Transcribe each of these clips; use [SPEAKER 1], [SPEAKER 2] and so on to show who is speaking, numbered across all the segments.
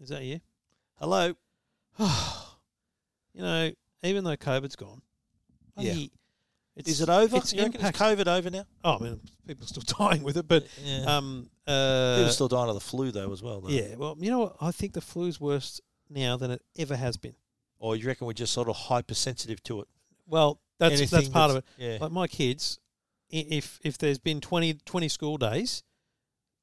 [SPEAKER 1] Is that you? Hello. you know, even though COVID's gone,
[SPEAKER 2] Yeah.
[SPEAKER 1] bloody- It's,
[SPEAKER 2] Is it over?
[SPEAKER 1] It's
[SPEAKER 2] You reckon
[SPEAKER 1] impact-
[SPEAKER 2] Is COVID over now?
[SPEAKER 1] oh, I mean, people are still dying with it, but
[SPEAKER 2] Yeah.
[SPEAKER 1] um, uh,
[SPEAKER 2] People still dying of the flu though, as well. Though.
[SPEAKER 1] yeah. Well, you know what? I think the flu's worse now than it ever has been.
[SPEAKER 2] Or you reckon we're just sort of hypersensitive to it?
[SPEAKER 1] Well, that's that's
[SPEAKER 2] Anything
[SPEAKER 1] part of it.
[SPEAKER 2] Yeah.
[SPEAKER 1] Like my kids, i- if if there's been 20, 20 school days,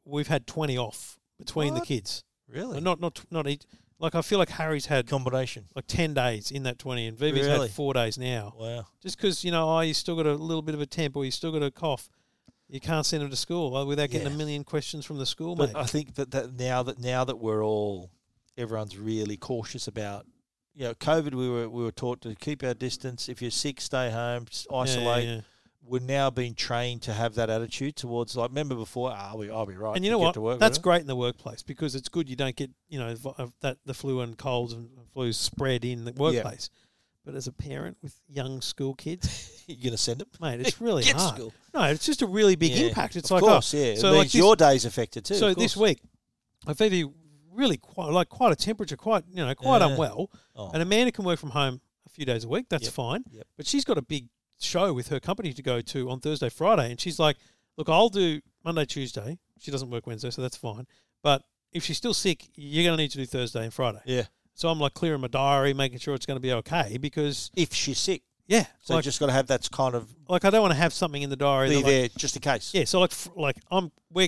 [SPEAKER 1] we've had twenty off between the
[SPEAKER 2] What?
[SPEAKER 1] kids.
[SPEAKER 2] really?
[SPEAKER 1] Not not not each. Like I feel like Harry's had
[SPEAKER 2] combination.
[SPEAKER 1] like ten days in that twenty, and Vivi's
[SPEAKER 2] Really?
[SPEAKER 1] had four days now.
[SPEAKER 2] Wow.
[SPEAKER 1] Just because you know, oh, you still got a little bit of a temp, or you still got a cough, you can't send them to school uh, without getting
[SPEAKER 2] Yeah.
[SPEAKER 1] a million questions from the school
[SPEAKER 2] But
[SPEAKER 1] mate.
[SPEAKER 2] I think that, that now that now that we're all everyone's really cautious about you know, COVID we were we were taught to keep our distance. If you're sick, stay home, s-
[SPEAKER 1] Yeah, yeah,
[SPEAKER 2] isolate.
[SPEAKER 1] yeah.
[SPEAKER 2] We're now being trained to have that attitude towards like remember before, ah, we I'll be right.
[SPEAKER 1] And you know
[SPEAKER 2] get
[SPEAKER 1] what?
[SPEAKER 2] To work
[SPEAKER 1] That's
[SPEAKER 2] with it."
[SPEAKER 1] great in the workplace because it's good you don't get you know v- of that the flu and colds and flus spread in the workplace. But as a parent with young school kids,
[SPEAKER 2] You're gonna send them.
[SPEAKER 1] mate, it's really
[SPEAKER 2] Get
[SPEAKER 1] hard.
[SPEAKER 2] school.
[SPEAKER 1] No, it's just a really big
[SPEAKER 2] Yeah,
[SPEAKER 1] impact. It's
[SPEAKER 2] of
[SPEAKER 1] like,
[SPEAKER 2] course,
[SPEAKER 1] oh,
[SPEAKER 2] yeah.
[SPEAKER 1] so
[SPEAKER 2] it
[SPEAKER 1] like
[SPEAKER 2] means
[SPEAKER 1] this-
[SPEAKER 2] your day's affected too.
[SPEAKER 1] so
[SPEAKER 2] of
[SPEAKER 1] this
[SPEAKER 2] course.
[SPEAKER 1] week, uh, Vivi really quite like quite a temperature, quite you know, quite
[SPEAKER 2] Yeah.
[SPEAKER 1] unwell.
[SPEAKER 2] Oh.
[SPEAKER 1] And Amanda can work from home a few days a week. That's
[SPEAKER 2] Yep.
[SPEAKER 1] fine.
[SPEAKER 2] Yep.
[SPEAKER 1] But she's got a big show with her company to go to on Thursday, Friday, and she's like, "Look, I'll do Monday, Tuesday. She doesn't work Wednesday, so that's fine. But if she's still sick, you're going to need to do Thursday and Friday."
[SPEAKER 2] Yeah.
[SPEAKER 1] So I'm like clearing my diary, making sure it's going to be okay because
[SPEAKER 2] If she's sick.
[SPEAKER 1] yeah,
[SPEAKER 2] So
[SPEAKER 1] like,
[SPEAKER 2] you just gotta have that kind of
[SPEAKER 1] like I don't want to have something in the diary.
[SPEAKER 2] be
[SPEAKER 1] that, like,
[SPEAKER 2] there just in case.
[SPEAKER 1] yeah, so like f- like I'm we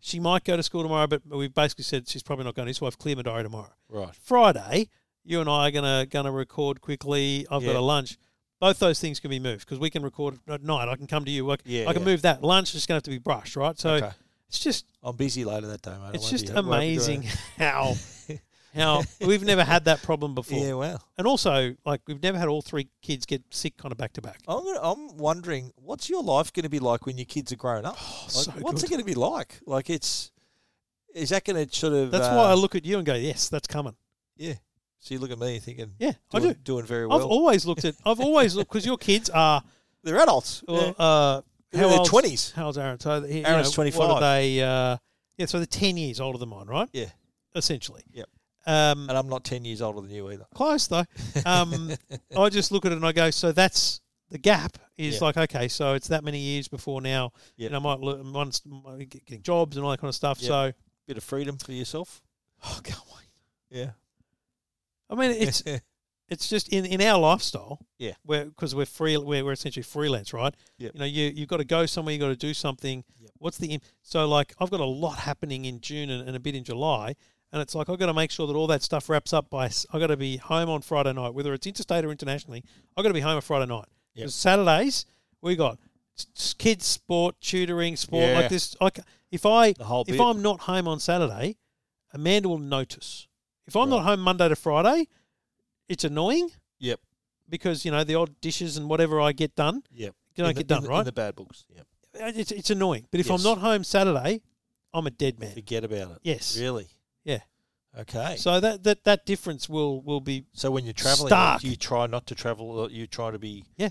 [SPEAKER 1] she might go to school tomorrow, but we've basically said she's probably not going to. So I've cleared my diary tomorrow.
[SPEAKER 2] Right.
[SPEAKER 1] Friday, you and I are gonna gonna record quickly. I've
[SPEAKER 2] Yeah.
[SPEAKER 1] got a lunch. Both those things can be moved because we can record at night. I can come to you. I,
[SPEAKER 2] Yeah,
[SPEAKER 1] I can
[SPEAKER 2] yeah.
[SPEAKER 1] move that. Lunch is going to have to be brushed, right? So
[SPEAKER 2] Okay.
[SPEAKER 1] it's just
[SPEAKER 2] I'm busy later that day, mate. I
[SPEAKER 1] it's
[SPEAKER 2] won't
[SPEAKER 1] just
[SPEAKER 2] be- I won't be doing
[SPEAKER 1] amazing
[SPEAKER 2] it.
[SPEAKER 1] how how we've never had that problem before,
[SPEAKER 2] Yeah, wow.
[SPEAKER 1] and also like we've never had all three kids get sick kind of back to back.
[SPEAKER 2] I'm gonna, I'm wondering what's your life going to be like when your kids are grown up. Like,
[SPEAKER 1] Oh, so
[SPEAKER 2] what's it
[SPEAKER 1] good.
[SPEAKER 2] going Oh, to be like? Like it's is that going to sort of?
[SPEAKER 1] That's
[SPEAKER 2] uh,
[SPEAKER 1] why I look at you and go, yes, that's coming.
[SPEAKER 2] yeah. So you look at me thinking,
[SPEAKER 1] Yeah,
[SPEAKER 2] doing,
[SPEAKER 1] I do.
[SPEAKER 2] doing very
[SPEAKER 1] I've
[SPEAKER 2] well.
[SPEAKER 1] always looked at. I've always looked because your kids are.
[SPEAKER 2] They're adults.
[SPEAKER 1] Well, uh,
[SPEAKER 2] They're in their
[SPEAKER 1] old's-
[SPEAKER 2] 20s.
[SPEAKER 1] How old's Aaron? So he- you
[SPEAKER 2] Aaron's
[SPEAKER 1] know,
[SPEAKER 2] 25.
[SPEAKER 1] What are they? Uh, yeah, so they're ten years older than mine, right?
[SPEAKER 2] yeah. yeah,
[SPEAKER 1] Essentially.
[SPEAKER 2] Yep.
[SPEAKER 1] Um,
[SPEAKER 2] and I'm not ten years older than you either.
[SPEAKER 1] close though. Um, I just look at it and I go, so that's the gap is
[SPEAKER 2] Yeah.
[SPEAKER 1] like okay, so it's that many years before now,
[SPEAKER 2] Yep.
[SPEAKER 1] and I might look, once might be getting jobs and all that kind of stuff.
[SPEAKER 2] Yep.
[SPEAKER 1] So
[SPEAKER 2] Bit of freedom for yourself. Oh, can't wait. Yeah,
[SPEAKER 1] I mean, it's it's just in, in our lifestyle.
[SPEAKER 2] Yeah.
[SPEAKER 1] Where because we're free, we're, we're essentially freelance, right?
[SPEAKER 2] Yep.
[SPEAKER 1] You know, you you've got to go somewhere, you've got to do something.
[SPEAKER 2] Yep.
[SPEAKER 1] What's the im- so like? I've got a lot happening in June and, and a bit in July, and it's like I've got to make sure that all that stuff wraps up by. s- I've got to be home on Friday night, whether it's interstate or internationally. I've got to be home on Friday night.
[SPEAKER 2] Yep.
[SPEAKER 1] 'Cause Saturdays we got s- s- kids sport, tutoring, sport
[SPEAKER 2] Yeah.
[SPEAKER 1] like this. Like if I
[SPEAKER 2] the whole
[SPEAKER 1] if
[SPEAKER 2] bit.
[SPEAKER 1] I'm not home on Saturday, Amanda will notice. If I'm not home Monday to Friday, it's annoying
[SPEAKER 2] yep,
[SPEAKER 1] because you know the odd dishes and whatever I get done,
[SPEAKER 2] yep.
[SPEAKER 1] you don't
[SPEAKER 2] In the-
[SPEAKER 1] get done
[SPEAKER 2] in the, in
[SPEAKER 1] right.
[SPEAKER 2] the bad books. Yep.
[SPEAKER 1] It's, it's annoying. But if
[SPEAKER 2] Yes.
[SPEAKER 1] I'm not home Saturday, I'm a dead man.
[SPEAKER 2] Forget about it.
[SPEAKER 1] Yes.
[SPEAKER 2] Really.
[SPEAKER 1] Yeah.
[SPEAKER 2] Okay. So,
[SPEAKER 1] So that, that that difference will will be
[SPEAKER 2] when you're traveling,
[SPEAKER 1] Stark.
[SPEAKER 2] you try not to travel. or You try to be
[SPEAKER 1] Yeah.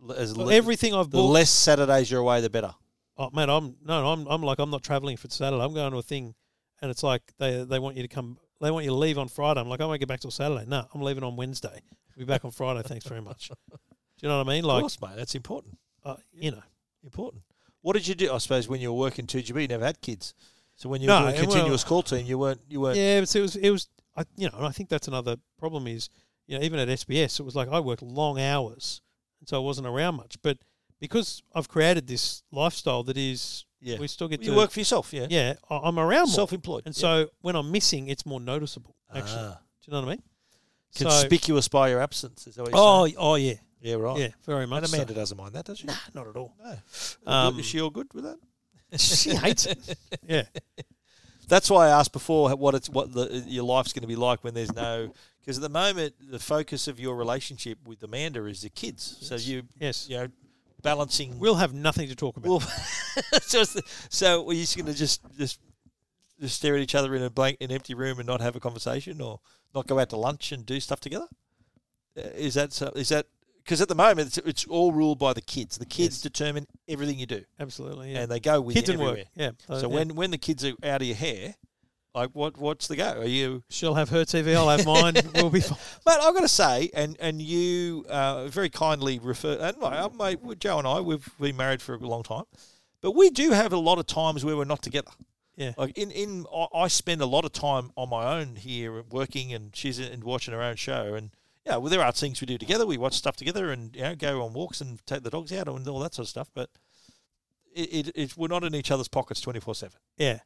[SPEAKER 2] l- as
[SPEAKER 1] well,
[SPEAKER 2] li-
[SPEAKER 1] everything I've
[SPEAKER 2] The
[SPEAKER 1] bought.
[SPEAKER 2] less Saturdays you're away, the better.
[SPEAKER 1] oh man, I'm no, I'm I'm like I'm not traveling for Saturday. I'm going to a thing, and it's like they they want you to come. They want you to leave on Friday. I'm like, I won't get back till Saturday. No, I'm leaving on Wednesday. I'll be back on Friday. Thanks very much. Do you know what I mean?
[SPEAKER 2] of
[SPEAKER 1] Like,
[SPEAKER 2] course, mate. That's important.
[SPEAKER 1] uh, you know,
[SPEAKER 2] Important. What did you do? I suppose when you were working two GB, you never had kids. So when you
[SPEAKER 1] No,
[SPEAKER 2] were doing
[SPEAKER 1] and
[SPEAKER 2] continuous call team, you weren't. You weren't.
[SPEAKER 1] Yeah, but it was it was I, you know, and I think that's another problem is you know even at SBS it was like I worked long hours, and so I wasn't around much. But because I've created this lifestyle that is,
[SPEAKER 2] Yeah.
[SPEAKER 1] we still get
[SPEAKER 2] you
[SPEAKER 1] to
[SPEAKER 2] work for yourself. Yeah.
[SPEAKER 1] Yeah, I- I'm around more,
[SPEAKER 2] Self-employed.
[SPEAKER 1] and
[SPEAKER 2] yeah.
[SPEAKER 1] so when I'm missing, it's more noticeable. Actually,
[SPEAKER 2] Ah.
[SPEAKER 1] do you know what I mean? So,
[SPEAKER 2] conspicuous by your absence. Is that what you're
[SPEAKER 1] oh, oh yeah,
[SPEAKER 2] saying? yeah, right.
[SPEAKER 1] yeah, very much.
[SPEAKER 2] And
[SPEAKER 1] so.
[SPEAKER 2] Amanda doesn't mind that, does she? Nah, not at all. No.
[SPEAKER 1] Um,
[SPEAKER 2] is she all good with that?
[SPEAKER 1] she hates it. Yeah,
[SPEAKER 2] That's why I asked before what it's what the, your life's going to be like when there's no because at the moment the focus of your relationship with Amanda is the kids. So you
[SPEAKER 1] yes.
[SPEAKER 2] you know balancing
[SPEAKER 1] We'll have nothing to talk about.
[SPEAKER 2] Well, so, it's the- so we're just going to just just just stare at each other in a blank, an empty room, and not have a conversation, or not go out to lunch and do stuff together. Uh, Is that so? Is that because at the moment it's, it's all ruled by the kids. The kids
[SPEAKER 1] Yes.
[SPEAKER 2] determine everything you do,
[SPEAKER 1] Absolutely. Yeah.
[SPEAKER 2] and they go with
[SPEAKER 1] Kids
[SPEAKER 2] you
[SPEAKER 1] and work.
[SPEAKER 2] everywhere.
[SPEAKER 1] Oh, Yeah.
[SPEAKER 2] So
[SPEAKER 1] yeah.
[SPEAKER 2] when when the kids are out of your hair, Like, what what's the go? Are you,
[SPEAKER 1] She'll have her TV. I'll have mine. we'll be fine.
[SPEAKER 2] mate? I've got to say, and and you uh, very kindly refer, and my, uh, mate, well, Joe and I, we've been married for a long time, but we do have a lot of times where we're not together.
[SPEAKER 1] Yeah.
[SPEAKER 2] Like in in I- I spend a lot of time on my own here working, and she's in- and watching her own show, and yeah, well, there are things we do together. We watch stuff together, and you know, go on walks and take the dogs out and all that sort of stuff. But it, it, it we're not in each other's pockets twenty four seven.
[SPEAKER 1] Yeah.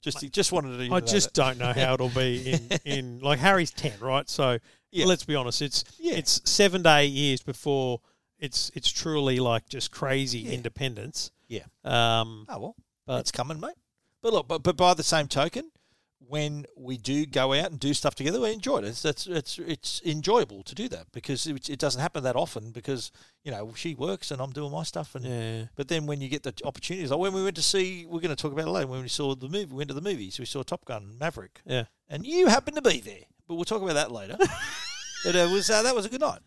[SPEAKER 2] Just just wanted to.
[SPEAKER 1] I just don't know how it'll be in, in like Harry's ten, right? So
[SPEAKER 2] Yeah.
[SPEAKER 1] let's be honest, it's
[SPEAKER 2] Yeah.
[SPEAKER 1] it's seven to eight years before it's it's truly like just crazy
[SPEAKER 2] Yeah.
[SPEAKER 1] independence.
[SPEAKER 2] Yeah.
[SPEAKER 1] Um.
[SPEAKER 2] Oh well,
[SPEAKER 1] But-
[SPEAKER 2] it's coming, mate. But look, but, but by the same token, when we do go out and do stuff together, we enjoy it. It's that's it's it's enjoyable to do that because it, it doesn't happen that often. Because you know she works and I'm doing my stuff, and
[SPEAKER 1] Yeah.
[SPEAKER 2] but then when you get the opportunities, like when we went to see, we're going to talk about it later. When we saw the movie, we went to the movies. We saw Top Gun, Maverick,
[SPEAKER 1] Yeah.
[SPEAKER 2] and you happened to be there. But we'll talk about that later. but it was uh, that was a good night.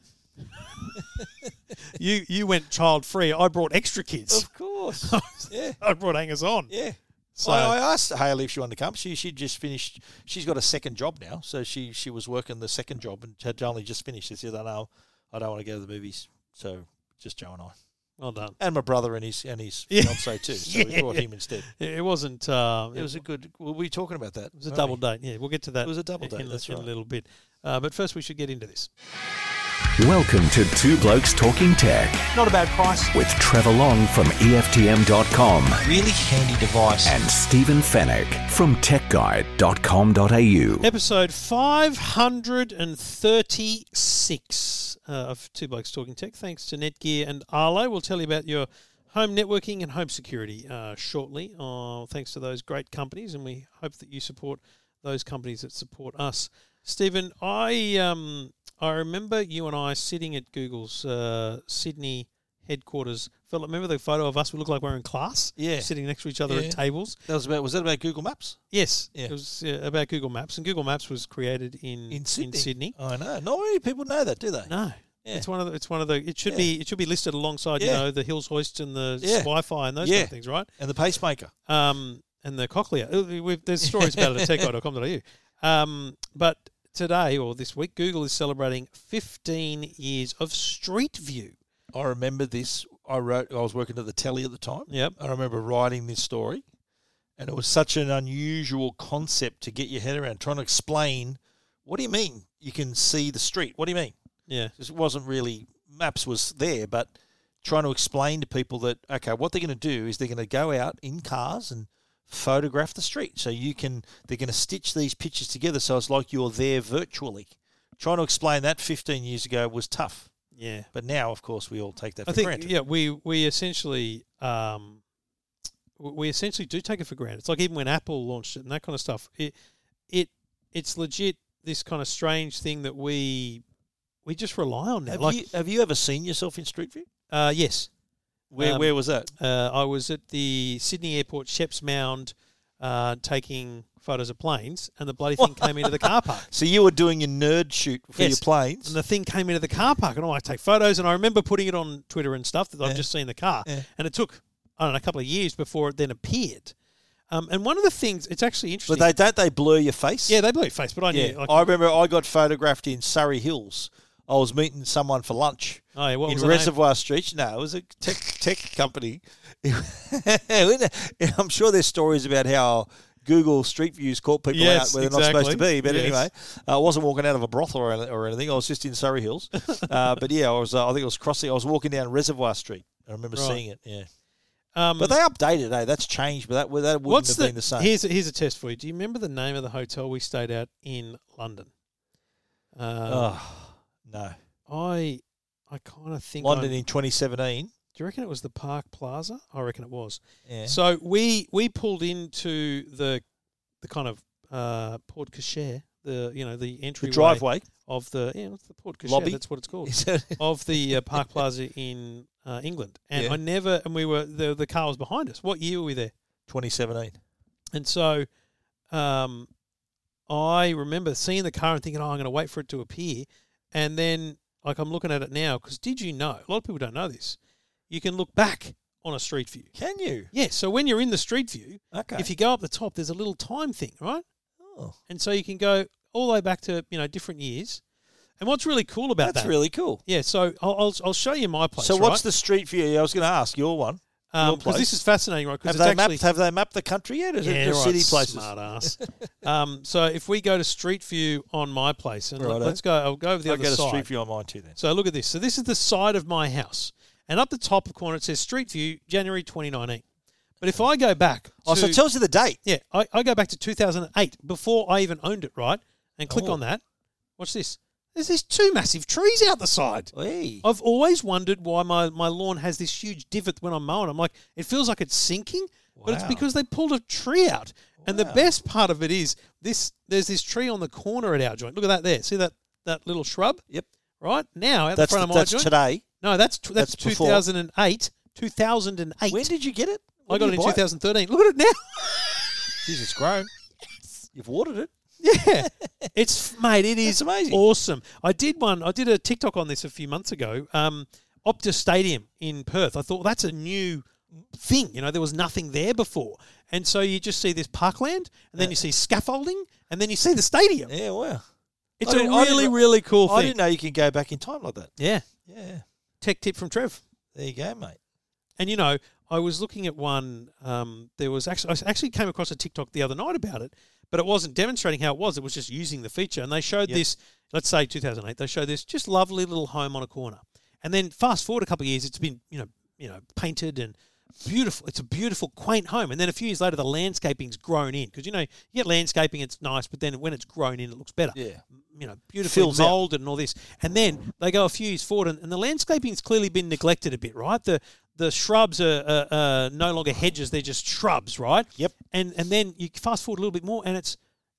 [SPEAKER 1] You you went child free. I brought extra kids.
[SPEAKER 2] Of course, yeah,
[SPEAKER 1] I brought hangers on.
[SPEAKER 2] yeah.
[SPEAKER 1] So
[SPEAKER 2] I, I asked Haley if she wanted to come. She she just finished. She's got a second job now, so she she was working the second job and had only just finished. She said, "I know, I don't want to go to the movies." So just Joe and I,
[SPEAKER 1] well done.
[SPEAKER 2] and my brother and his and his
[SPEAKER 1] Yeah.
[SPEAKER 2] fiance too. So we
[SPEAKER 1] Yeah.
[SPEAKER 2] brought him instead.
[SPEAKER 1] It, it wasn't. Um,
[SPEAKER 2] It was a good. Were we talking about that?
[SPEAKER 1] It was a double date. Yeah, we'll get to that.
[SPEAKER 2] It was a double
[SPEAKER 1] in-
[SPEAKER 2] date,
[SPEAKER 1] in, a-
[SPEAKER 2] that's
[SPEAKER 1] in a
[SPEAKER 2] right.
[SPEAKER 1] little bit. Uh, but first, we should get into this.
[SPEAKER 3] Welcome to Two Blokes Talking Tech
[SPEAKER 1] Not a bad price.
[SPEAKER 3] with Trevor Long from E EFTM.com
[SPEAKER 2] Really handy device.
[SPEAKER 3] and Stephen Fennec from TechGuide.com.au.
[SPEAKER 1] Episode five hundred and thirty-six uh, of Two Blokes Talking Tech. Thanks to Netgear and Arlo. We'll tell you about your home networking and home security uh, shortly. Uh, thanks to those great companies, and we hope that you support those companies that support us. Stephen, I um, I remember you and I sitting at Google's uh, Sydney headquarters. Felt remember the photo of us? We looked like we were in class,
[SPEAKER 2] Yeah.
[SPEAKER 1] sitting next to each other
[SPEAKER 2] Yeah.
[SPEAKER 1] at tables.
[SPEAKER 2] That was about. Was that about Google Maps
[SPEAKER 1] Yes,
[SPEAKER 2] Yeah.
[SPEAKER 1] it was uh, about Google Maps, and Google Maps was created in
[SPEAKER 2] I know. Not many people know that, do they?
[SPEAKER 1] No,
[SPEAKER 2] Oh, Yeah.
[SPEAKER 1] it's one of the, it's one of the. It should
[SPEAKER 2] Yeah.
[SPEAKER 1] be it should be listed alongside you
[SPEAKER 2] Yeah.
[SPEAKER 1] know the Hills Hoist and the
[SPEAKER 2] Yeah.
[SPEAKER 1] Wi-Fi and those
[SPEAKER 2] Yeah.
[SPEAKER 1] kind of things, right?
[SPEAKER 2] And the pacemaker.
[SPEAKER 1] Um, and the cochlea. Uh, We've, there's stories about it at techguide.com.au. Um, but today or this week, Google is celebrating 15 years of Street View.
[SPEAKER 2] I remember this. I wrote. I was working at the telly at the time.
[SPEAKER 1] Yep.
[SPEAKER 2] I remember writing this story, and it was such an unusual concept to get your head around, trying to explain what do you mean you can see the street? What do you mean?
[SPEAKER 1] Yeah,
[SPEAKER 2] 'Cause It wasn't really maps was there, but trying to explain to people that okay, what they're going to do is they're going to go out in cars and photograph the street, so you can they're going to stitch these pictures together, so it's like you're there virtually. Trying to explain that 15 years ago was tough,
[SPEAKER 1] yeah.
[SPEAKER 2] but now, of course, we all take that for
[SPEAKER 1] I think
[SPEAKER 2] granted.
[SPEAKER 1] yeah, we we essentially um, w- we essentially do take it for granted. It's like even when Apple launched it and that kind of stuff. It it it's legit this kind of strange thing that we we just rely on now.
[SPEAKER 2] Have,
[SPEAKER 1] like
[SPEAKER 2] you, have you ever seen yourself in Street View?
[SPEAKER 1] uh, yes,
[SPEAKER 2] Where
[SPEAKER 1] Um,
[SPEAKER 2] where was that?
[SPEAKER 1] uh, I was at the Sydney Airport Sheps Mound uh, taking photos of planes, and the bloody thing came into the car park.
[SPEAKER 2] So you were doing your nerd shoot for your
[SPEAKER 1] Yes.
[SPEAKER 2] planes.
[SPEAKER 1] And the thing came into the car park, and I take photos. And I remember putting it on Twitter and stuff that I've
[SPEAKER 2] Yeah.
[SPEAKER 1] just seen the car.
[SPEAKER 2] Yeah.
[SPEAKER 1] And it took, I don't know, a couple of years before it then appeared. Um, and one of the things, it's actually interesting.
[SPEAKER 2] but they don't they blur your face?
[SPEAKER 1] yeah, they blew your face, but I knew.
[SPEAKER 2] yeah.
[SPEAKER 1] like,
[SPEAKER 2] I remember I got photographed in Surrey Hills. I was meeting someone for lunch
[SPEAKER 1] oh, yeah, what
[SPEAKER 2] in
[SPEAKER 1] was the name?
[SPEAKER 2] Reservoir Street. No, it was a tech tech company. I'm sure there's stories about how Google Street Views caught people
[SPEAKER 1] Yes,
[SPEAKER 2] out where they're not supposed to
[SPEAKER 1] exactly.
[SPEAKER 2] be. But
[SPEAKER 1] Yes.
[SPEAKER 2] anyway, uh, I wasn't walking out of a brothel or, or anything. I was just in Surrey Hills. uh, but yeah, I was. Uh, I think I was crossing. I was walking down Reservoir Street. I remember
[SPEAKER 1] Right.
[SPEAKER 2] seeing it. Yeah.
[SPEAKER 1] Um,
[SPEAKER 2] But they updated, eh? That's changed, but that would- that wouldn't
[SPEAKER 1] what's
[SPEAKER 2] have
[SPEAKER 1] the,
[SPEAKER 2] been the same.
[SPEAKER 1] Here's, a, here's a test for you. Do you remember the name of the hotel we stayed at in London? Uh,
[SPEAKER 2] oh no,
[SPEAKER 1] I I kind of think.
[SPEAKER 2] London
[SPEAKER 1] I'm-
[SPEAKER 2] in 2017.
[SPEAKER 1] do you reckon it was the Park Plaza? I reckon it was.
[SPEAKER 2] Yeah.
[SPEAKER 1] So we we pulled into the the kind of uh, Port Cachere, the you know the
[SPEAKER 2] the
[SPEAKER 1] entry
[SPEAKER 2] driveway.
[SPEAKER 1] of the yeah what's the Port Cachere
[SPEAKER 2] Lobby?
[SPEAKER 1] that's what it's called
[SPEAKER 2] Is that-
[SPEAKER 1] of the uh, Park Plaza in uh, England. And
[SPEAKER 2] Yeah.
[SPEAKER 1] I never and we were the the car was behind us. What year were we there?
[SPEAKER 2] 2017.
[SPEAKER 1] And so, um, I remember seeing the car and thinking, "Oh, I'm going to wait for it to appear," and then like I'm looking at it now because did you know? A lot of people don't know this. You can look back on a street view.
[SPEAKER 2] Can you?
[SPEAKER 1] Yeah, so when you're in the street view,
[SPEAKER 2] Okay.
[SPEAKER 1] if you go up the top, there's a little time thing, right?
[SPEAKER 2] oh,
[SPEAKER 1] And so you can go all the way back to you know different years. And what's really cool about
[SPEAKER 2] that's
[SPEAKER 1] that?
[SPEAKER 2] really cool.
[SPEAKER 1] yeah, so I'll, I'll I'll show you my place.
[SPEAKER 2] so what's the street view? I was going to ask your one. your
[SPEAKER 1] because
[SPEAKER 2] place?
[SPEAKER 1] this is fascinating, right?
[SPEAKER 2] Have
[SPEAKER 1] Because it's
[SPEAKER 2] they
[SPEAKER 1] actually
[SPEAKER 2] mapped? Have they mapped the country yet? Is it just
[SPEAKER 1] right,
[SPEAKER 2] city places?
[SPEAKER 1] Smart ass. um, so if we go to Street View on my place, and
[SPEAKER 2] Righto.
[SPEAKER 1] let's go. I'll go over the
[SPEAKER 2] I'll
[SPEAKER 1] other
[SPEAKER 2] get a
[SPEAKER 1] side.
[SPEAKER 2] street view on mine too. Then
[SPEAKER 1] So look at this. So this is the side of my house, and up the top corner it says Street View, January 2019. But if I go back,
[SPEAKER 2] oh, so
[SPEAKER 1] to-
[SPEAKER 2] it tells you the date.
[SPEAKER 1] yeah, I, I go back to 2008 before I even owned it, right? And click
[SPEAKER 2] Oh.
[SPEAKER 1] on that. Watch this. There's these two massive trees out the side.
[SPEAKER 2] Hey.
[SPEAKER 1] I've always wondered why my, my lawn has this huge divot when I'm mowing. I'm like, it feels like it's sinking, but it's
[SPEAKER 2] Wow.
[SPEAKER 1] because they pulled a tree out. And the
[SPEAKER 2] Wow.
[SPEAKER 1] best part of it is this: there's this tree on the corner at our joint. Look at that there. See that that little shrub?
[SPEAKER 2] Yep.
[SPEAKER 1] Right now, out
[SPEAKER 2] That's
[SPEAKER 1] the front
[SPEAKER 2] the-
[SPEAKER 1] of my
[SPEAKER 2] that's
[SPEAKER 1] joint.
[SPEAKER 2] today.
[SPEAKER 1] No, that's tw- that's,
[SPEAKER 2] That's before.
[SPEAKER 1] 2008. 2008.
[SPEAKER 2] When did you get it?
[SPEAKER 1] I
[SPEAKER 2] When
[SPEAKER 1] got it
[SPEAKER 2] did
[SPEAKER 1] in
[SPEAKER 2] you buy
[SPEAKER 1] 2013. Look at it now.
[SPEAKER 2] Jeez, it's grown. You've watered it.
[SPEAKER 1] Yeah, it's mate. It is
[SPEAKER 2] That's amazing.
[SPEAKER 1] Awesome. I did one. I did a TikTok on this a few months ago. Um, Optus Stadium in Perth. I thought that's a new thing. You know, there was nothing there before, and so you just see this parkland, and then you see scaffolding, and then you see the stadium.
[SPEAKER 2] Yeah, wow.
[SPEAKER 1] It's
[SPEAKER 2] I
[SPEAKER 1] a
[SPEAKER 2] didn't- I didn't
[SPEAKER 1] really,
[SPEAKER 2] re-
[SPEAKER 1] really cool
[SPEAKER 2] I
[SPEAKER 1] thing.
[SPEAKER 2] didn't know you can go back in time like that.
[SPEAKER 1] Yeah,
[SPEAKER 2] Yeah.
[SPEAKER 1] tech tip from Trev.
[SPEAKER 2] There you go, mate.
[SPEAKER 1] And you know, I was looking at one. Um, there was actually I actually came across a TikTok the other night about it, but it wasn't demonstrating how it was. It was just using the feature, and they showed
[SPEAKER 2] Yep.
[SPEAKER 1] this. Let's say 2008. They showed this just lovely little home on a corner, and then fast forward a couple of years, it's been you know you know painted and beautiful. It's a beautiful quaint home, and then a few years later, the landscaping's grown in because you know you get landscaping, it's nice, but then when it's grown in, it looks better
[SPEAKER 2] Yeah.
[SPEAKER 1] you know, beautifully
[SPEAKER 2] Fills out.
[SPEAKER 1] molded and all this. And then they go a few years forward, and, and the landscaping's clearly been neglected a bit, right? The the shrubs are, are, are no longer hedges; they're just shrubs, right?
[SPEAKER 2] Yep.
[SPEAKER 1] And and then you fast forward a little bit more, and it's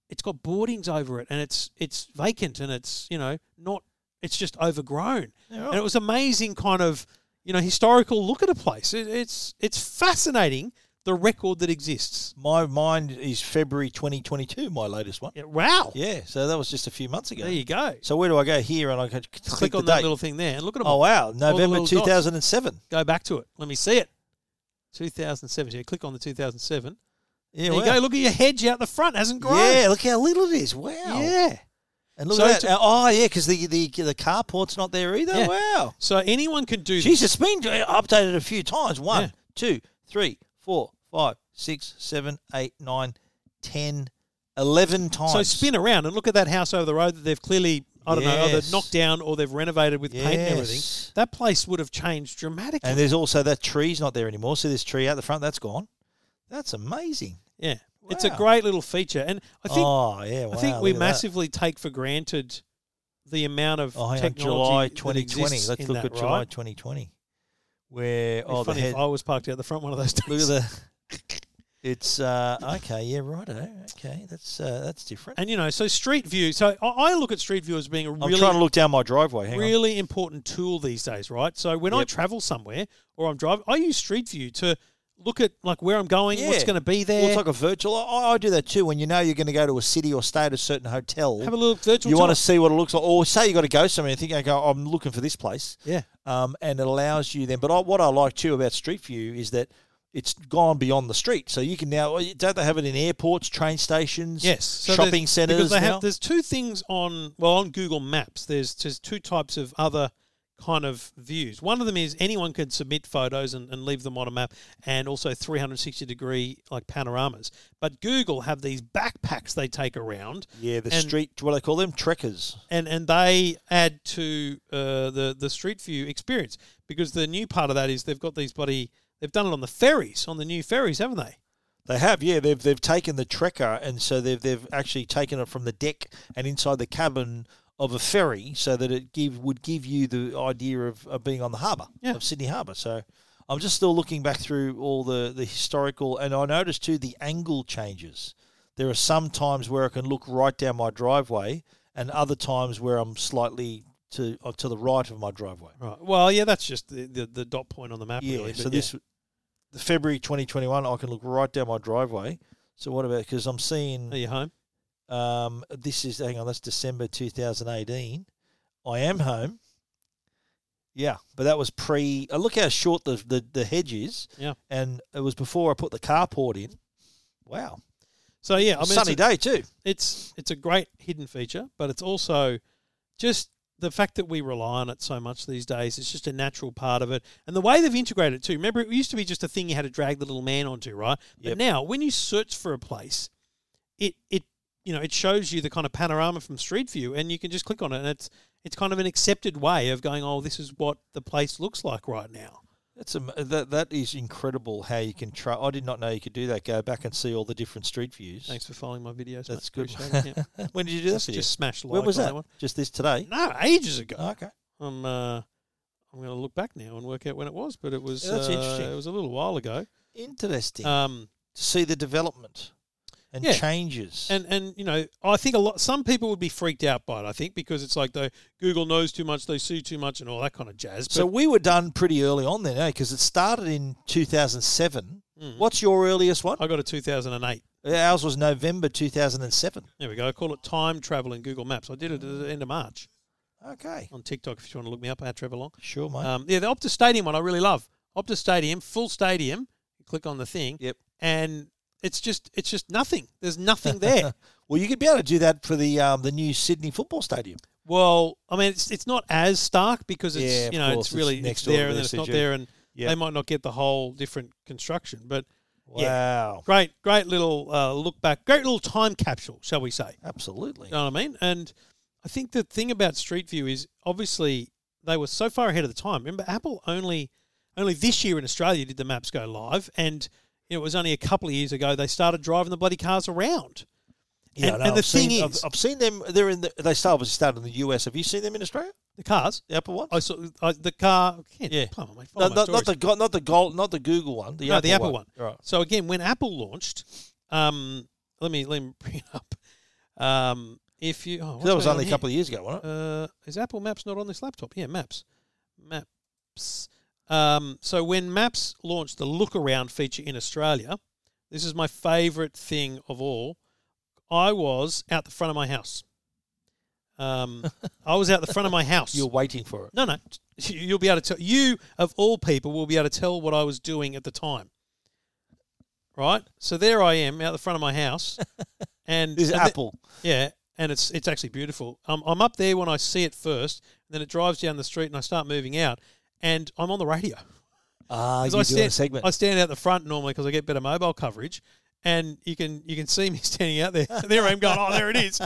[SPEAKER 1] it's got boardings over it, and it's it's vacant, and it's you know not it's just overgrown.
[SPEAKER 2] Yeah, right.
[SPEAKER 1] And it was amazing, kind of you know historical look at a place. It, it's it's fascinating the record that exists.
[SPEAKER 2] My mine is February 2022, my latest one.
[SPEAKER 1] Yeah, wow.
[SPEAKER 2] Yeah, so that was just a few months ago.
[SPEAKER 1] There you go.
[SPEAKER 2] So where do I go here? And I can click,
[SPEAKER 1] Click
[SPEAKER 2] the
[SPEAKER 1] on that
[SPEAKER 2] date.
[SPEAKER 1] little thing there and look at them.
[SPEAKER 2] oh wow,
[SPEAKER 1] the
[SPEAKER 2] November
[SPEAKER 1] little dots.
[SPEAKER 2] 2007.
[SPEAKER 1] go back to it. Let me see it. 2007. Yeah, click on the 2007.
[SPEAKER 2] Yeah,
[SPEAKER 1] There you
[SPEAKER 2] wow.
[SPEAKER 1] go. Look at your hedge out the front. Hasn't grown.
[SPEAKER 2] Yeah, look how little it is. Wow.
[SPEAKER 1] Yeah.
[SPEAKER 2] And look
[SPEAKER 1] So
[SPEAKER 2] at
[SPEAKER 1] it's
[SPEAKER 2] that. oh yeah, because the, the the carport's not there either.
[SPEAKER 1] Yeah.
[SPEAKER 2] Wow.
[SPEAKER 1] So anyone can do this.
[SPEAKER 2] Jeez, it's been updated a few times.
[SPEAKER 1] Yeah.
[SPEAKER 2] One, two, three, four, five, six, seven, eight, nine, ten, eleven times.
[SPEAKER 1] So spin around and look at that house over the road that they've clearly, I don't know, either
[SPEAKER 2] Yes.
[SPEAKER 1] knocked down or they've renovated with paint and everything.
[SPEAKER 2] Yes.
[SPEAKER 1] That place would have changed dramatically.
[SPEAKER 2] And there's also that tree's not there anymore. So this tree out the front, that's gone. That's amazing.
[SPEAKER 1] yeah. It's a
[SPEAKER 2] Wow.
[SPEAKER 1] great little feature. And I think
[SPEAKER 2] oh yeah, wow,
[SPEAKER 1] I think we
[SPEAKER 2] look at that.
[SPEAKER 1] massively take for granted the amount of
[SPEAKER 2] Oh, hang on,
[SPEAKER 1] technology
[SPEAKER 2] July
[SPEAKER 1] that
[SPEAKER 2] 2020.
[SPEAKER 1] exists
[SPEAKER 2] Let's
[SPEAKER 1] in
[SPEAKER 2] look
[SPEAKER 1] that,
[SPEAKER 2] at
[SPEAKER 1] right?
[SPEAKER 2] July 2020, where
[SPEAKER 1] It'd be
[SPEAKER 2] oh the
[SPEAKER 1] funny if
[SPEAKER 2] head.
[SPEAKER 1] I was parked out the front one of those days.
[SPEAKER 2] Look at the. It's uh, okay, yeah, righto. Okay, that's uh, that's different.
[SPEAKER 1] And you know, so Street View. So I, I look at Street View as being a
[SPEAKER 2] I'm
[SPEAKER 1] really,
[SPEAKER 2] trying to look down my driveway. Hang on.
[SPEAKER 1] really important tool these days, right? So when I
[SPEAKER 2] Yep.
[SPEAKER 1] travel somewhere or I'm driving, I use Street View to look at like where I'm going, what's
[SPEAKER 2] Yeah.
[SPEAKER 1] going to be
[SPEAKER 2] Well,
[SPEAKER 1] there.
[SPEAKER 2] it's like a virtual. I, I do that too. When you know you're going to go to a city or stay at a certain hotel,
[SPEAKER 1] have a little virtual.
[SPEAKER 2] you want to
[SPEAKER 1] tour.
[SPEAKER 2] see what it looks like, or say you got to go somewhere. And think, okay, I'm looking for this place.
[SPEAKER 1] Yeah.
[SPEAKER 2] um, and it allows you then. But I, what I like too about Street View is that it's gone beyond the street, so you can now. uh, Don't they have it in airports, train stations,
[SPEAKER 1] Yes, so there's-
[SPEAKER 2] shopping centres?
[SPEAKER 1] Because they
[SPEAKER 2] now?
[SPEAKER 1] have there's two things on well on Google Maps. There's there's two types of other kind of views. One of them is anyone can submit photos and, and leave them on a map, and also 360 degree like panoramas. But Google have these backpacks they take around,
[SPEAKER 2] yeah, the
[SPEAKER 1] and-
[SPEAKER 2] street. What do they call them? Trekkers.
[SPEAKER 1] and and they add to uh, the the street view experience because the new part of that is they've got these bloody they've done it on the ferries on the new ferries, haven't they?
[SPEAKER 2] They have, yeah. They've they've taken the trekker, and so they've they've actually taken it from the deck and inside the cabin of a ferry, so that it give would give you the idea of, of being on the harbour
[SPEAKER 1] Yeah.
[SPEAKER 2] of Sydney Harbour. So. I'm just still looking back through all the, the historical, and I noticed too the angle changes. There are some times where I can look right down my driveway, and other times where I'm slightly to uh, to the right of my driveway.
[SPEAKER 1] Right. Well, yeah, that's just the, the, the dot point on the map,
[SPEAKER 2] Yeah.
[SPEAKER 1] really.
[SPEAKER 2] so
[SPEAKER 1] but
[SPEAKER 2] this, the February 2021, I can look right down my driveway. So what about? Because I'm
[SPEAKER 1] are
[SPEAKER 2] seeing
[SPEAKER 1] you home?
[SPEAKER 2] um, this is hang on, that's December 2018. I am home. Yeah, but that was pre. Uh, look how short the, the the hedge is.
[SPEAKER 1] Yeah.
[SPEAKER 2] and it was before I put the carport in. Wow,
[SPEAKER 1] So yeah, I mean,
[SPEAKER 2] sunny
[SPEAKER 1] it's, a,
[SPEAKER 2] day too.
[SPEAKER 1] it's it's a great hidden feature, but it's also just the fact that we rely on it so much these days. It's just a natural part of it, and the way they've integrated it too. Remember, it used to be just a thing you had to drag the little man onto, right?
[SPEAKER 2] Yep.
[SPEAKER 1] But now, when you search for a place, it it you know it shows you the kind of panorama from Street View, and you can just click on it, and it's it's kind of an accepted way of going. Oh, this is what the place looks like right now.
[SPEAKER 2] That's a that that is incredible how you can try. I did not know you could do that. Go back and see all the different street views.
[SPEAKER 1] Thanks for following my videos.
[SPEAKER 2] That's
[SPEAKER 1] mate.
[SPEAKER 2] good.
[SPEAKER 1] Appreciate it. Yeah.
[SPEAKER 2] when did you do that?
[SPEAKER 1] Just-
[SPEAKER 2] For you?
[SPEAKER 1] just smash like
[SPEAKER 2] When was
[SPEAKER 1] on
[SPEAKER 2] that?
[SPEAKER 1] one.
[SPEAKER 2] Just this today.
[SPEAKER 1] No, ages ago.
[SPEAKER 2] Oh, okay.
[SPEAKER 1] I'm uh, I'm going to look back now and work out when it was, but it was
[SPEAKER 2] Yeah, that's
[SPEAKER 1] uh,
[SPEAKER 2] interesting.
[SPEAKER 1] It was a little while ago.
[SPEAKER 2] Interesting
[SPEAKER 1] Um,
[SPEAKER 2] to see the development and
[SPEAKER 1] Yeah.
[SPEAKER 2] changes.
[SPEAKER 1] and and you know, I think a lot. Some people would be freaked out by it. I think because it's like they Google knows too much, they see too much, and all that kind of jazz. But
[SPEAKER 2] so we were done pretty early on then, eh? Because it started in 2007.
[SPEAKER 1] Mm.
[SPEAKER 2] What's your earliest one? Uh,
[SPEAKER 1] I got a 2008.
[SPEAKER 2] Ours was November 2007.
[SPEAKER 1] There we go. I call it time travel in Google Maps. I did it at the end of March
[SPEAKER 2] Okay.
[SPEAKER 1] on TikTok. If you want to look me up, at Trevor Long.
[SPEAKER 2] Sure, mate.
[SPEAKER 1] Um, yeah, the Optus Stadium one I really love. Optus Stadium, full stadium. You click on the thing,
[SPEAKER 2] Yep.
[SPEAKER 1] and it's just it's just nothing. There's nothing there.
[SPEAKER 2] well, you could be able to do that for the um, the new Sydney Football Stadium.
[SPEAKER 1] Well, I mean, it's it's not as stark because it's
[SPEAKER 2] Yeah, of
[SPEAKER 1] you know
[SPEAKER 2] course,
[SPEAKER 1] it's really
[SPEAKER 2] it's
[SPEAKER 1] it's
[SPEAKER 2] next door
[SPEAKER 1] there
[SPEAKER 2] to
[SPEAKER 1] and then
[SPEAKER 2] this,
[SPEAKER 1] it's not
[SPEAKER 2] yeah.
[SPEAKER 1] there, and
[SPEAKER 2] Yeah.
[SPEAKER 1] they might not get the whole different construction. But
[SPEAKER 2] Wow.
[SPEAKER 1] great, great little uh, look back, great little time capsule, shall we say?
[SPEAKER 2] Absolutely.
[SPEAKER 1] You know what I mean? And I think the thing about Street View is obviously they were so far ahead of the time. Remember, Apple only only this year in Australia did the maps go live, and you know, it was only a couple of years ago they started driving the bloody cars around.
[SPEAKER 2] Yeah,
[SPEAKER 1] and-
[SPEAKER 2] no,
[SPEAKER 1] and the
[SPEAKER 2] I've seen-
[SPEAKER 1] thing
[SPEAKER 2] I've-
[SPEAKER 1] is-
[SPEAKER 2] I've, seen them. They're in. The, they start obviously started in the US. Have you seen them in Australia?
[SPEAKER 1] The cars,
[SPEAKER 2] The Apple one?
[SPEAKER 1] I saw I, the car.
[SPEAKER 2] Yeah.
[SPEAKER 1] yeah, come on, mate, follow my
[SPEAKER 2] no, not,
[SPEAKER 1] stories.
[SPEAKER 2] not the go- not the gold, not the Google one. The
[SPEAKER 1] no,
[SPEAKER 2] Apple
[SPEAKER 1] the Apple
[SPEAKER 2] one.
[SPEAKER 1] one.
[SPEAKER 2] Right.
[SPEAKER 1] So again, when Apple launched, um, let me let me bring it up. Um, if you oh,
[SPEAKER 2] 'Cause That was only a couple of years ago, wasn't it?
[SPEAKER 1] Uh, is Apple Maps not on this laptop? Yeah, Maps, Maps. Um, so when Maps launched the look around feature in Australia, this is my favourite thing of all. I was out the front of my house. Um, I was out the front of my house.
[SPEAKER 2] You're waiting for it.
[SPEAKER 1] No, no. You'll be able to tell. You, of all people, will be able to tell what I was doing at the time. Right? So there I am out the front of my house. And,
[SPEAKER 2] This is
[SPEAKER 1] and the-
[SPEAKER 2] Apple.
[SPEAKER 1] yeah. And it's it's actually beautiful. Um, I'm up there when I see it first. And then it drives down the street and I start moving out. And I'm on the radio.
[SPEAKER 2] Ah,
[SPEAKER 1] 'Cause
[SPEAKER 2] you're
[SPEAKER 1] I
[SPEAKER 2] doing a
[SPEAKER 1] stand,
[SPEAKER 2] segment.
[SPEAKER 1] I stand out the front normally because I get better mobile coverage, and you can you can see me standing out there. there I am going, oh, there it is.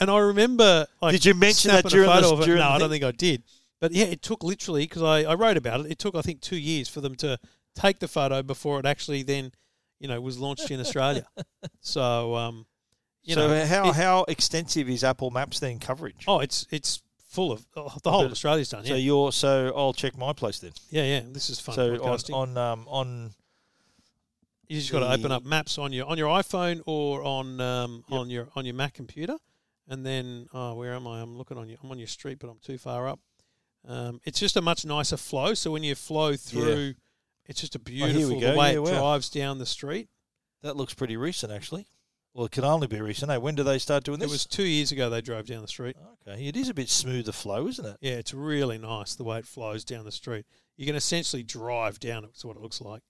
[SPEAKER 1] And I remember, like,
[SPEAKER 2] Did you mention that
[SPEAKER 1] snapping a
[SPEAKER 2] during the-
[SPEAKER 1] photo of it.
[SPEAKER 2] during
[SPEAKER 1] No,
[SPEAKER 2] the
[SPEAKER 1] I don't
[SPEAKER 2] thing?
[SPEAKER 1] think I did. But yeah, it took literally because I, I wrote about it. It took I think two years for them to take the photo before it actually then, you know, was launched in Australia. so, um, you
[SPEAKER 2] so uh,
[SPEAKER 1] know,
[SPEAKER 2] how
[SPEAKER 1] it-
[SPEAKER 2] how extensive is Apple Maps then coverage?
[SPEAKER 1] oh, it's it's full of oh, the whole of Australia's done.
[SPEAKER 2] So
[SPEAKER 1] Yeah,
[SPEAKER 2] you're so I'll check my place then.
[SPEAKER 1] yeah, yeah. This is fun.
[SPEAKER 2] so on
[SPEAKER 1] podcasting.
[SPEAKER 2] on um, on
[SPEAKER 1] You just got to open
[SPEAKER 2] the-
[SPEAKER 1] up Maps on your on your iPhone or on um, on your on your Mac computer, and then oh, where am I? I'm looking on your I'm on your street, but I'm too far up. Um, it's just a much nicer flow. So when you flow through, it's just a
[SPEAKER 2] Oh, we
[SPEAKER 1] beautiful
[SPEAKER 2] go.
[SPEAKER 1] the way
[SPEAKER 2] Yeah,
[SPEAKER 1] it
[SPEAKER 2] wow.
[SPEAKER 1] drives down the street.
[SPEAKER 2] that looks pretty recent actually. Well, it can only be recent. Hey, when do they start doing
[SPEAKER 1] It
[SPEAKER 2] this? Uh.
[SPEAKER 1] was two years ago they drove down the street.
[SPEAKER 2] okay. It is a bit smoother flow, isn't it?
[SPEAKER 1] Yeah, it's really nice the way it flows down the street. You can essentially drive down it. Is what it looks like.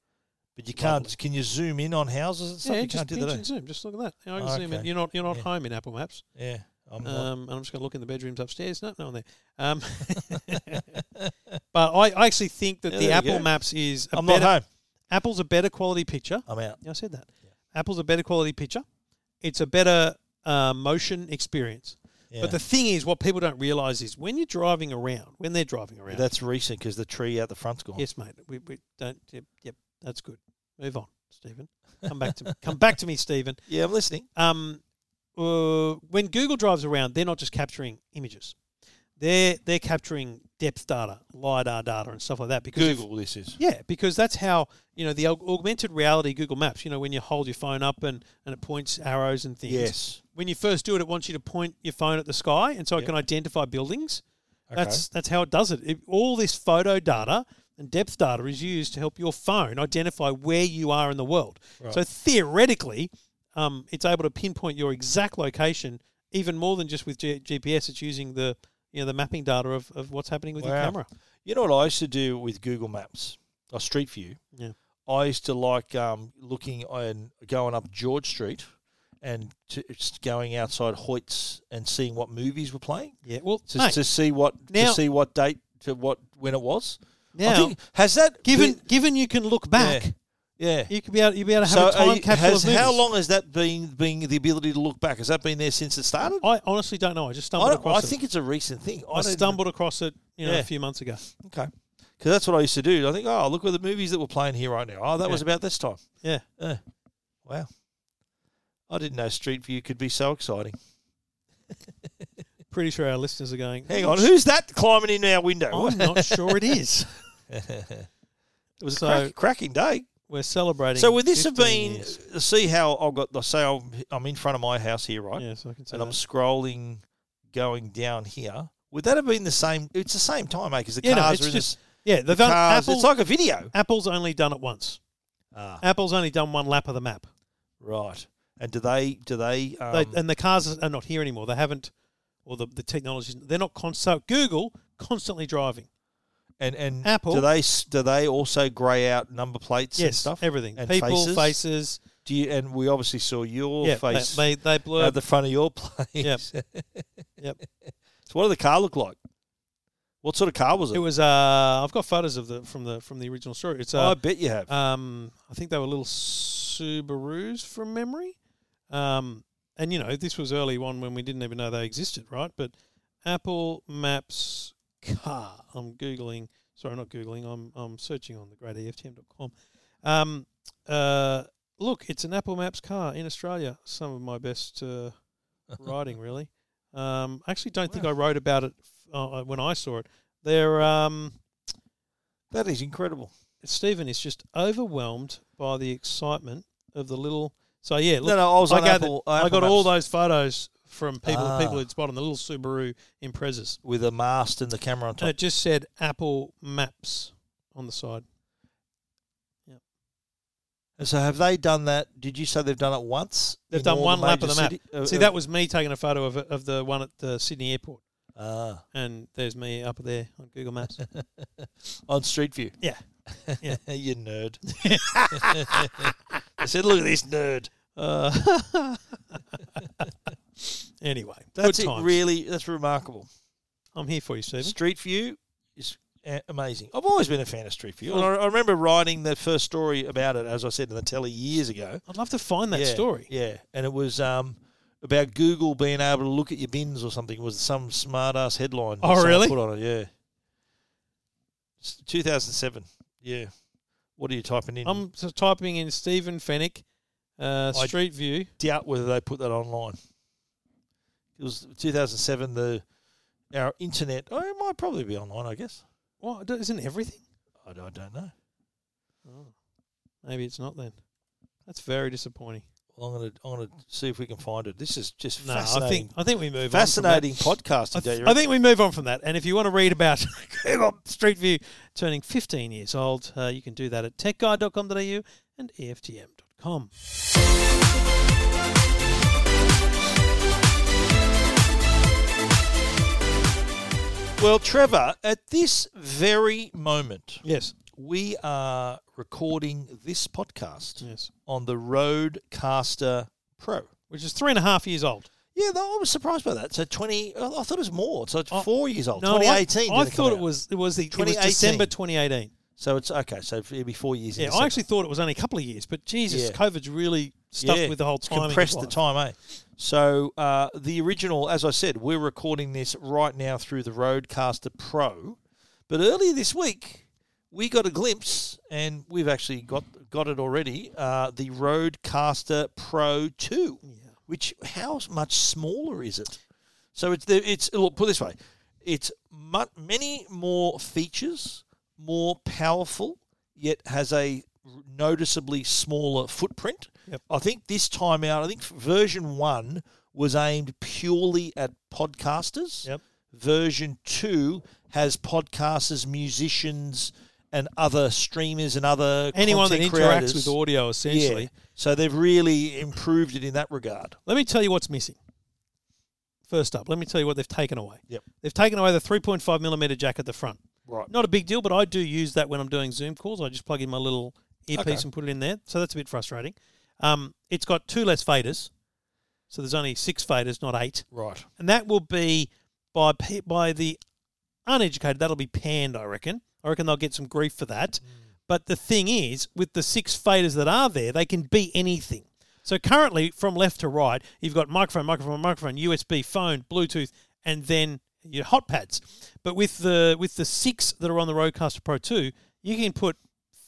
[SPEAKER 2] But you can't. Can you zoom in on houses and stuff?
[SPEAKER 1] yeah,
[SPEAKER 2] you
[SPEAKER 1] just
[SPEAKER 2] can't
[SPEAKER 1] pinch
[SPEAKER 2] do that. eh?
[SPEAKER 1] and zoom. Just look at that. Now I can zoom in.
[SPEAKER 2] Okay.
[SPEAKER 1] You're not you're not
[SPEAKER 2] Yeah.
[SPEAKER 1] home in Apple Maps.
[SPEAKER 2] eh? Yeah, I'm not.
[SPEAKER 1] Um, and I'm just going to look in the bedrooms upstairs. No, no one there. Um, but I, I actually think that
[SPEAKER 2] Yeah,
[SPEAKER 1] the
[SPEAKER 2] there you
[SPEAKER 1] Apple
[SPEAKER 2] go.
[SPEAKER 1] Maps is a
[SPEAKER 2] I'm not
[SPEAKER 1] better,
[SPEAKER 2] home.
[SPEAKER 1] Apple's a better quality picture.
[SPEAKER 2] I'm out.
[SPEAKER 1] Yeah, I said that.
[SPEAKER 2] Yeah.
[SPEAKER 1] Apple's a better quality picture. It's a better uh, motion experience.
[SPEAKER 2] Yeah.
[SPEAKER 1] But the thing is, what people don't realize is when you're driving around, when they're driving around.
[SPEAKER 2] that's recent because the tree out the front's gone.
[SPEAKER 1] yes, mate. We, we don't. Yep, yep, that's good. Move on, Stephen. Come back to me. Come back to me, Stephen.
[SPEAKER 2] Yeah, I'm listening.
[SPEAKER 1] um, uh, when Google drives around, they're not just capturing images. They're they're capturing depth data, lidar data, and stuff like that. Because
[SPEAKER 2] Google, this is.
[SPEAKER 1] yeah, because that's how you know the aug- augmented reality Google Maps. You know when you hold your phone up and and it points arrows and things.
[SPEAKER 2] Yes.
[SPEAKER 1] When you first do it, it wants you to point your phone at the sky, and so it
[SPEAKER 2] Yep.
[SPEAKER 1] can identify buildings.
[SPEAKER 2] Okay.
[SPEAKER 1] That's that's how it does it. it. All this photo data and depth data is used to help your phone identify where you are in the world.
[SPEAKER 2] Right.
[SPEAKER 1] So theoretically, um, it's able to pinpoint your exact location even more than just with G- GPS. It's using the you know the mapping data of, of what's happening with your
[SPEAKER 2] Wow.
[SPEAKER 1] camera.
[SPEAKER 2] You know what I used to do with Google Maps or Street View?
[SPEAKER 1] Yeah.
[SPEAKER 2] I used to like um, looking and going up George Street and to, just going outside Hoyts and seeing what movies were playing
[SPEAKER 1] Yeah. Well,
[SPEAKER 2] to,
[SPEAKER 1] mate,
[SPEAKER 2] to see what
[SPEAKER 1] now-
[SPEAKER 2] to see what date to what when it was. I
[SPEAKER 1] now
[SPEAKER 2] think has that
[SPEAKER 1] given
[SPEAKER 2] been-
[SPEAKER 1] given you can look back,
[SPEAKER 2] yeah.
[SPEAKER 1] you could be able you be able to have
[SPEAKER 2] So
[SPEAKER 1] a time
[SPEAKER 2] are you-
[SPEAKER 1] capsule
[SPEAKER 2] has,
[SPEAKER 1] of movies.
[SPEAKER 2] how long has that been been the ability to look back? Has that been there since it started?
[SPEAKER 1] I honestly don't know. I just
[SPEAKER 2] I,
[SPEAKER 1] stumbled
[SPEAKER 2] don't, I
[SPEAKER 1] across it.
[SPEAKER 2] think it's a recent thing.
[SPEAKER 1] I,
[SPEAKER 2] don't-
[SPEAKER 1] stumbled across it, you know,
[SPEAKER 2] Yeah.
[SPEAKER 1] a few months ago.
[SPEAKER 2] Okay. Because that's what I used to do. I think, oh, look at the movies that were playing here right now. Oh, that was
[SPEAKER 1] Yeah.
[SPEAKER 2] about this time.
[SPEAKER 1] Yeah.
[SPEAKER 2] Yeah. Wow. I didn't know Street View could be so exciting.
[SPEAKER 1] Pretty sure our listeners are going.
[SPEAKER 2] Hang on, who's that climbing in our window?
[SPEAKER 1] I'm not sure it is.
[SPEAKER 2] it was
[SPEAKER 1] So-
[SPEAKER 2] a crack, cracking day.
[SPEAKER 1] We're celebrating.
[SPEAKER 2] So would this have
[SPEAKER 1] 15
[SPEAKER 2] been? uh,
[SPEAKER 1] years.
[SPEAKER 2] See how I got. the- Say I'm, I'm in front of my house here, right?
[SPEAKER 1] Yeah, so I can say
[SPEAKER 2] and I'm
[SPEAKER 1] that.
[SPEAKER 2] scrolling, going down here. Would that have been the same? It's the same time, mate. Because the
[SPEAKER 1] Yeah, no,
[SPEAKER 2] cars
[SPEAKER 1] it's
[SPEAKER 2] are in
[SPEAKER 1] just-
[SPEAKER 2] this.
[SPEAKER 1] yeah. They've done
[SPEAKER 2] Cars.
[SPEAKER 1] Apple,
[SPEAKER 2] It's like a video.
[SPEAKER 1] Apple's only done it once.
[SPEAKER 2] Ah,
[SPEAKER 1] Apple's only done one lap of the map.
[SPEAKER 2] right. And do they? Do they? Um,
[SPEAKER 1] they, and the cars are not here anymore. They haven't, or the the technology. They're not constant. Google constantly driving.
[SPEAKER 2] And and
[SPEAKER 1] Apple.
[SPEAKER 2] do they s- do they also grey out number plates and
[SPEAKER 1] yes,
[SPEAKER 2] stuff?
[SPEAKER 1] everything.
[SPEAKER 2] and
[SPEAKER 1] People,
[SPEAKER 2] faces.
[SPEAKER 1] faces.
[SPEAKER 2] Do you, and we obviously saw your
[SPEAKER 1] yeah, they-
[SPEAKER 2] face
[SPEAKER 1] They they blur.
[SPEAKER 2] at the front of your place.
[SPEAKER 1] Yep. Yep.
[SPEAKER 2] So what did the car look like? What sort of car was it?
[SPEAKER 1] it was. Uh, I've got photos of the from the from the original story. It's.
[SPEAKER 2] I
[SPEAKER 1] Uh,
[SPEAKER 2] bet you have.
[SPEAKER 1] um, I think they were little Subarus from memory. Um, and you know this was early on when we didn't even know they existed, right? But Apple Maps car. I'm googling. Sorry, not googling. I'm I'm searching on thegreateftm.com. Um, uh, look, it's an Apple Maps car in Australia. Some of my best uh, riding, really. Um, I actually don't think I wrote about it uh, when I saw it. They're um,
[SPEAKER 2] that is incredible.
[SPEAKER 1] Stephen is just overwhelmed by the excitement of the little. So yeah, look,
[SPEAKER 2] no, no, I was
[SPEAKER 1] I
[SPEAKER 2] on
[SPEAKER 1] gathered-
[SPEAKER 2] Apple.
[SPEAKER 1] I
[SPEAKER 2] Apple
[SPEAKER 1] got all
[SPEAKER 2] Maps
[SPEAKER 1] those photos from people
[SPEAKER 2] Ah.
[SPEAKER 1] people who'd spotted the little Subaru Imprezas.
[SPEAKER 2] with a mast and the camera on
[SPEAKER 1] And
[SPEAKER 2] top.
[SPEAKER 1] it just said Apple Maps on the side.
[SPEAKER 2] And so have they done that? Did you say they've done it once?
[SPEAKER 1] They've
[SPEAKER 2] in
[SPEAKER 1] done
[SPEAKER 2] all
[SPEAKER 1] one lap of
[SPEAKER 2] major
[SPEAKER 1] the map.
[SPEAKER 2] city- uh,
[SPEAKER 1] See,
[SPEAKER 2] uh,
[SPEAKER 1] that was me taking a photo of of the one at the Sydney airport,
[SPEAKER 2] ah,
[SPEAKER 1] and there's me up there on Google Maps.
[SPEAKER 2] on Street View.
[SPEAKER 1] Yeah. Yeah.
[SPEAKER 2] you nerd. I said, look at this nerd.
[SPEAKER 1] Uh, anyway,
[SPEAKER 2] That's
[SPEAKER 1] good
[SPEAKER 2] it.
[SPEAKER 1] times.
[SPEAKER 2] Really, that's remarkable.
[SPEAKER 1] I'm here for you, Stephen.
[SPEAKER 2] Street View is a- amazing. I've always been a fan of Street View. And I, I remember writing the first story about it, as I said in the telly years ago.
[SPEAKER 1] I'd love to find that
[SPEAKER 2] yeah,
[SPEAKER 1] story.
[SPEAKER 2] Yeah, and it was um, about Google being able to look at your bins or something. It was some smart ass headline. that
[SPEAKER 1] Oh,
[SPEAKER 2] someone
[SPEAKER 1] really?
[SPEAKER 2] Put on it, yeah. It's 2007. Yeah. What are you typing in?
[SPEAKER 1] I'm s- typing in Stephen Fennick, uh,
[SPEAKER 2] I-
[SPEAKER 1] Street View.
[SPEAKER 2] doubt whether they put that online. It was 2007. The our internet. Oh, it might probably be online. I guess.
[SPEAKER 1] What d- isn't everything?
[SPEAKER 2] I, I don't know.
[SPEAKER 1] Maybe it's not then. That's very disappointing.
[SPEAKER 2] Well, I'm gonna I'm gonna see if we can find it. This is just
[SPEAKER 1] No, I
[SPEAKER 2] fascinating.
[SPEAKER 1] think I think we move
[SPEAKER 2] fascinating
[SPEAKER 1] on.
[SPEAKER 2] podcasting.
[SPEAKER 1] from that. I,
[SPEAKER 2] don't you
[SPEAKER 1] th- I
[SPEAKER 2] reckon?
[SPEAKER 1] think we move on from that. And if you want to read about Google Street View turning 15 years old, uh, you can do that at techguide.com.au and E EFTM.com.
[SPEAKER 2] well, Trevor, at this very moment,
[SPEAKER 1] Yes,
[SPEAKER 2] we are recording this podcast
[SPEAKER 1] yes.
[SPEAKER 2] on the Rodecaster Pro.
[SPEAKER 1] Which is three and a half years old.
[SPEAKER 2] Yeah, though, I was surprised by that. So twenty, I I thought it was more. So it's
[SPEAKER 1] Oh,
[SPEAKER 2] four years old.
[SPEAKER 1] No, I-
[SPEAKER 2] Twenty eighteen.
[SPEAKER 1] I, thought it was it was the it was
[SPEAKER 2] 2018.
[SPEAKER 1] December 2018.
[SPEAKER 2] So it's okay. So it'd be four years. in
[SPEAKER 1] Yeah, I
[SPEAKER 2] December.
[SPEAKER 1] actually thought it was only a couple of years, but Jesus,
[SPEAKER 2] Yeah.
[SPEAKER 1] COVID's really stuffed
[SPEAKER 2] Yeah,
[SPEAKER 1] with the whole
[SPEAKER 2] it's
[SPEAKER 1] timing. of
[SPEAKER 2] compressed the
[SPEAKER 1] life.
[SPEAKER 2] time, eh? So uh, the original, as I said, we're recording this right now through the Roadcaster Pro, but earlier this week we got a glimpse, and we've actually got got it already. Uh, the Roadcaster Pro Two, which how much smaller is it? So it's the, it's look put it this way, it's mu- many more features, more powerful, yet has a noticeably smaller footprint.
[SPEAKER 1] Yep.
[SPEAKER 2] I think this time out, I think version one was aimed purely at podcasters.
[SPEAKER 1] Yep.
[SPEAKER 2] Version two has podcasters, musicians, and other streamers and other
[SPEAKER 1] Anyone that
[SPEAKER 2] content
[SPEAKER 1] interacts
[SPEAKER 2] creators.
[SPEAKER 1] with audio, essentially.
[SPEAKER 2] Yeah. So they've really improved it in that regard.
[SPEAKER 1] Let me tell you what's missing. First up, let me tell you what they've taken away.
[SPEAKER 2] Yep.
[SPEAKER 1] They've taken away the 3.5 millimeter jack at the front.
[SPEAKER 2] Right.
[SPEAKER 1] Not a big deal, but I do use that when I'm doing Zoom calls. I just plug in my little earpiece
[SPEAKER 2] Okay.
[SPEAKER 1] and put it in there. So that's a bit frustrating. Um, it's got two less faders, so there's only six faders, not eight,
[SPEAKER 2] Right.
[SPEAKER 1] and that will be by pe- by the uneducated. That'll be panned, I reckon. I reckon they'll get some grief for that.
[SPEAKER 2] Mm.
[SPEAKER 1] But the thing is, with the six faders that are there, they can be anything. So currently, from left to right, you've got microphone, microphone, microphone, USB, phone, Bluetooth, and then your hot pads. But with the with the six that are on the Rodecaster Pro Two, you can put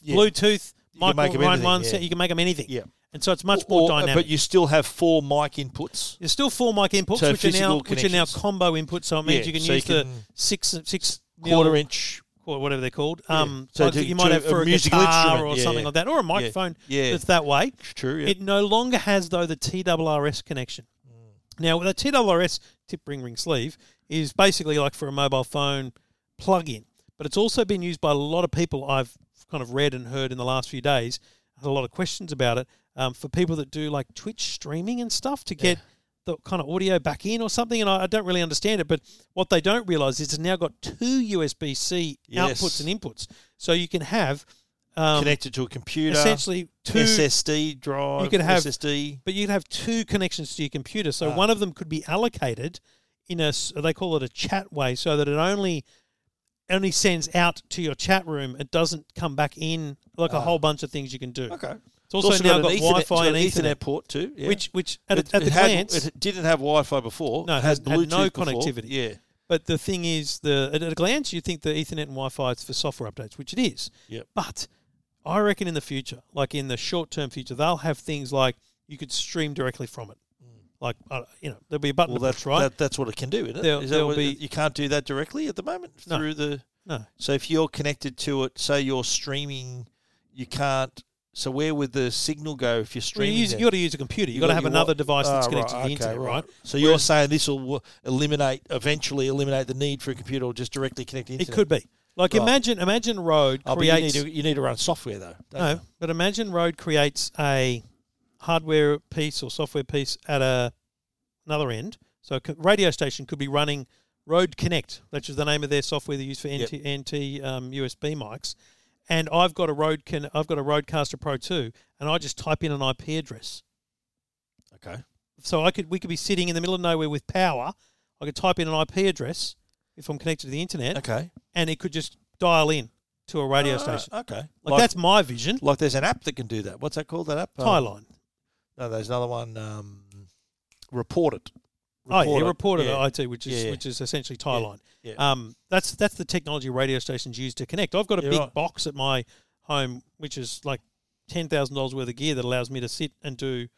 [SPEAKER 2] Yeah.
[SPEAKER 1] Bluetooth,
[SPEAKER 2] You can make 'em
[SPEAKER 1] microphone,
[SPEAKER 2] anything,
[SPEAKER 1] one
[SPEAKER 2] yeah.
[SPEAKER 1] set. You can make them anything.
[SPEAKER 2] Yeah.
[SPEAKER 1] And so it's much more
[SPEAKER 2] Or- uh,
[SPEAKER 1] dynamic.
[SPEAKER 2] But you still have four mic inputs.
[SPEAKER 1] There's still four mic inputs,
[SPEAKER 2] So
[SPEAKER 1] which are now
[SPEAKER 2] physical
[SPEAKER 1] which are now
[SPEAKER 2] connections.
[SPEAKER 1] combo inputs. So it means you
[SPEAKER 2] Yeah,
[SPEAKER 1] can
[SPEAKER 2] so you
[SPEAKER 1] use the
[SPEAKER 2] can-
[SPEAKER 1] six six
[SPEAKER 2] Quarter
[SPEAKER 1] mil-
[SPEAKER 2] inch.
[SPEAKER 1] or whatever they're called. Um,
[SPEAKER 2] So
[SPEAKER 1] plugs
[SPEAKER 2] to-
[SPEAKER 1] that you might
[SPEAKER 2] to
[SPEAKER 1] have for
[SPEAKER 2] a
[SPEAKER 1] a
[SPEAKER 2] musical
[SPEAKER 1] guitar
[SPEAKER 2] instrument,
[SPEAKER 1] or
[SPEAKER 2] yeah,
[SPEAKER 1] something
[SPEAKER 2] yeah.
[SPEAKER 1] like that, or a microphone.
[SPEAKER 2] Yeah.
[SPEAKER 1] that's that way.
[SPEAKER 2] True. Yeah.
[SPEAKER 1] It no longer has though the TRRS connection.
[SPEAKER 2] Mm.
[SPEAKER 1] Now the TRRS tip ring ring sleeve is basically like for a mobile phone plug-in, but it's also been used by a lot of people I've kind of read and heard in the last few days. Had a lot of questions about it um, for people that do like Twitch streaming and stuff to get the kind of audio back in or something. And I, I don't really understand it, but what they don't realize is it's now got two USB C
[SPEAKER 2] Yes.
[SPEAKER 1] outputs and inputs, so you can have um,
[SPEAKER 2] Connected uh, to a computer.
[SPEAKER 1] essentially two
[SPEAKER 2] SSD drive.
[SPEAKER 1] You could have-
[SPEAKER 2] SSD.
[SPEAKER 1] but you'd have two connections to your computer.
[SPEAKER 2] Ah.
[SPEAKER 1] So one of them could be allocated in a s- they call it a chat way, so that it only only sends out to your chat room. It doesn't come back in like a whole bunch of things you can do.
[SPEAKER 2] Ah. Okay.
[SPEAKER 1] It's also, now got,
[SPEAKER 2] an Ethernet-
[SPEAKER 1] Wi-Fi
[SPEAKER 2] so
[SPEAKER 1] and
[SPEAKER 2] an
[SPEAKER 1] Ethernet,
[SPEAKER 2] port too. yeah.
[SPEAKER 1] which which at, a-
[SPEAKER 2] It-
[SPEAKER 1] at
[SPEAKER 2] it
[SPEAKER 1] the
[SPEAKER 2] had-
[SPEAKER 1] glance,
[SPEAKER 2] it didn't have Wi-Fi before.
[SPEAKER 1] No, it
[SPEAKER 2] has
[SPEAKER 1] had- had no
[SPEAKER 2] Bluetooth before.
[SPEAKER 1] connectivity.
[SPEAKER 2] Yeah,
[SPEAKER 1] but the thing is, the at a glance you think the Ethernet and Wi-Fi is for software updates, which it is.
[SPEAKER 2] Yep.
[SPEAKER 1] But I reckon in the future, like in the short term future, they'll have things like you could stream directly from it. Like uh, you know, there'll be a button
[SPEAKER 2] Mm. well,
[SPEAKER 1] to
[SPEAKER 2] that's
[SPEAKER 1] push, right.
[SPEAKER 2] That, that's what it can do, isn't it?
[SPEAKER 1] There'll-
[SPEAKER 2] Is that
[SPEAKER 1] there'll
[SPEAKER 2] what,
[SPEAKER 1] be-
[SPEAKER 2] you can't do that directly at the moment
[SPEAKER 1] No.
[SPEAKER 2] through the.
[SPEAKER 1] no,
[SPEAKER 2] So if you're connected to it, say you're streaming, you can't. So where would the signal go if you're
[SPEAKER 1] Well, you
[SPEAKER 2] streaming?
[SPEAKER 1] use,
[SPEAKER 2] then?
[SPEAKER 1] you got to use a computer. You
[SPEAKER 2] You
[SPEAKER 1] got to
[SPEAKER 2] got
[SPEAKER 1] have
[SPEAKER 2] your
[SPEAKER 1] another
[SPEAKER 2] what-
[SPEAKER 1] device that's
[SPEAKER 2] Ah,
[SPEAKER 1] connected to
[SPEAKER 2] right,
[SPEAKER 1] the
[SPEAKER 2] okay,
[SPEAKER 1] internet, right?
[SPEAKER 2] right. so you're saying this will w- eliminate eventually eliminate the need for a computer or just directly connect to the
[SPEAKER 1] It
[SPEAKER 2] internet.
[SPEAKER 1] could be like
[SPEAKER 2] Right.
[SPEAKER 1] imagine imagine Road
[SPEAKER 2] Oh, but you need
[SPEAKER 1] creates
[SPEAKER 2] to you need to run software though. don't
[SPEAKER 1] no,
[SPEAKER 2] you?
[SPEAKER 1] but imagine Road creates a hardware piece or software piece at a another end. So a co- radio station could be running Road Connect, which is the name of their software they use for NT, NT um, USB mics. And I've got a Road can I've got a Roadcaster Pro 2, and I just type in an IP address.
[SPEAKER 2] Okay.
[SPEAKER 1] so I could we could be sitting in the middle of nowhere with power. I could type in an IP address if I'm connected to the internet,
[SPEAKER 2] Okay.
[SPEAKER 1] and it could just dial in to a radio
[SPEAKER 2] Ah,
[SPEAKER 1] station.
[SPEAKER 2] Okay.
[SPEAKER 1] Like, that's my vision.
[SPEAKER 2] like there's an app that can do that. What's that called? That app? Um,
[SPEAKER 1] Highline.
[SPEAKER 2] No, there's another one. Um, report it.
[SPEAKER 1] Oh, yeah,
[SPEAKER 2] It.
[SPEAKER 1] reported
[SPEAKER 2] Yeah.
[SPEAKER 1] IT, which is
[SPEAKER 2] Yeah, yeah.
[SPEAKER 1] which is essentially Tyline.
[SPEAKER 2] Yeah.
[SPEAKER 1] Um, that's that's the technology radio stations use to connect. I've got a
[SPEAKER 2] Yeah,
[SPEAKER 1] big
[SPEAKER 2] right.
[SPEAKER 1] box at my home, which is like ten thousand dollars worth of gear that allows me to sit and do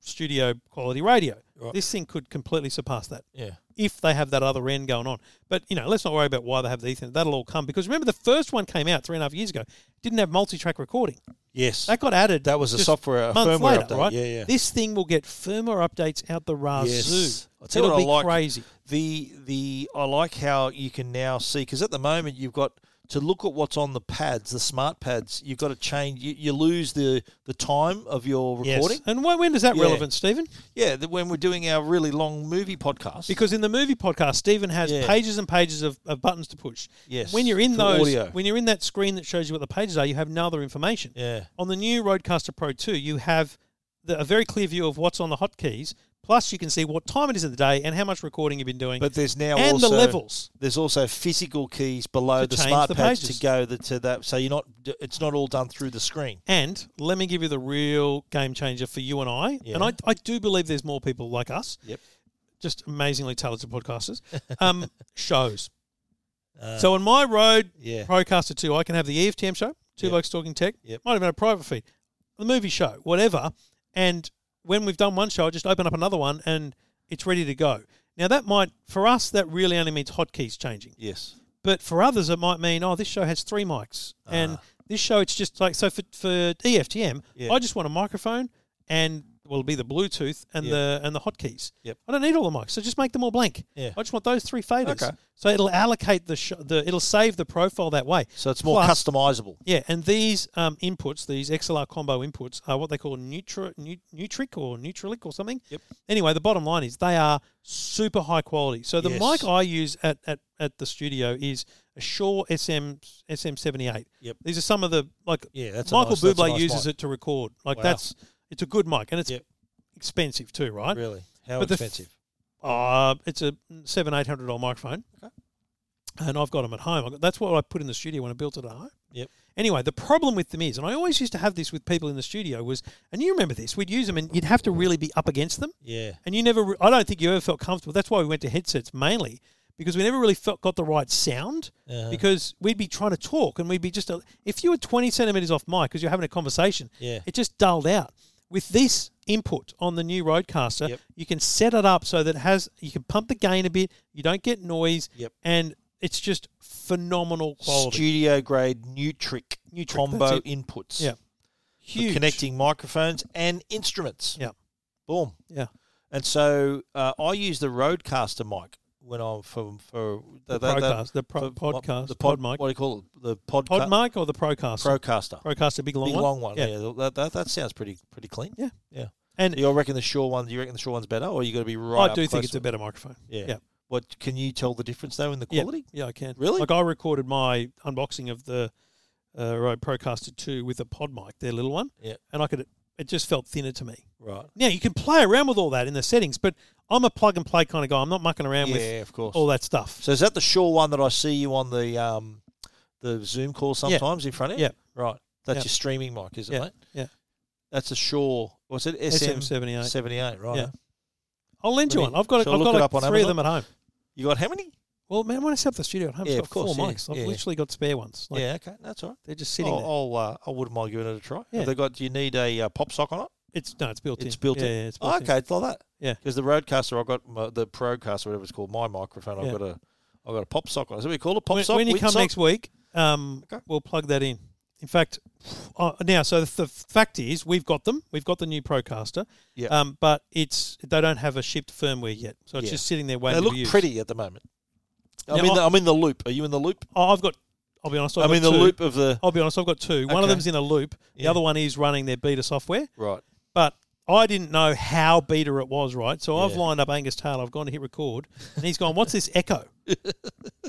[SPEAKER 1] studio quality radio.
[SPEAKER 2] Right.
[SPEAKER 1] This thing could completely surpass that.
[SPEAKER 2] yeah.
[SPEAKER 1] if they have that other end going on. But you know, let's not worry about why they have the Ethernet. That'll all come because remember the first one came out three and a half years ago. Didn't have multi-track recording.
[SPEAKER 2] Yes. That,
[SPEAKER 1] That got added.
[SPEAKER 2] was a
[SPEAKER 1] just
[SPEAKER 2] software, a
[SPEAKER 1] months
[SPEAKER 2] firmware
[SPEAKER 1] later,
[SPEAKER 2] update.
[SPEAKER 1] right?
[SPEAKER 2] Yeah, yeah.
[SPEAKER 1] This thing will get firmware updates out the razoo.
[SPEAKER 2] Yes. I'll tell you
[SPEAKER 1] It'll
[SPEAKER 2] what I
[SPEAKER 1] be
[SPEAKER 2] like.
[SPEAKER 1] crazy.
[SPEAKER 2] the the I like how you can now see because at the moment you've got to look at what's on the pads, the smart pads. You've got to change. You, you lose the the time of your recording.
[SPEAKER 1] Yes. And when, when does that
[SPEAKER 2] Yeah.
[SPEAKER 1] relevant, Stephen?
[SPEAKER 2] Yeah, the, when we're doing our really long movie podcast.
[SPEAKER 1] Because in the movie podcast, Stephen has
[SPEAKER 2] Yeah.
[SPEAKER 1] pages and pages of, of buttons to push.
[SPEAKER 2] Yes,
[SPEAKER 1] When you're in
[SPEAKER 2] for
[SPEAKER 1] those,
[SPEAKER 2] audio.
[SPEAKER 1] when you're in that screen that shows you what the pages are, you have no other information.
[SPEAKER 2] yeah,
[SPEAKER 1] on the new Roadcaster Pro 2, you have the, a very clear view of what's on the hotkeys. Plus, you can see what time it is of the day and how much recording you've been doing,
[SPEAKER 2] but there's now
[SPEAKER 1] and
[SPEAKER 2] also
[SPEAKER 1] the levels.
[SPEAKER 2] There's also physical keys below
[SPEAKER 1] To
[SPEAKER 2] the
[SPEAKER 1] change
[SPEAKER 2] smart
[SPEAKER 1] the
[SPEAKER 2] pads
[SPEAKER 1] pages.
[SPEAKER 2] to go the, to that. So you're not. It's not all done through the screen.
[SPEAKER 1] And let me give you the real game changer for you and I.
[SPEAKER 2] Yeah.
[SPEAKER 1] And I, I do believe there's more people like us,
[SPEAKER 2] Yep.
[SPEAKER 1] just amazingly talented podcasters. Um, shows.
[SPEAKER 2] Uh,
[SPEAKER 1] So on my Road
[SPEAKER 2] yeah.
[SPEAKER 1] Procaster 2, I can have the EFTM show, Two
[SPEAKER 2] Yep.
[SPEAKER 1] Blokes Talking Tech,
[SPEAKER 2] Yep.
[SPEAKER 1] might even have a private feed, the movie show, whatever. And when we've done one show, I just open up another one and it's ready to go. Now, that might, for us, that really only means hotkeys changing.
[SPEAKER 2] Yes.
[SPEAKER 1] But for others, it might mean, oh, this show has three mics. And this show, it's just like, so for, E for EFTM,
[SPEAKER 2] Ah. Yeah.
[SPEAKER 1] I just want a microphone and well, it'll be the Bluetooth and
[SPEAKER 2] Yeah.
[SPEAKER 1] the and the hotkeys.
[SPEAKER 2] Yep.
[SPEAKER 1] I don't need all the mics, so just make them all blank.
[SPEAKER 2] Yeah.
[SPEAKER 1] I just want those three faders.
[SPEAKER 2] Okay.
[SPEAKER 1] So it'll allocate the sh- the it'll save the profile that way.
[SPEAKER 2] So it's more
[SPEAKER 1] Plus-
[SPEAKER 2] customizable.
[SPEAKER 1] Yeah, and these um, inputs, these XLR combo inputs, are what they call neutri- nu- neutric or neutralic or something.
[SPEAKER 2] Yep.
[SPEAKER 1] Anyway, the bottom line is they are super high quality. So the
[SPEAKER 2] Yes.
[SPEAKER 1] mic I use at, at, at the studio is a Shure SM SM78.
[SPEAKER 2] Yep.
[SPEAKER 1] These are some of the like
[SPEAKER 2] Yeah, that's a
[SPEAKER 1] Michael
[SPEAKER 2] nice- that's a
[SPEAKER 1] Bublé
[SPEAKER 2] nice
[SPEAKER 1] uses
[SPEAKER 2] mic.
[SPEAKER 1] it to record. Like
[SPEAKER 2] Wow.
[SPEAKER 1] that's it's a good mic and it's
[SPEAKER 2] Yep.
[SPEAKER 1] expensive too, right?
[SPEAKER 2] Really? How
[SPEAKER 1] But the f-
[SPEAKER 2] expensive?
[SPEAKER 1] Uh, it's a seven eight hundred dollar microphone.
[SPEAKER 2] Okay.
[SPEAKER 1] And I've got them at home. I got- That's what I put in the studio when I built it at home.
[SPEAKER 2] Yep.
[SPEAKER 1] Anyway, the problem with them is, and I always used to have this with people in the studio was, and you remember this, we'd use them and you'd have to really be up against them,
[SPEAKER 2] yeah.
[SPEAKER 1] and you never. re- I don't think you ever felt comfortable. That's why we went to headsets mainly because we never really felt got the right sound
[SPEAKER 2] Uh-huh.
[SPEAKER 1] because we'd be trying to talk and we'd be just a, if you were 20 centimeters off mic because you're having a conversation
[SPEAKER 2] Yeah.
[SPEAKER 1] it just dulled out with this input on the new roadcaster
[SPEAKER 2] Yep.
[SPEAKER 1] you can set it up so that it has you can pump the gain a bit you don't get noise
[SPEAKER 2] Yep.
[SPEAKER 1] and it's just phenomenal quality
[SPEAKER 2] Studio grade Nutric,
[SPEAKER 1] Nutric,
[SPEAKER 2] combo
[SPEAKER 1] that's
[SPEAKER 2] inputs.
[SPEAKER 1] Yeah.
[SPEAKER 2] For connecting microphones and instruments.
[SPEAKER 1] Yeah.
[SPEAKER 2] Boom.
[SPEAKER 1] yeah
[SPEAKER 2] And so uh, I use the Rodecaster mic when I'm for for
[SPEAKER 1] the,
[SPEAKER 2] they- they-
[SPEAKER 1] Procast, the pro-
[SPEAKER 2] for my-
[SPEAKER 1] podcast
[SPEAKER 2] the pod,
[SPEAKER 1] pod, mic
[SPEAKER 2] What do you call it? The podca-
[SPEAKER 1] pod mic or the procaster
[SPEAKER 2] Procaster.
[SPEAKER 1] procaster big long
[SPEAKER 2] Big
[SPEAKER 1] one
[SPEAKER 2] long one. Yeah,
[SPEAKER 1] yeah
[SPEAKER 2] that, that, that sounds pretty pretty clean.
[SPEAKER 1] Yeah.
[SPEAKER 2] yeah.
[SPEAKER 1] And-
[SPEAKER 2] Do you reckon the Shaw one? Do you reckon the Shaw one's better, or you got to be right?
[SPEAKER 1] i
[SPEAKER 2] up
[SPEAKER 1] do
[SPEAKER 2] close
[SPEAKER 1] think it's
[SPEAKER 2] to
[SPEAKER 1] a better microphone
[SPEAKER 2] it? Yeah.
[SPEAKER 1] yeah.
[SPEAKER 2] What can you tell the difference though in the
[SPEAKER 1] Yeah.
[SPEAKER 2] quality?
[SPEAKER 1] Yeah, I can.
[SPEAKER 2] Really?
[SPEAKER 1] Like I recorded my unboxing of the uh, Rode Procaster 2 with a pod mic, their little one.
[SPEAKER 2] Yeah.
[SPEAKER 1] And I could it just felt thinner to me.
[SPEAKER 2] Right.
[SPEAKER 1] Now you can play around with all that in the settings, but I'm a plug and play kind of guy. I'm not mucking around with
[SPEAKER 2] yeah, of course.
[SPEAKER 1] all that stuff.
[SPEAKER 2] So is that the Shaw one that I see you on the um, the Zoom call sometimes in front of?
[SPEAKER 1] Yeah.
[SPEAKER 2] Right. That's
[SPEAKER 1] Yeah.
[SPEAKER 2] your streaming mic, is it,
[SPEAKER 1] Yeah.
[SPEAKER 2] mate?
[SPEAKER 1] Yeah.
[SPEAKER 2] That's a Shaw. What's it? SM
[SPEAKER 1] SM78.
[SPEAKER 2] seventy eight. Right.
[SPEAKER 1] Yeah. I'll lend you
[SPEAKER 2] Let me-
[SPEAKER 1] one. I've got
[SPEAKER 2] shall I
[SPEAKER 1] I've
[SPEAKER 2] look
[SPEAKER 1] got
[SPEAKER 2] it
[SPEAKER 1] like
[SPEAKER 2] up on
[SPEAKER 1] three of
[SPEAKER 2] Amazon?
[SPEAKER 1] them at home.
[SPEAKER 2] You got how many?
[SPEAKER 1] Well, man, when I set up the studio at home,
[SPEAKER 2] Yeah,
[SPEAKER 1] it's
[SPEAKER 2] of
[SPEAKER 1] got four
[SPEAKER 2] course, yeah,
[SPEAKER 1] mics. I've
[SPEAKER 2] yeah.
[SPEAKER 1] literally got spare ones. Like,
[SPEAKER 2] yeah. Okay. That's all right.
[SPEAKER 1] They're just sitting
[SPEAKER 2] I'll,
[SPEAKER 1] there.
[SPEAKER 2] I'll, uh, I wouldn't mind giving it a try.
[SPEAKER 1] Yeah.
[SPEAKER 2] Have they got? Do you need a uh, pop sock on it?
[SPEAKER 1] It's no, it's built in.
[SPEAKER 2] It's built
[SPEAKER 1] yeah,
[SPEAKER 2] in.
[SPEAKER 1] Yeah, it's built
[SPEAKER 2] Oh,
[SPEAKER 1] in.
[SPEAKER 2] okay, it's like that.
[SPEAKER 1] Yeah.
[SPEAKER 2] Because the Roadcaster, I've got my, the Procaster, whatever it's called, my microphone. I've
[SPEAKER 1] Yeah.
[SPEAKER 2] got a, I've got a pop sock on. Is that what you call it? Pop
[SPEAKER 1] when,
[SPEAKER 2] sock.
[SPEAKER 1] when you
[SPEAKER 2] wind
[SPEAKER 1] come
[SPEAKER 2] sock?
[SPEAKER 1] next week, um,
[SPEAKER 2] Okay.
[SPEAKER 1] we'll plug that in. In fact, uh, now so the f- fact is we've got them. We've got the new Procaster.
[SPEAKER 2] Yeah.
[SPEAKER 1] Um, but it's they don't have a shipped firmware yet, so it's
[SPEAKER 2] Yeah.
[SPEAKER 1] just sitting there
[SPEAKER 2] They
[SPEAKER 1] waiting to
[SPEAKER 2] look
[SPEAKER 1] be used.
[SPEAKER 2] pretty at the moment. I'm
[SPEAKER 1] Now,
[SPEAKER 2] in. The,
[SPEAKER 1] I-
[SPEAKER 2] I'm in the loop. Are you in the loop?
[SPEAKER 1] Oh, I've got. I'll be honest. I've
[SPEAKER 2] I'm
[SPEAKER 1] got
[SPEAKER 2] in the
[SPEAKER 1] two. Oh.
[SPEAKER 2] loop of the
[SPEAKER 1] I'll be honest. I've got two. One of
[SPEAKER 2] Okay.
[SPEAKER 1] them's in a loop.
[SPEAKER 2] Yeah.
[SPEAKER 1] The other one is running their beta software.
[SPEAKER 2] right.
[SPEAKER 1] But I didn't know how beta it was, right? So I've
[SPEAKER 2] Yeah.
[SPEAKER 1] lined up Angus Taylor. I've gone to hit record, and he's gone, "What's this echo?" and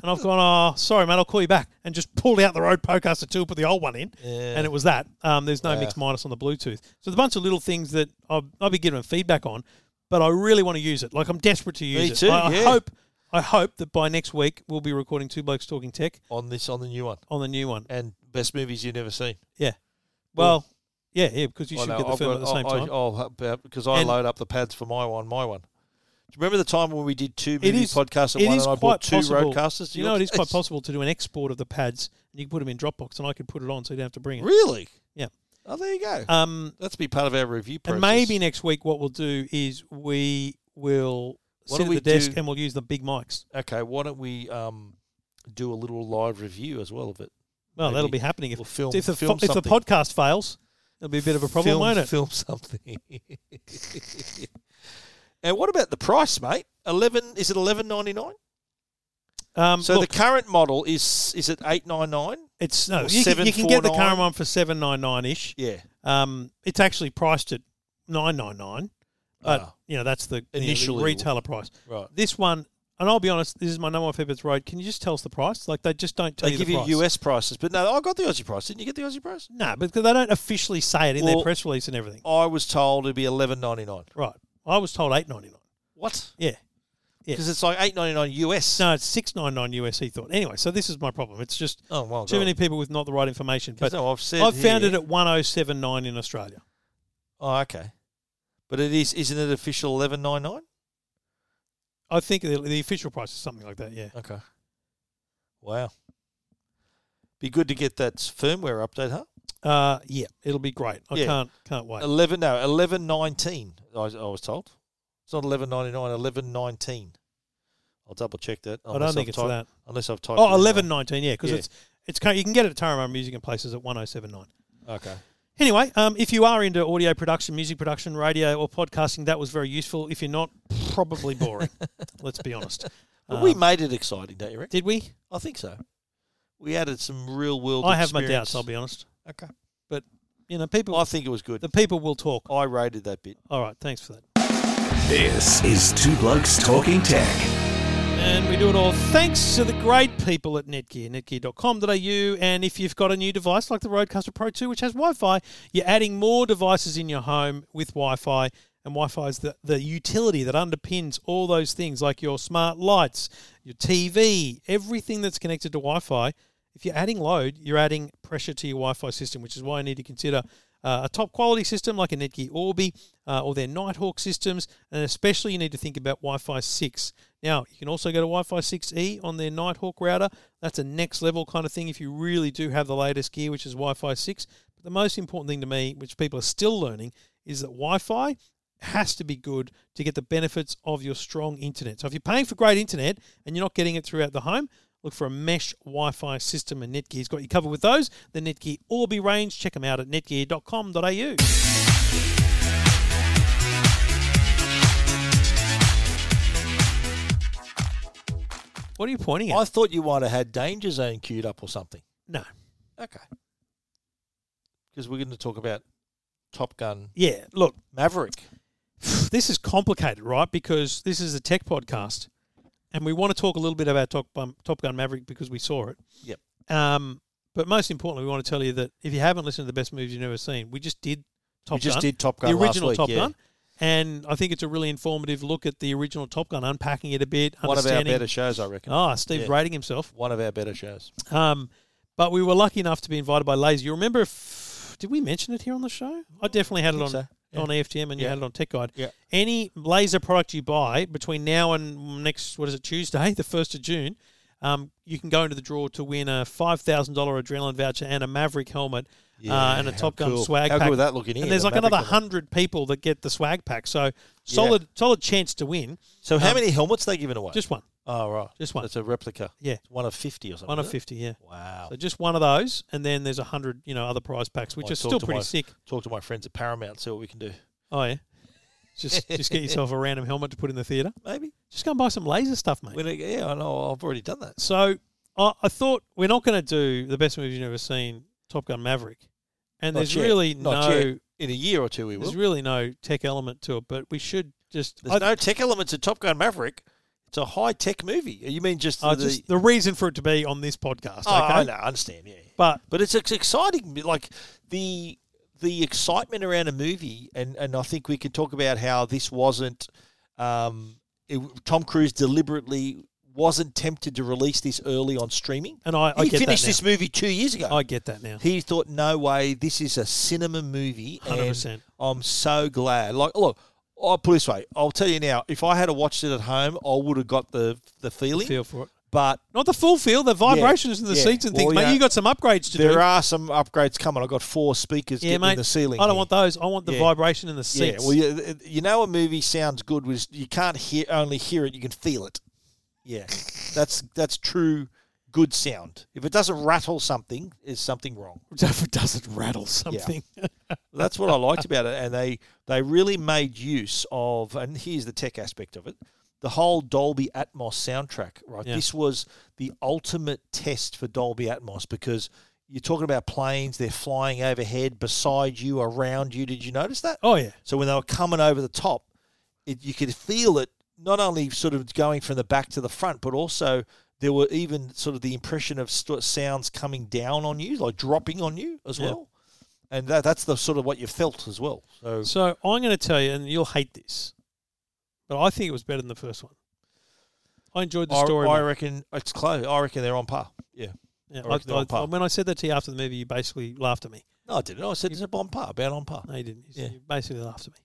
[SPEAKER 1] I've gone, "Oh, sorry, mate. I'll call you back." And just pulled out the Rode Procaster two, put the old one in,
[SPEAKER 2] Yeah.
[SPEAKER 1] and it was that. Um, there's no
[SPEAKER 2] Yeah.
[SPEAKER 1] mix minus on the Bluetooth. So there's a bunch of little things that I'll, I'll be giving feedback on, but I really want to use it. Like I'm desperate to use
[SPEAKER 2] Me
[SPEAKER 1] it.
[SPEAKER 2] too,
[SPEAKER 1] I, I
[SPEAKER 2] yeah.
[SPEAKER 1] hope I hope that by next week we'll be recording two blokes talking tech
[SPEAKER 2] on this on the new one
[SPEAKER 1] on the new one.
[SPEAKER 2] and best movies you've never seen.
[SPEAKER 1] Well, yeah, yeah, because you
[SPEAKER 2] I
[SPEAKER 1] should
[SPEAKER 2] know,
[SPEAKER 1] get the
[SPEAKER 2] I've
[SPEAKER 1] film
[SPEAKER 2] got-
[SPEAKER 1] at the same
[SPEAKER 2] I- I-
[SPEAKER 1] time.
[SPEAKER 2] I'll help out because I
[SPEAKER 1] And-
[SPEAKER 2] load up the pads for my one, my one. Do you remember the time when we did two
[SPEAKER 1] It
[SPEAKER 2] movie
[SPEAKER 1] is-
[SPEAKER 2] podcasts at
[SPEAKER 1] it
[SPEAKER 2] one
[SPEAKER 1] is
[SPEAKER 2] and I bought
[SPEAKER 1] quite
[SPEAKER 2] two
[SPEAKER 1] possible-
[SPEAKER 2] roadcasters? to
[SPEAKER 1] you know, it
[SPEAKER 2] your
[SPEAKER 1] is quite
[SPEAKER 2] place?
[SPEAKER 1] possible to do an export of the pads and you can put them in Dropbox, and I could put it on so you don't have to bring it.
[SPEAKER 2] Really?
[SPEAKER 1] Yeah.
[SPEAKER 2] Oh, there you go.
[SPEAKER 1] Um,
[SPEAKER 2] That's be part of our review process.
[SPEAKER 1] and maybe next week what we'll do is we will sit
[SPEAKER 2] Why don't
[SPEAKER 1] at
[SPEAKER 2] we
[SPEAKER 1] the desk
[SPEAKER 2] do-
[SPEAKER 1] and we'll use the big mics.
[SPEAKER 2] Okay, why don't we um, do a little live review as well of it?
[SPEAKER 1] Well,
[SPEAKER 2] Maybe
[SPEAKER 1] that'll be happening if
[SPEAKER 2] We'll film,
[SPEAKER 1] if the fo-
[SPEAKER 2] film
[SPEAKER 1] if the
[SPEAKER 2] something.
[SPEAKER 1] podcast fails, it'll be a bit of a problem,
[SPEAKER 2] film,
[SPEAKER 1] won't it?
[SPEAKER 2] Film something. and what about the price, mate? Eleven? Is it eleven ninety nine?
[SPEAKER 1] Um,
[SPEAKER 2] So
[SPEAKER 1] look,
[SPEAKER 2] the current model is is it eight nine nine?
[SPEAKER 1] it's no,
[SPEAKER 2] or
[SPEAKER 1] you can, you can get the
[SPEAKER 2] 749?
[SPEAKER 1] current one for seven nine nine ish.
[SPEAKER 2] Yeah.
[SPEAKER 1] Um, it's actually priced at nine nine nine, but
[SPEAKER 2] Ah.
[SPEAKER 1] you know that's the, you know, the
[SPEAKER 2] Initially.
[SPEAKER 1] retailer price.
[SPEAKER 2] Right.
[SPEAKER 1] This one, and I'll be honest, this is my number one favorite road. Can you just tell us the price? Like they just don't tell
[SPEAKER 2] They
[SPEAKER 1] you
[SPEAKER 2] give
[SPEAKER 1] the
[SPEAKER 2] you
[SPEAKER 1] price.
[SPEAKER 2] US prices, but no, I got the Aussie price. Didn't you get the Aussie price?
[SPEAKER 1] No, but they don't officially say it in
[SPEAKER 2] Well-
[SPEAKER 1] their press release and everything.
[SPEAKER 2] I was told it'd be eleven ninety nine.
[SPEAKER 1] Right. I was told eight ninety nine.
[SPEAKER 2] What?
[SPEAKER 1] Yeah. Yeah.
[SPEAKER 2] Because it's like eight ninety nine US.
[SPEAKER 1] No, it's six nine nine US. He thought. Anyway, so this is my problem. It's just
[SPEAKER 2] Oh well.
[SPEAKER 1] too many people with not the right information. But
[SPEAKER 2] no, I've said
[SPEAKER 1] I've found
[SPEAKER 2] here-
[SPEAKER 1] it at 1079 in Australia.
[SPEAKER 2] Oh, okay. But it is, isn't it official eleven nine nine?
[SPEAKER 1] I think the, the official price is something like that, yeah.
[SPEAKER 2] Okay. Wow. Be good to get that firmware update, huh?
[SPEAKER 1] Uh, yeah, it'll be great. I
[SPEAKER 2] Yeah.
[SPEAKER 1] can't can't wait.
[SPEAKER 2] Eleven no, eleven nineteen. I, was- I was told it's not eleven ninety nine. Eleven nineteen. I'll double check that.
[SPEAKER 1] I don't think it's
[SPEAKER 2] typed,
[SPEAKER 1] that.
[SPEAKER 2] Unless I've typed. it
[SPEAKER 1] Oh,
[SPEAKER 2] in wrong.
[SPEAKER 1] 1119, yeah, because
[SPEAKER 2] Yeah.
[SPEAKER 1] it's it's kind you can get it at Taramara Music and Places at 1079.
[SPEAKER 2] Okay.
[SPEAKER 1] Anyway, um, if you are into audio production, music production, radio, or podcasting, that was very useful. If you're not, probably boring. Let's be honest.
[SPEAKER 2] But we
[SPEAKER 1] Um,
[SPEAKER 2] made it exciting, don't you reckon?
[SPEAKER 1] did we?
[SPEAKER 2] I think so. We added some real world.
[SPEAKER 1] I have my
[SPEAKER 2] experience.
[SPEAKER 1] doubts. I'll be honest.
[SPEAKER 2] Okay.
[SPEAKER 1] You know, people.
[SPEAKER 2] I think it was good.
[SPEAKER 1] the people will talk.
[SPEAKER 2] I rated that bit.
[SPEAKER 1] All right. Thanks for that.
[SPEAKER 3] This is Two Blokes Talking Tech.
[SPEAKER 1] And we do it all thanks to the great people at Netgear, netgear.com.au. And if you've got a new device like the Roadcaster Pro 2, which has Wi Fi, you're adding more devices in your home with Wi Fi. And Wi Fi is the, the utility that underpins all those things like your smart lights, your TV, everything that's connected to Wi Fi. If you're adding load, you're adding pressure to your Wi Fi system, which is why you need to consider uh, a top quality system like a Netgear Orbi uh, or their Nighthawk systems, and especially you need to think about Wi Fi 6. Now, you can also go to Wi Fi 6E on their Nighthawk router. That's a next level kind of thing if you really do have the latest gear, which is Wi Fi 6. But the most important thing to me, which people are still learning, is that Wi Fi has to be good to get the benefits of your strong internet. So if you're paying for great internet and you're not getting it throughout the home, look for a mesh Wi-Fi system and Netgear's got you covered with those. The Netgear Orbi range, check them out at netgear.com.au. What are you pointing at?
[SPEAKER 2] I thought you might have had Danger Zone queued up or something.
[SPEAKER 1] no.
[SPEAKER 2] Okay. Because we're going to talk about Top Gun
[SPEAKER 1] Yeah, look,
[SPEAKER 2] Maverick.
[SPEAKER 1] this is complicated, right? Because this is a tech podcast, and we want to talk a little bit about Top, Bum- Top Gun Maverick because we saw it.
[SPEAKER 2] Yep.
[SPEAKER 1] Um, but most importantly, we want to tell you that if you haven't listened to the best movies you've never seen, we just did Top
[SPEAKER 2] we just
[SPEAKER 1] Gun,
[SPEAKER 2] did Top Gun
[SPEAKER 1] the
[SPEAKER 2] last
[SPEAKER 1] original
[SPEAKER 2] week,
[SPEAKER 1] Top
[SPEAKER 2] yeah.
[SPEAKER 1] Gun, and I think it's a really informative look at the original Top Gun, unpacking it a bit,
[SPEAKER 2] One of our
[SPEAKER 1] understanding.
[SPEAKER 2] better shows, I reckon.
[SPEAKER 1] Ah, Steve's
[SPEAKER 2] Yeah.
[SPEAKER 1] rating himself.
[SPEAKER 2] One of our better shows.
[SPEAKER 1] Um, but we were lucky enough to be invited by Lazy. You remember? If, did we mention it here on the show? I definitely had it
[SPEAKER 2] think
[SPEAKER 1] on
[SPEAKER 2] so, yeah.
[SPEAKER 1] on E EFTM, and you
[SPEAKER 2] Yeah.
[SPEAKER 1] had it on Tech Guide.
[SPEAKER 2] Yeah.
[SPEAKER 1] Any laser product you buy between now and next, what is it, Tuesday, the first of June, um, you can go into the draw to win a five thousand dollar adrenaline voucher and a Maverick helmet uh, and a
[SPEAKER 2] how
[SPEAKER 1] Top Gun
[SPEAKER 2] cool.
[SPEAKER 1] swag
[SPEAKER 2] How
[SPEAKER 1] pack.
[SPEAKER 2] good would that look in here?
[SPEAKER 1] and there's
[SPEAKER 2] the
[SPEAKER 1] like another
[SPEAKER 2] Maverick one?
[SPEAKER 1] hundred people that get the swag pack. So solid, solid chance to win.
[SPEAKER 2] So how
[SPEAKER 1] um,
[SPEAKER 2] many helmets they giving away?
[SPEAKER 1] Just one,
[SPEAKER 2] oh right,
[SPEAKER 1] just one.
[SPEAKER 2] It's a replica.
[SPEAKER 1] Yeah.
[SPEAKER 2] It's one of fifty or something.
[SPEAKER 1] one of
[SPEAKER 2] isn't it?
[SPEAKER 1] fifty. Yeah.
[SPEAKER 2] Wow.
[SPEAKER 1] So just one of those, and then there's a hundred, you know, other prize packs, which
[SPEAKER 2] Might
[SPEAKER 1] are
[SPEAKER 2] Oh, talk
[SPEAKER 1] still
[SPEAKER 2] to
[SPEAKER 1] pretty
[SPEAKER 2] my-
[SPEAKER 1] sick.
[SPEAKER 2] Talk to my friends at Paramount. See what we can do.
[SPEAKER 1] Oh yeah, just just get yourself a random helmet to put in the theater.
[SPEAKER 2] Maybe.
[SPEAKER 1] Just go and buy some laser stuff, mate.
[SPEAKER 2] When I- yeah, I know. I've already done that.
[SPEAKER 1] So I, I thought we're not going to do the best movies you've never seen, Top Gun Maverick, and
[SPEAKER 2] Not
[SPEAKER 1] there's
[SPEAKER 2] yet.
[SPEAKER 1] really
[SPEAKER 2] Not
[SPEAKER 1] no
[SPEAKER 2] yet. In a year or two, we will.
[SPEAKER 1] there's really no tech element to it, but we should just
[SPEAKER 2] There's
[SPEAKER 1] I,
[SPEAKER 2] no tech elements in Top Gun Maverick. It's a high tech movie. You mean just
[SPEAKER 1] I
[SPEAKER 2] the?
[SPEAKER 1] just the reason for it to be on this podcast.
[SPEAKER 2] oh,
[SPEAKER 1] okay,
[SPEAKER 2] I know, I understand. Yeah,
[SPEAKER 1] but
[SPEAKER 2] but it's ex- exciting. Like the the excitement around a movie, and and I think we can talk about how this wasn't. Um, it, Tom Cruise deliberately wasn't tempted to release this early on streaming.
[SPEAKER 1] and I, I
[SPEAKER 2] he
[SPEAKER 1] get
[SPEAKER 2] finished
[SPEAKER 1] that
[SPEAKER 2] this movie two years ago.
[SPEAKER 1] now. I get that now.
[SPEAKER 2] he thought, no way, this is a cinema movie. and
[SPEAKER 1] 100%.
[SPEAKER 2] I'm so glad. Like, look, I'll put it this way. I'll tell you now, if I had watched it at home, I would have got the the feeling.
[SPEAKER 1] Feel for it.
[SPEAKER 2] But
[SPEAKER 1] Not the full feel, the vibrations in the
[SPEAKER 2] yeah.
[SPEAKER 1] seats and
[SPEAKER 2] Well,
[SPEAKER 1] things,
[SPEAKER 2] you
[SPEAKER 1] mate.
[SPEAKER 2] know,
[SPEAKER 1] you got some upgrades to do.
[SPEAKER 2] there are some upgrades coming. I've got four speakers
[SPEAKER 1] yeah,
[SPEAKER 2] getting
[SPEAKER 1] mate.
[SPEAKER 2] in the ceiling.
[SPEAKER 1] I don't
[SPEAKER 2] here.
[SPEAKER 1] want those. I want the
[SPEAKER 2] Yeah.
[SPEAKER 1] vibration in the
[SPEAKER 2] Yeah,
[SPEAKER 1] seats.
[SPEAKER 2] well, you, you know, a movie sounds good was you can't hear only hear it, you can feel it. Yeah, that's that's true good sound. If it doesn't rattle something, is something wrong.
[SPEAKER 1] it doesn't rattle something.
[SPEAKER 2] That's what I liked about it, and they they really made use of. And here's the tech aspect of it: the whole Dolby Atmos soundtrack. Right,
[SPEAKER 1] Yeah.
[SPEAKER 2] this was the ultimate test for Dolby Atmos because you're talking about planes; they're flying overhead, beside you, around you. Did you notice that?
[SPEAKER 1] Oh yeah,
[SPEAKER 2] So when they were coming over the top, it, you could feel it not only sort of going from the back to the front, but also there were even sort of the impression of st- sounds coming down on you, like dropping on you as
[SPEAKER 1] Yeah.
[SPEAKER 2] well. And that, that's the sort of what you felt as well. So
[SPEAKER 1] So I'm going to tell you, and you'll hate this, but I think it was better than the first one. I enjoyed the
[SPEAKER 2] I,
[SPEAKER 1] story.
[SPEAKER 2] I
[SPEAKER 1] mate.
[SPEAKER 2] reckon it's close. I reckon they're on par. Yeah.
[SPEAKER 1] Yeah,
[SPEAKER 2] I reckon they're on par.
[SPEAKER 1] when I said that to you after the movie, you basically laughed at me.
[SPEAKER 2] No, I didn't. I said it's on par, about on par.
[SPEAKER 1] No, you didn't. You, said-
[SPEAKER 2] Yeah.
[SPEAKER 1] you basically laughed at me.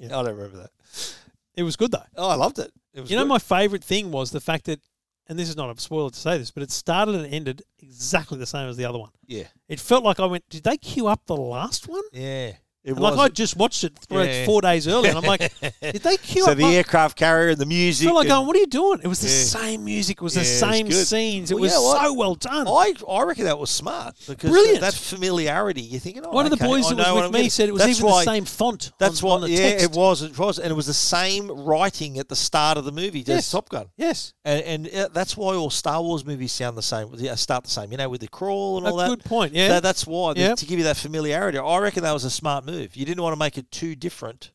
[SPEAKER 1] Yeah.
[SPEAKER 2] I don't remember that.
[SPEAKER 1] It was good though.
[SPEAKER 2] Oh, I loved it. It was
[SPEAKER 1] You know,
[SPEAKER 2] good.
[SPEAKER 1] my favourite thing was the fact that, and this is not a spoiler to say this, but it started and ended exactly the same as the other one.
[SPEAKER 2] yeah,
[SPEAKER 1] It felt like I went, did they queue up the last one?
[SPEAKER 2] yeah. It
[SPEAKER 1] And like I
[SPEAKER 2] was.
[SPEAKER 1] just watched it three,
[SPEAKER 2] Yeah.
[SPEAKER 1] four days earlier, and I'm like, did they queue
[SPEAKER 2] so
[SPEAKER 1] up?
[SPEAKER 2] the
[SPEAKER 1] my-
[SPEAKER 2] aircraft carrier and the
[SPEAKER 1] I
[SPEAKER 2] music.
[SPEAKER 1] felt like
[SPEAKER 2] and-
[SPEAKER 1] going, what are you doing? It was the
[SPEAKER 2] Yeah.
[SPEAKER 1] same music, it was the
[SPEAKER 2] Yeah, it was
[SPEAKER 1] same
[SPEAKER 2] good.
[SPEAKER 1] scenes. It
[SPEAKER 2] Well,
[SPEAKER 1] was
[SPEAKER 2] yeah, well,
[SPEAKER 1] so well done.
[SPEAKER 2] I, I reckon that was smart because
[SPEAKER 1] Brilliant.
[SPEAKER 2] that familiarity. You're thinking, oh,
[SPEAKER 1] One of the
[SPEAKER 2] okay,
[SPEAKER 1] boys
[SPEAKER 2] I
[SPEAKER 1] that
[SPEAKER 2] know
[SPEAKER 1] was
[SPEAKER 2] what I'm
[SPEAKER 1] with me
[SPEAKER 2] getting.
[SPEAKER 1] said it was
[SPEAKER 2] That's
[SPEAKER 1] even
[SPEAKER 2] why-
[SPEAKER 1] the same font.
[SPEAKER 2] That's
[SPEAKER 1] on,
[SPEAKER 2] why,
[SPEAKER 1] on the
[SPEAKER 2] yeah,
[SPEAKER 1] text.
[SPEAKER 2] it was, it was, and it was the same writing at the start of the movie as
[SPEAKER 1] Yes.
[SPEAKER 2] Top Gun,
[SPEAKER 1] Yes,
[SPEAKER 2] and, and uh, that's why all Star Wars movies sound the same. Yeah, start the same, you know, with the crawl and
[SPEAKER 1] a
[SPEAKER 2] all that.
[SPEAKER 1] good point. Yeah,
[SPEAKER 2] That- that's why the-
[SPEAKER 1] Yep.
[SPEAKER 2] to give you that familiarity. I reckon that was a smart move. You didn't want to make it too different.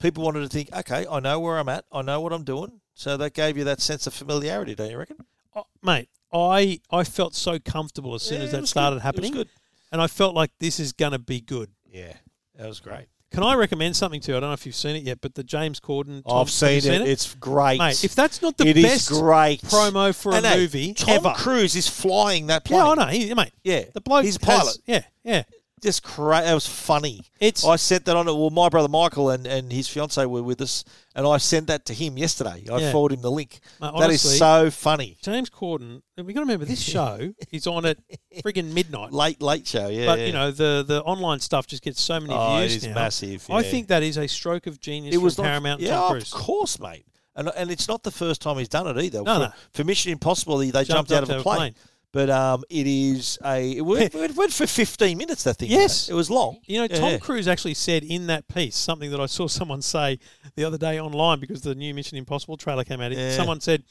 [SPEAKER 2] People wanted to think, okay, I know where I'm at, I know what I'm doing, so that gave you that sense of familiarity, don't you reckon?
[SPEAKER 1] Oh, mate, I I felt so comfortable as soon as
[SPEAKER 2] Yeah, it
[SPEAKER 1] that
[SPEAKER 2] was
[SPEAKER 1] started
[SPEAKER 2] good. It was
[SPEAKER 1] happening,
[SPEAKER 2] good.
[SPEAKER 1] and I felt like this is going to be good.
[SPEAKER 2] Yeah, that was great.
[SPEAKER 1] Can I recommend something to you? I don't know if you've seen it yet, but the James Corden. Tom,
[SPEAKER 2] I've seen,
[SPEAKER 1] have you
[SPEAKER 2] it. It's great.
[SPEAKER 1] Mate, if that's not the
[SPEAKER 2] It is
[SPEAKER 1] best
[SPEAKER 2] great.
[SPEAKER 1] promo for a
[SPEAKER 2] And, hey,
[SPEAKER 1] movie
[SPEAKER 2] Tom
[SPEAKER 1] ever,
[SPEAKER 2] Cruise is flying that plane.
[SPEAKER 1] yeah, I know, he, mate,
[SPEAKER 2] Yeah,
[SPEAKER 1] the bloke,
[SPEAKER 2] He's a
[SPEAKER 1] has-
[SPEAKER 2] pilot.
[SPEAKER 1] yeah, yeah,
[SPEAKER 2] Just cra- that was funny.
[SPEAKER 1] It's-
[SPEAKER 2] I sent that on. Well, my brother Michael and, and his fiance were with us, and I sent that to him yesterday. I
[SPEAKER 1] Yeah.
[SPEAKER 2] forwarded him the link.
[SPEAKER 1] Mate,
[SPEAKER 2] that is
[SPEAKER 1] honestly-
[SPEAKER 2] so funny.
[SPEAKER 1] James Corden. And we got to remember this show is on at friggin' midnight.
[SPEAKER 2] Late late show, yeah.
[SPEAKER 1] But
[SPEAKER 2] yeah.
[SPEAKER 1] you know the the online stuff just gets so many
[SPEAKER 2] Oh, it
[SPEAKER 1] views
[SPEAKER 2] is
[SPEAKER 1] now.
[SPEAKER 2] massive,
[SPEAKER 1] I
[SPEAKER 2] yeah.
[SPEAKER 1] think that is a stroke of genius
[SPEAKER 2] it was
[SPEAKER 1] from
[SPEAKER 2] not-
[SPEAKER 1] Paramount and
[SPEAKER 2] Yeah,
[SPEAKER 1] Tom Cruise.
[SPEAKER 2] of course, mate. And, and it's not the first time he's done it either.
[SPEAKER 1] No,
[SPEAKER 2] for,
[SPEAKER 1] no.
[SPEAKER 2] for Mission Impossible, they they jumped,
[SPEAKER 1] Jumped up
[SPEAKER 2] out of
[SPEAKER 1] to
[SPEAKER 2] a
[SPEAKER 1] a
[SPEAKER 2] plane.
[SPEAKER 1] plane.
[SPEAKER 2] But um, it is a it went, it went for fifteen minutes. That thing, you know.
[SPEAKER 1] Yes.
[SPEAKER 2] it was long.
[SPEAKER 1] You know,
[SPEAKER 2] Yeah,
[SPEAKER 1] Tom
[SPEAKER 2] yeah.
[SPEAKER 1] Cruise actually said in that piece something that I saw someone say the other day online because the new Mission Impossible trailer came out.
[SPEAKER 2] Yeah.
[SPEAKER 1] Someone said,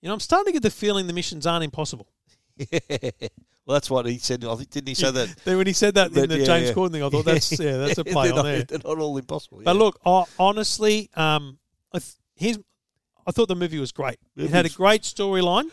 [SPEAKER 1] "You know, I'm starting to get the feeling the missions aren't impossible."
[SPEAKER 2] well, that's what he said. I think didn't he say that?
[SPEAKER 1] Then when he said that in
[SPEAKER 2] That-
[SPEAKER 1] the
[SPEAKER 2] yeah,
[SPEAKER 1] James
[SPEAKER 2] yeah.
[SPEAKER 1] Corden thing, I thought that's yeah, that's a play
[SPEAKER 2] they're
[SPEAKER 1] on
[SPEAKER 2] not,
[SPEAKER 1] there.
[SPEAKER 2] They're not all impossible.
[SPEAKER 1] But
[SPEAKER 2] yeah.
[SPEAKER 1] look, I, honestly, um, I th- here's, I thought the movie was great. It had a great storyline.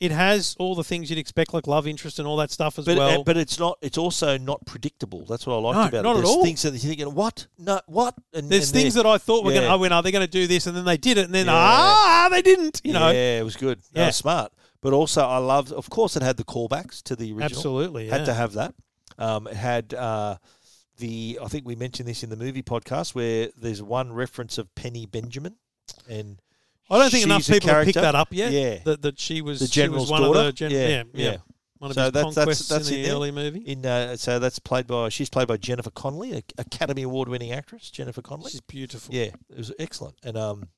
[SPEAKER 1] It has all the things you'd expect, like love interest and all that stuff as
[SPEAKER 2] but, uh,
[SPEAKER 1] well.
[SPEAKER 2] but it's not. It's also not predictable. That's what I liked
[SPEAKER 1] No,
[SPEAKER 2] about
[SPEAKER 1] not at
[SPEAKER 2] it. There's
[SPEAKER 1] all.
[SPEAKER 2] things that you're thinking, what? No, what? And
[SPEAKER 1] There's
[SPEAKER 2] and
[SPEAKER 1] things
[SPEAKER 2] they're-
[SPEAKER 1] that I thought were going
[SPEAKER 2] Yeah.
[SPEAKER 1] to, oh, when are they going to do this? And then they did it, and then,
[SPEAKER 2] Yeah.
[SPEAKER 1] ah, they didn't, you know.
[SPEAKER 2] yeah, it was good. Yeah,
[SPEAKER 1] Yeah.
[SPEAKER 2] smart. But also, I loved. Of course, it had the callbacks to the original.
[SPEAKER 1] Absolutely.
[SPEAKER 2] had
[SPEAKER 1] yeah.
[SPEAKER 2] to have that. Um, it had uh, the. I think we mentioned this in the movie podcast where there's one reference of Penny Benjamin, and
[SPEAKER 1] I don't think
[SPEAKER 2] she's
[SPEAKER 1] enough
[SPEAKER 2] a
[SPEAKER 1] people have picked
[SPEAKER 2] character.
[SPEAKER 1] that up yet.
[SPEAKER 2] Yeah.
[SPEAKER 1] That, that she was, she
[SPEAKER 2] The
[SPEAKER 1] was
[SPEAKER 2] general's
[SPEAKER 1] one of
[SPEAKER 2] daughter?
[SPEAKER 1] the gen-
[SPEAKER 2] Yeah,
[SPEAKER 1] yeah, yeah,
[SPEAKER 2] yeah.
[SPEAKER 1] One of
[SPEAKER 2] So
[SPEAKER 1] his
[SPEAKER 2] that's- that's-
[SPEAKER 1] conquests
[SPEAKER 2] that's
[SPEAKER 1] in the
[SPEAKER 2] in there.
[SPEAKER 1] early movie.
[SPEAKER 2] in uh, so that's played by she's played by Jennifer Connelly, a Academy Award winning actress Jennifer Connelly.
[SPEAKER 1] She's beautiful.
[SPEAKER 2] Yeah, it was excellent. And um,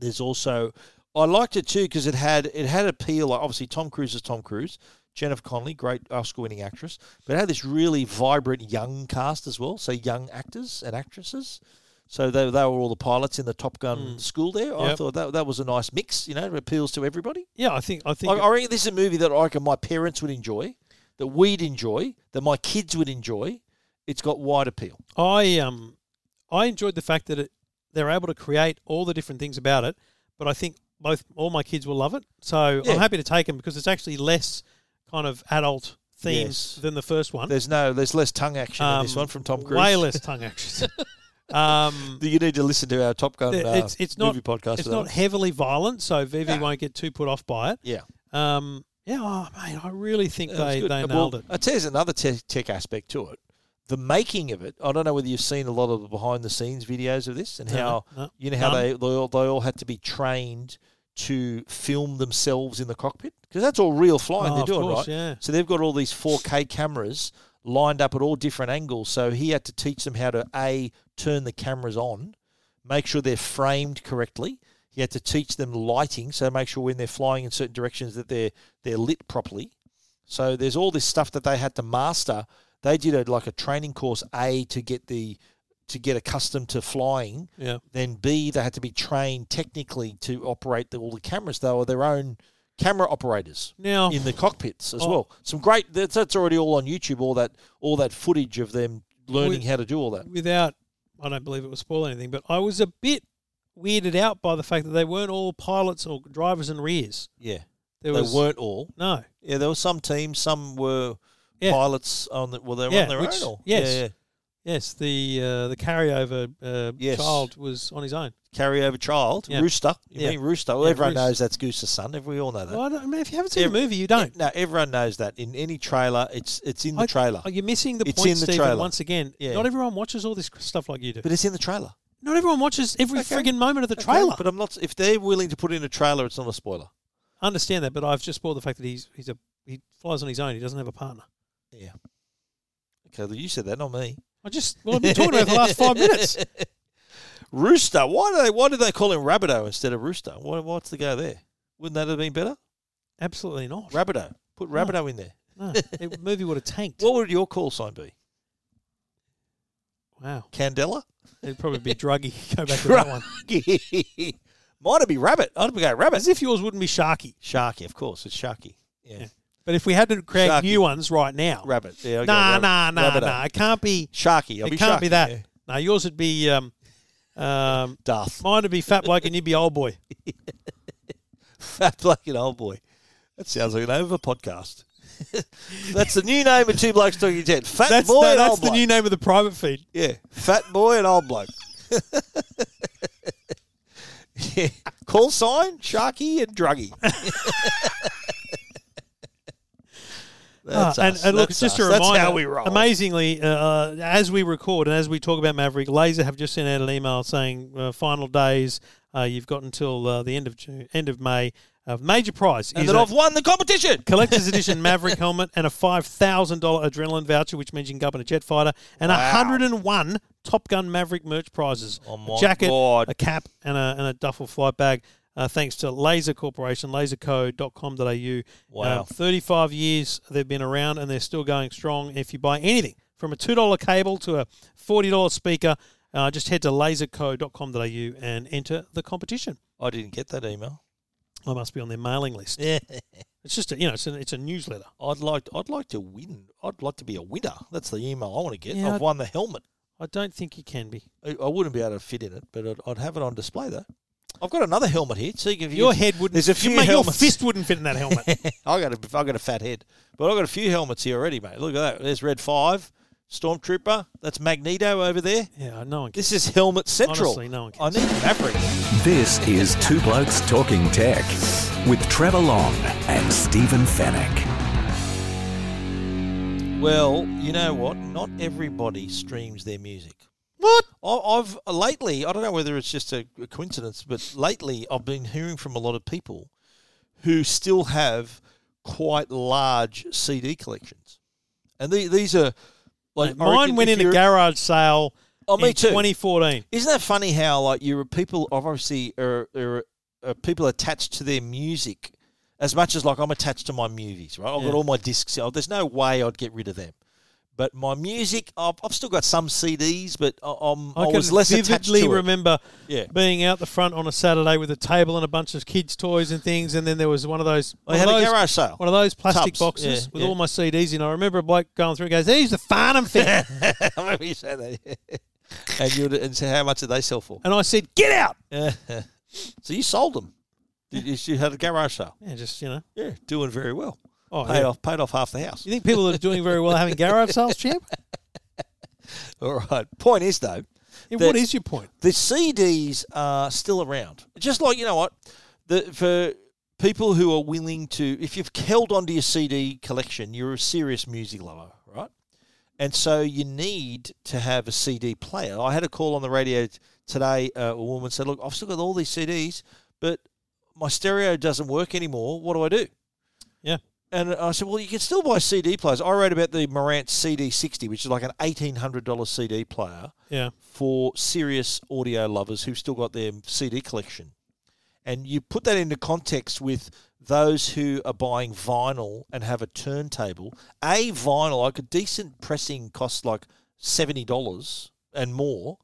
[SPEAKER 2] there's also I liked it too because it had it had appeal. Like obviously, Tom Cruise is Tom Cruise. Jennifer Connelly, great Oscar-winning actress, but it had this really vibrant young cast as well. So young actors and actresses. So they, they were all the pilots in the Top Gun school there. I
[SPEAKER 1] Hmm. Yep.
[SPEAKER 2] thought that that was a nice mix. You know, it appeals to everybody.
[SPEAKER 1] Yeah, I think I think
[SPEAKER 2] I, I reckon this is a movie that I reckon my parents would enjoy, that we'd enjoy, that my kids would enjoy. It's got wide appeal.
[SPEAKER 1] I um I enjoyed the fact that it, they're able to create all the different things about it, but I think both all my kids will love it. So
[SPEAKER 2] Yeah.
[SPEAKER 1] I'm happy to take them because it's actually less kind of adult themes
[SPEAKER 2] Yes.
[SPEAKER 1] than the first one.
[SPEAKER 2] There's no, there's less tongue action in this
[SPEAKER 1] Um,
[SPEAKER 2] one from Tom Cruise.
[SPEAKER 1] Way less tongue action. um,
[SPEAKER 2] You need to listen to our Top Gun
[SPEAKER 1] th-
[SPEAKER 2] uh,
[SPEAKER 1] it's it's not
[SPEAKER 2] movie podcast.
[SPEAKER 1] it's
[SPEAKER 2] for that
[SPEAKER 1] not
[SPEAKER 2] one.
[SPEAKER 1] heavily violent, so Vivi
[SPEAKER 2] No.
[SPEAKER 1] won't get too put off by it.
[SPEAKER 2] Yeah,
[SPEAKER 1] Um, yeah, oh mate, I really think
[SPEAKER 2] that was
[SPEAKER 1] they
[SPEAKER 2] good.
[SPEAKER 1] they
[SPEAKER 2] Uh,
[SPEAKER 1] nailed
[SPEAKER 2] well,
[SPEAKER 1] it.
[SPEAKER 2] I tell you, there's another te- tech aspect to it. The making of it. I don't know whether you've seen a lot of the behind the scenes videos of this and
[SPEAKER 1] No,
[SPEAKER 2] how
[SPEAKER 1] no,
[SPEAKER 2] you know how
[SPEAKER 1] none.
[SPEAKER 2] they they all, they all had to be trained to film themselves in the cockpit because that's all real flying
[SPEAKER 1] Oh,
[SPEAKER 2] they're
[SPEAKER 1] of
[SPEAKER 2] doing,
[SPEAKER 1] course,
[SPEAKER 2] right?
[SPEAKER 1] yeah.
[SPEAKER 2] So they've got all these 4K cameras lined up at all different angles. So he had to teach them how to a turn the cameras on, make sure they're framed correctly. He had to teach them lighting, so make sure when they're flying in certain directions that they're they're lit properly. So there's all this stuff that they had to master. They did a, like a training course A to get the to get accustomed to flying.
[SPEAKER 1] Yeah.
[SPEAKER 2] Then B they had to be trained technically to operate the, all the cameras. They were their own camera operators
[SPEAKER 1] Now
[SPEAKER 2] in the cockpits as
[SPEAKER 1] Oh.
[SPEAKER 2] well. Some great that's, that's already all on YouTube. All that all that footage of them learning
[SPEAKER 1] We-
[SPEAKER 2] how to do all that.
[SPEAKER 1] without I don't believe it will spoil anything, but I was a bit weirded out by the fact that they weren't all pilots or drivers and rears.
[SPEAKER 2] Yeah,
[SPEAKER 1] There
[SPEAKER 2] they
[SPEAKER 1] was
[SPEAKER 2] weren't all.
[SPEAKER 1] no,
[SPEAKER 2] Yeah, there were some teams. Some were
[SPEAKER 1] Yeah.
[SPEAKER 2] pilots on the. Well, they were
[SPEAKER 1] Yeah,
[SPEAKER 2] on their
[SPEAKER 1] which-
[SPEAKER 2] own. Or,
[SPEAKER 1] yes.
[SPEAKER 2] Yeah, yeah.
[SPEAKER 1] yes, the uh, the carryover uh,
[SPEAKER 2] Yes.
[SPEAKER 1] child was on his own.
[SPEAKER 2] Carryover child,
[SPEAKER 1] Yeah.
[SPEAKER 2] Rooster. You
[SPEAKER 1] Yeah.
[SPEAKER 2] mean Rooster? Well,
[SPEAKER 1] Yeah,
[SPEAKER 2] everyone
[SPEAKER 1] Roos.
[SPEAKER 2] knows that's Goose's son. Every- We all know that.
[SPEAKER 1] Well, I, don't, I mean, if you haven't seen
[SPEAKER 2] Uh, Yeah.
[SPEAKER 1] the movie, you don't.
[SPEAKER 2] No, everyone knows that. In any trailer, it's it's in the
[SPEAKER 1] I-
[SPEAKER 2] trailer.
[SPEAKER 1] oh, you're missing the
[SPEAKER 2] It's
[SPEAKER 1] point,
[SPEAKER 2] in the
[SPEAKER 1] Stephen.
[SPEAKER 2] trailer.
[SPEAKER 1] Once again,
[SPEAKER 2] Yeah.
[SPEAKER 1] not everyone watches all this stuff like you do.
[SPEAKER 2] but it's in the trailer.
[SPEAKER 1] not everyone watches every
[SPEAKER 2] Okay.
[SPEAKER 1] frigging moment of the
[SPEAKER 2] Okay,
[SPEAKER 1] trailer.
[SPEAKER 2] But I'm not. If they're willing to put in a trailer, it's not a spoiler.
[SPEAKER 1] I understand that, but I've just spoiled the fact that he's he's a he flies on his own. He doesn't have a partner.
[SPEAKER 2] Yeah. Okay, well, you said that, not me.
[SPEAKER 1] I just well, I've been talking about it for the last five minutes.
[SPEAKER 2] Rooster. Why do they? Why did they call him Rabbito instead of Rooster? Why, what's the go there? Wouldn't that have been better?
[SPEAKER 1] Absolutely not.
[SPEAKER 2] Rabbito. Put Rabbito in there.
[SPEAKER 1] No, the movie would have tanked.
[SPEAKER 2] What would your call sign be?
[SPEAKER 1] Wow,
[SPEAKER 2] Candela.
[SPEAKER 1] it'd probably be druggy. Go back to that one.
[SPEAKER 2] Might it be Rabbit? I'd go Rabbit.
[SPEAKER 1] As if yours wouldn't be Sharky.
[SPEAKER 2] Sharky, of course. It's Sharky. Yeah.
[SPEAKER 1] Yeah. But if we had to create
[SPEAKER 2] Sharky.
[SPEAKER 1] new ones right now,
[SPEAKER 2] Rabbit. Yeah, I'll go
[SPEAKER 1] nah,
[SPEAKER 2] Rabbit.
[SPEAKER 1] nah, nah,
[SPEAKER 2] Rabbito.
[SPEAKER 1] nah. It can't be.
[SPEAKER 2] Sharky. I'll
[SPEAKER 1] it
[SPEAKER 2] be
[SPEAKER 1] can't be
[SPEAKER 2] Sharky,
[SPEAKER 1] that.
[SPEAKER 2] yeah.
[SPEAKER 1] No, yours would be um, um,
[SPEAKER 2] Darth.
[SPEAKER 1] mine would be fat bloke and you'd be old boy.
[SPEAKER 2] Fat Bloke and Old Boy. That sounds like an over podcast. that's the new name of Two Blokes Talking Ted. Fat
[SPEAKER 1] That's
[SPEAKER 2] Boy
[SPEAKER 1] no,
[SPEAKER 2] and
[SPEAKER 1] that's
[SPEAKER 2] Old
[SPEAKER 1] the
[SPEAKER 2] Bloke.
[SPEAKER 1] new name of the private feed.
[SPEAKER 2] yeah. Fat Boy and Old Bloke. yeah. Call sign, Sharky and Druggy. That's
[SPEAKER 1] Ah, and,
[SPEAKER 2] us.
[SPEAKER 1] and look,
[SPEAKER 2] That's
[SPEAKER 1] it's just a
[SPEAKER 2] us.
[SPEAKER 1] reminder.
[SPEAKER 2] That's how we roll.
[SPEAKER 1] Amazingly, uh, uh, as we record and as we talk about Maverick, Laser have just sent out an email saying uh, final days. Uh, you've got until uh, the end of June, end of May. Uh, major prize
[SPEAKER 2] And
[SPEAKER 1] is
[SPEAKER 2] then
[SPEAKER 1] a
[SPEAKER 2] I've won the competition.
[SPEAKER 1] collector's edition Maverick helmet and a five thousand dollar adrenaline voucher, which means you can go up in a jet fighter, and
[SPEAKER 2] Wow.
[SPEAKER 1] hundred and one Top Gun Maverick merch prizes:
[SPEAKER 2] Oh
[SPEAKER 1] a
[SPEAKER 2] my
[SPEAKER 1] jacket,
[SPEAKER 2] God.
[SPEAKER 1] a cap, and a, and a duffel flight bag. Uh, thanks to Laser Corporation, laserco.com.au.
[SPEAKER 2] Wow.
[SPEAKER 1] 35 Um, years they've been around and they're still going strong. If you buy anything from a $2 cable to a $40 speaker, uh, just head to laserco.com.au and enter the competition.
[SPEAKER 2] I didn't get that email.
[SPEAKER 1] I must be on their mailing list. It's just, a, you know, it's a, it's a newsletter.
[SPEAKER 2] I'd like I'd like to win. I'd like to be a winner. That's the email I want to get.
[SPEAKER 1] Yeah,
[SPEAKER 2] I've
[SPEAKER 1] I'd-
[SPEAKER 2] won the helmet.
[SPEAKER 1] I don't think you can be.
[SPEAKER 2] I, I wouldn't be able to fit in it, but I'd, I'd have it on display though. I've got another helmet here. See if you
[SPEAKER 1] Your head wouldn't.
[SPEAKER 2] There's a few
[SPEAKER 1] your, mate, your
[SPEAKER 2] helmets.
[SPEAKER 1] fist wouldn't fit in that helmet.
[SPEAKER 2] I got a I got a fat head, but I've got a few helmets here already, mate. Look at that. There's Red Five, Stormtrooper. That's Magneto over there.
[SPEAKER 1] yeah, no one can.
[SPEAKER 2] This is Helmet Central.
[SPEAKER 1] Honestly, no one
[SPEAKER 2] I
[SPEAKER 1] can.
[SPEAKER 2] need Maverick.
[SPEAKER 3] This is Two Blokes Talking Tech with Trevor Long and Stephen Fennec.
[SPEAKER 2] Well, you know what? Not everybody streams their music.
[SPEAKER 1] What?
[SPEAKER 2] I- I've lately, I don't know whether it's just a a coincidence, but lately I've been hearing from a lot of people who still have quite large CD collections, and the, these are like I
[SPEAKER 1] Mine
[SPEAKER 2] reckon
[SPEAKER 1] went
[SPEAKER 2] if
[SPEAKER 1] in a
[SPEAKER 2] you're-
[SPEAKER 1] garage sale
[SPEAKER 2] Oh, me
[SPEAKER 1] in
[SPEAKER 2] too.
[SPEAKER 1] 2014.
[SPEAKER 2] Isn't that funny how like you people are obviously are, are, are people attached to their music as much as like I'm attached to my movies, right? I've
[SPEAKER 1] Yeah.
[SPEAKER 2] got all my discs. Oh, There's no way I'd get rid of them. But my music, I've, I've still got some CDs, but I, I'm, I,
[SPEAKER 1] I, can
[SPEAKER 2] was less attached
[SPEAKER 1] vividly
[SPEAKER 2] to it.
[SPEAKER 1] remember
[SPEAKER 2] Yeah.
[SPEAKER 1] being out the front on a Saturday with a table and a bunch of kids' toys and things, and then there was one of those
[SPEAKER 2] I
[SPEAKER 1] one,
[SPEAKER 2] had
[SPEAKER 1] of
[SPEAKER 2] a
[SPEAKER 1] those,
[SPEAKER 2] garage sale.
[SPEAKER 1] one of those plastic
[SPEAKER 2] Tubs,
[SPEAKER 1] boxes
[SPEAKER 2] yeah,
[SPEAKER 1] with
[SPEAKER 2] yeah.
[SPEAKER 1] all my CDs in. I remember a bloke going through and goes, "These the Farnham thing,"
[SPEAKER 2] I remember you saying that. and you would, and so how much did they sell for?
[SPEAKER 1] and I said, "Get out!"
[SPEAKER 2] so you sold them. You, you- you had a garage sale.
[SPEAKER 1] Yeah, just you know,
[SPEAKER 2] Yeah, doing very well.
[SPEAKER 1] oh,
[SPEAKER 2] paid
[SPEAKER 1] yeah.
[SPEAKER 2] off, paid off half the house.
[SPEAKER 1] You think people that are doing very well are having garage sales, champ?
[SPEAKER 2] All right. Point is though,
[SPEAKER 1] Yeah,
[SPEAKER 2] That-
[SPEAKER 1] what is your point?
[SPEAKER 2] the CDs are still around. Just like you know what, the for people who are willing to, if you've held onto your CD collection, you're a serious music lover, right? And so you need to have a CD player. I had a call on the radio t- today. Uh, a woman said, "Look, I've still got all these CDs, but my stereo doesn't work anymore. What do I do?"
[SPEAKER 1] Yeah.
[SPEAKER 2] And I said, "Well, you can still buy CD players." I wrote about the Marantz CD60, which is like an eighteen hundred dollar CD player
[SPEAKER 1] Yeah,
[SPEAKER 2] for serious audio lovers who've still got their CD collection. And you put that into context with those who are buying vinyl and have a turntable. A vinyl, like a decent pressing costs like $70 and more.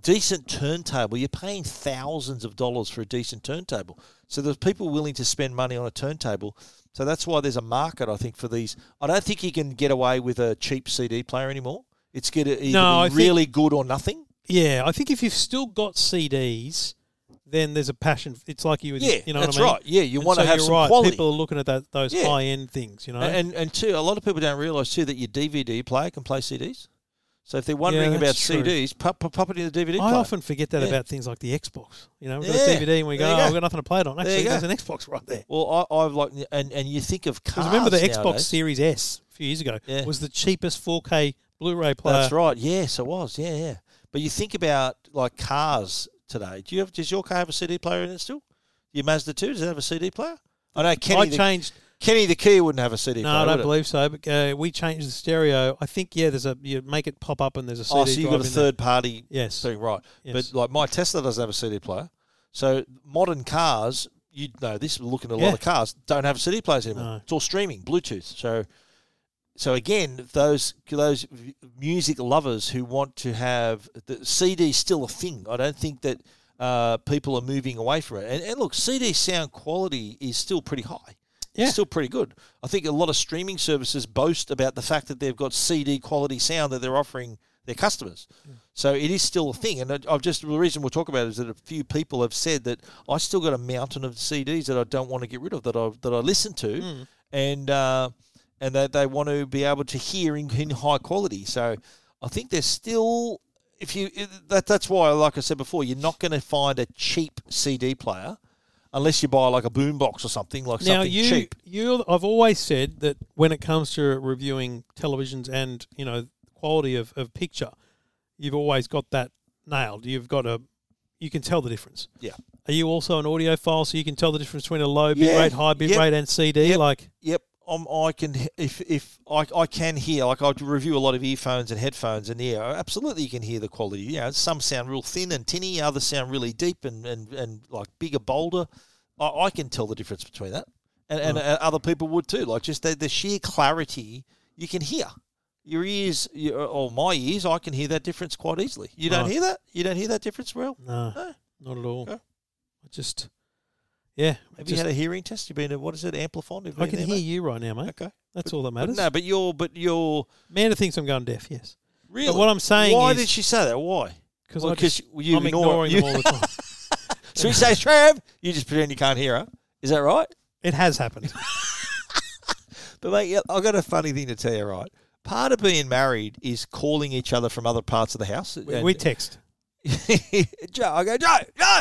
[SPEAKER 2] Decent turntable, you're paying thousands of dollars for a decent turntable. So there's people willing to spend money on a turntable. So that's why there's a market, I think, for these. I don't think you can get away with a cheap CD player anymore. It's going to either
[SPEAKER 1] No, I
[SPEAKER 2] be
[SPEAKER 1] think-
[SPEAKER 2] really good or nothing.
[SPEAKER 1] yeah. I think if you've still got CDs, then there's a passion. It's like you, with-
[SPEAKER 2] Yeah,
[SPEAKER 1] you know
[SPEAKER 2] that's
[SPEAKER 1] what I mean?
[SPEAKER 2] right. Yeah, you
[SPEAKER 1] And
[SPEAKER 2] want to
[SPEAKER 1] so
[SPEAKER 2] have
[SPEAKER 1] you're
[SPEAKER 2] some
[SPEAKER 1] right.
[SPEAKER 2] quality.
[SPEAKER 1] People are looking at that, those
[SPEAKER 2] Yeah.
[SPEAKER 1] high end things, you know.
[SPEAKER 2] And and two, a lot of people don't realise too that your DVD player can play CDs. So if they're wondering
[SPEAKER 1] Yeah,
[SPEAKER 2] about
[SPEAKER 1] that's true.
[SPEAKER 2] CDs, pop, pop, pop it in the DVD
[SPEAKER 1] I
[SPEAKER 2] player.
[SPEAKER 1] often forget that
[SPEAKER 2] Yeah.
[SPEAKER 1] about things like the Xbox. You know, we've got
[SPEAKER 2] Yeah,
[SPEAKER 1] a DVD and we go,
[SPEAKER 2] there you
[SPEAKER 1] oh,
[SPEAKER 2] go.
[SPEAKER 1] we've got nothing to play it on.
[SPEAKER 2] There
[SPEAKER 1] Actually,
[SPEAKER 2] you go.
[SPEAKER 1] there's an Xbox right there.
[SPEAKER 2] well, I, I've like and, and you think of
[SPEAKER 1] Because
[SPEAKER 2] cars.
[SPEAKER 1] remember the Xbox
[SPEAKER 2] nowadays.
[SPEAKER 1] Series S a few years ago
[SPEAKER 2] Yeah.
[SPEAKER 1] was the cheapest 4K Blu-ray player.
[SPEAKER 2] That's right. Yes, it was. Yeah, yeah. But you think about like cars today. Do you have? Does your car have a CD player in it still? Your Mazda two does it have a CD player? I know Kenny.
[SPEAKER 1] I
[SPEAKER 2] the-
[SPEAKER 1] changed.
[SPEAKER 2] Kenny the Key wouldn't have a CD
[SPEAKER 1] No,
[SPEAKER 2] player.
[SPEAKER 1] I
[SPEAKER 2] would
[SPEAKER 1] don't
[SPEAKER 2] it?
[SPEAKER 1] believe so. But uh, we changed the stereo. I think yeah, there's a you make it pop up and there's a CD
[SPEAKER 2] Oh, so you
[SPEAKER 1] drive
[SPEAKER 2] got a
[SPEAKER 1] in there.
[SPEAKER 2] third party
[SPEAKER 1] Yes.
[SPEAKER 2] thing, right?
[SPEAKER 1] Yes.
[SPEAKER 2] But like my Tesla doesn't have a CD player. So modern cars, you know this looking at a
[SPEAKER 1] Yeah.
[SPEAKER 2] lot of cars don't have CD players anymore.
[SPEAKER 1] No.
[SPEAKER 2] It's all streaming, Bluetooth. So so again, those those music lovers who want to have the CD is still a thing. I don't think that uh, people are moving away from it. And, and look, CD sound quality is still pretty high.
[SPEAKER 1] Yeah.
[SPEAKER 2] It's still pretty good. I think a lot of streaming services boast about the fact that they've got CD quality sound that they're offering their customers. So it is still a thing. And I- I've just, the reason we'll talk about it is that a few people have said that I still got a mountain of CDs that I don't want to get rid of that I, that I listen to. And, uh, and that they want to be able to hear in, in high quality. So I think there's still, if you, that, that's why, like I said before, you're not going to find a cheap CD player. Unless you buy like a boombox or something like
[SPEAKER 1] Now
[SPEAKER 2] something
[SPEAKER 1] you,
[SPEAKER 2] cheap.
[SPEAKER 1] you, I've always said that when it comes to reviewing televisions and you know quality of, of picture, you've always got that nailed. You've got a, you can tell the difference.
[SPEAKER 2] Yeah.
[SPEAKER 1] Are you also an audiophile, so you can tell the difference between a low bit
[SPEAKER 2] Yeah.
[SPEAKER 1] rate, high bit
[SPEAKER 2] Yep.
[SPEAKER 1] rate, and CD? Like,
[SPEAKER 2] Yep. Um, I can h- if if I, I can hear like I review a lot of earphones and headphones and yeah absolutely you can hear the quality you know some sound real thin and tinny others sound really deep and and, and like bigger bolder I, I can tell the difference between that and
[SPEAKER 1] Mm.
[SPEAKER 2] and uh, other people would too like just the, the sheer clarity you can hear your ears your, or my ears I can hear that difference quite easily you don't
[SPEAKER 1] Right.
[SPEAKER 2] hear that you don't hear that difference well
[SPEAKER 1] no,
[SPEAKER 2] No.
[SPEAKER 1] not at all.
[SPEAKER 2] Okay.
[SPEAKER 1] I just, yeah, I
[SPEAKER 2] have you
[SPEAKER 1] just-
[SPEAKER 2] had a hearing test you've been to what is it Amplifon Have you
[SPEAKER 1] I
[SPEAKER 2] been
[SPEAKER 1] can
[SPEAKER 2] there,
[SPEAKER 1] hear
[SPEAKER 2] mate?
[SPEAKER 1] you right now, mate.
[SPEAKER 2] okay
[SPEAKER 1] That's all that
[SPEAKER 2] but
[SPEAKER 1] matters.
[SPEAKER 2] no but you're but you're
[SPEAKER 1] Amanda thinks I'm going deaf. Yes,
[SPEAKER 2] Really?
[SPEAKER 1] what I'm saying
[SPEAKER 2] why
[SPEAKER 1] is-
[SPEAKER 2] did she say that? Why?
[SPEAKER 1] because
[SPEAKER 2] Well,
[SPEAKER 1] I just,
[SPEAKER 2] you
[SPEAKER 1] I'm
[SPEAKER 2] ignore
[SPEAKER 1] ignoring
[SPEAKER 2] you,
[SPEAKER 1] them all the time.
[SPEAKER 2] so she says, "Trav," you just pretend you can't hear her. Is that right?
[SPEAKER 1] It has happened.
[SPEAKER 2] But mate, yeah, I got a funny thing to tell you. Right, part of being married is calling each other from other parts of the house.
[SPEAKER 1] We,
[SPEAKER 2] And-
[SPEAKER 1] we text.
[SPEAKER 2] Joe, I go, Joe, Joe,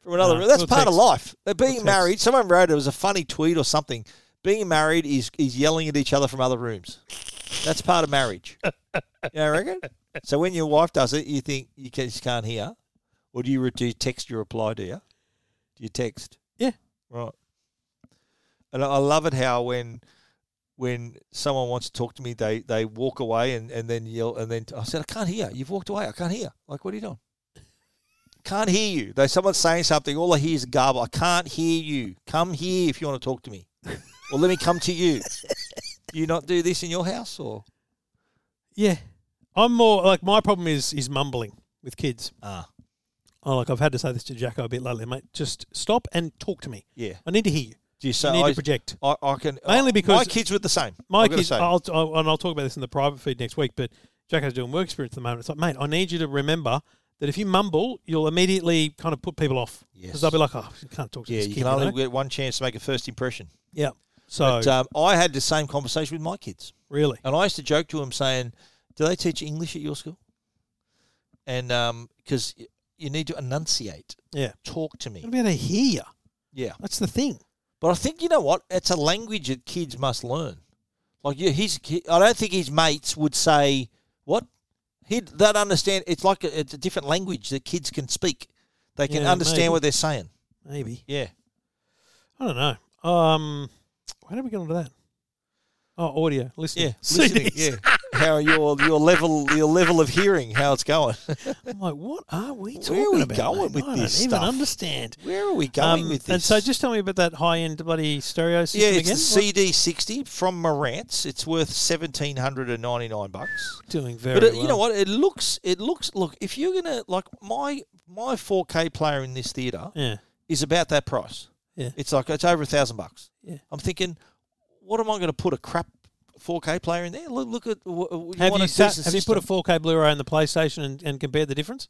[SPEAKER 2] from another.
[SPEAKER 1] No,
[SPEAKER 2] that's
[SPEAKER 1] we'll
[SPEAKER 2] part of
[SPEAKER 1] text.
[SPEAKER 2] life. But being
[SPEAKER 1] text.
[SPEAKER 2] married, someone wrote it was a funny tweet or something. Being married is is yelling at each other from other rooms. That's part of marriage. you know, I reckon. So when your wife does it, you think you ca- just can't hear, or do you re- do you text your reply? Do you? Do you text?
[SPEAKER 1] Yeah.
[SPEAKER 2] Right. And I I love it how when when someone wants to talk to me, they they walk away and, and then yell and then I said, I can't hear. You've walked away. I can't hear. Like, what are you doing? Can't hear you. They someone's saying something. All I hear is garble. I can't hear you. Come here if you want to talk to me, or let me come to you. Do you not do this in your house or?
[SPEAKER 1] Yeah, I'm more like my problem is is mumbling with kids.
[SPEAKER 2] Ah,
[SPEAKER 1] Oh, like I've had to say this to Jacko a bit lately, mate. Just stop and talk to me.
[SPEAKER 2] yeah.
[SPEAKER 1] I need to hear you.
[SPEAKER 2] Do you say
[SPEAKER 1] I need
[SPEAKER 2] I,
[SPEAKER 1] to project.
[SPEAKER 2] I, I can uh,
[SPEAKER 1] Mainly
[SPEAKER 2] my
[SPEAKER 1] because-
[SPEAKER 2] kids were the same.
[SPEAKER 1] My
[SPEAKER 2] I've gotta
[SPEAKER 1] kids,
[SPEAKER 2] say.
[SPEAKER 1] I'll, I'll, and I'll talk about this in the private feed next week. But Jacko's doing work experience at the moment. It's like, mate, I need you to remember that if you mumble, you'll immediately kind of put people off because
[SPEAKER 2] Yes.
[SPEAKER 1] they'll be like, oh, I can't talk to
[SPEAKER 2] yeah,
[SPEAKER 1] this
[SPEAKER 2] you
[SPEAKER 1] kid.
[SPEAKER 2] can
[SPEAKER 1] you
[SPEAKER 2] only
[SPEAKER 1] know?
[SPEAKER 2] get one chance to make a first impression.
[SPEAKER 1] yeah. So
[SPEAKER 2] But, um, I had the same conversation with my kids.
[SPEAKER 1] really,
[SPEAKER 2] And I used to joke to him saying, "Do they teach English at your school?" And because you need to enunciate,
[SPEAKER 1] yeah,
[SPEAKER 2] talk to
[SPEAKER 1] I'll
[SPEAKER 2] me.
[SPEAKER 1] be able to hear you.
[SPEAKER 2] Yeah,
[SPEAKER 1] That's the thing.
[SPEAKER 2] but I think you know what? It's a language that kids must learn. Like yeah, his, ki- I don't think his mates would say what he they'd understand. It's like a, it's a different language that kids can speak. They can
[SPEAKER 1] Yeah,
[SPEAKER 2] understand
[SPEAKER 1] maybe.
[SPEAKER 2] what they're saying.
[SPEAKER 1] Maybe
[SPEAKER 2] Yeah,
[SPEAKER 1] I don't know. Um, how did we get onto that? Oh, audio listening.
[SPEAKER 2] yeah, listening.
[SPEAKER 1] CDs.
[SPEAKER 2] Yeah, how your your level your level of hearing, how it's going.
[SPEAKER 1] I'm like, what are we talking
[SPEAKER 2] Where are we
[SPEAKER 1] about?
[SPEAKER 2] going
[SPEAKER 1] mate?
[SPEAKER 2] with
[SPEAKER 1] I
[SPEAKER 2] this
[SPEAKER 1] don't
[SPEAKER 2] stuff?
[SPEAKER 1] even understand.
[SPEAKER 2] Where are we going
[SPEAKER 1] Um,
[SPEAKER 2] with this?
[SPEAKER 1] And so, just tell me about that high-end bloody stereo system
[SPEAKER 2] Yeah, it's
[SPEAKER 1] again.
[SPEAKER 2] the CD60 from Marantz. It's worth seventeen hundred and ninety nine bucks.
[SPEAKER 1] What's doing very
[SPEAKER 2] But it,
[SPEAKER 1] well.
[SPEAKER 2] you know what? It looks. It looks. Look, if you're gonna like my my four K player in this theater
[SPEAKER 1] Yeah,
[SPEAKER 2] is about that price.
[SPEAKER 1] Yeah.
[SPEAKER 2] It's like it's over a thousand bucks.
[SPEAKER 1] Yeah.
[SPEAKER 2] I'm thinking, what am I going to put a crap four K player in there? Look, look at. w- w-
[SPEAKER 1] have
[SPEAKER 2] want
[SPEAKER 1] you
[SPEAKER 2] a
[SPEAKER 1] sat,
[SPEAKER 2] decent
[SPEAKER 1] have you put a
[SPEAKER 2] system.
[SPEAKER 1] 4K Blu-ray in the PlayStation and, and compared the difference?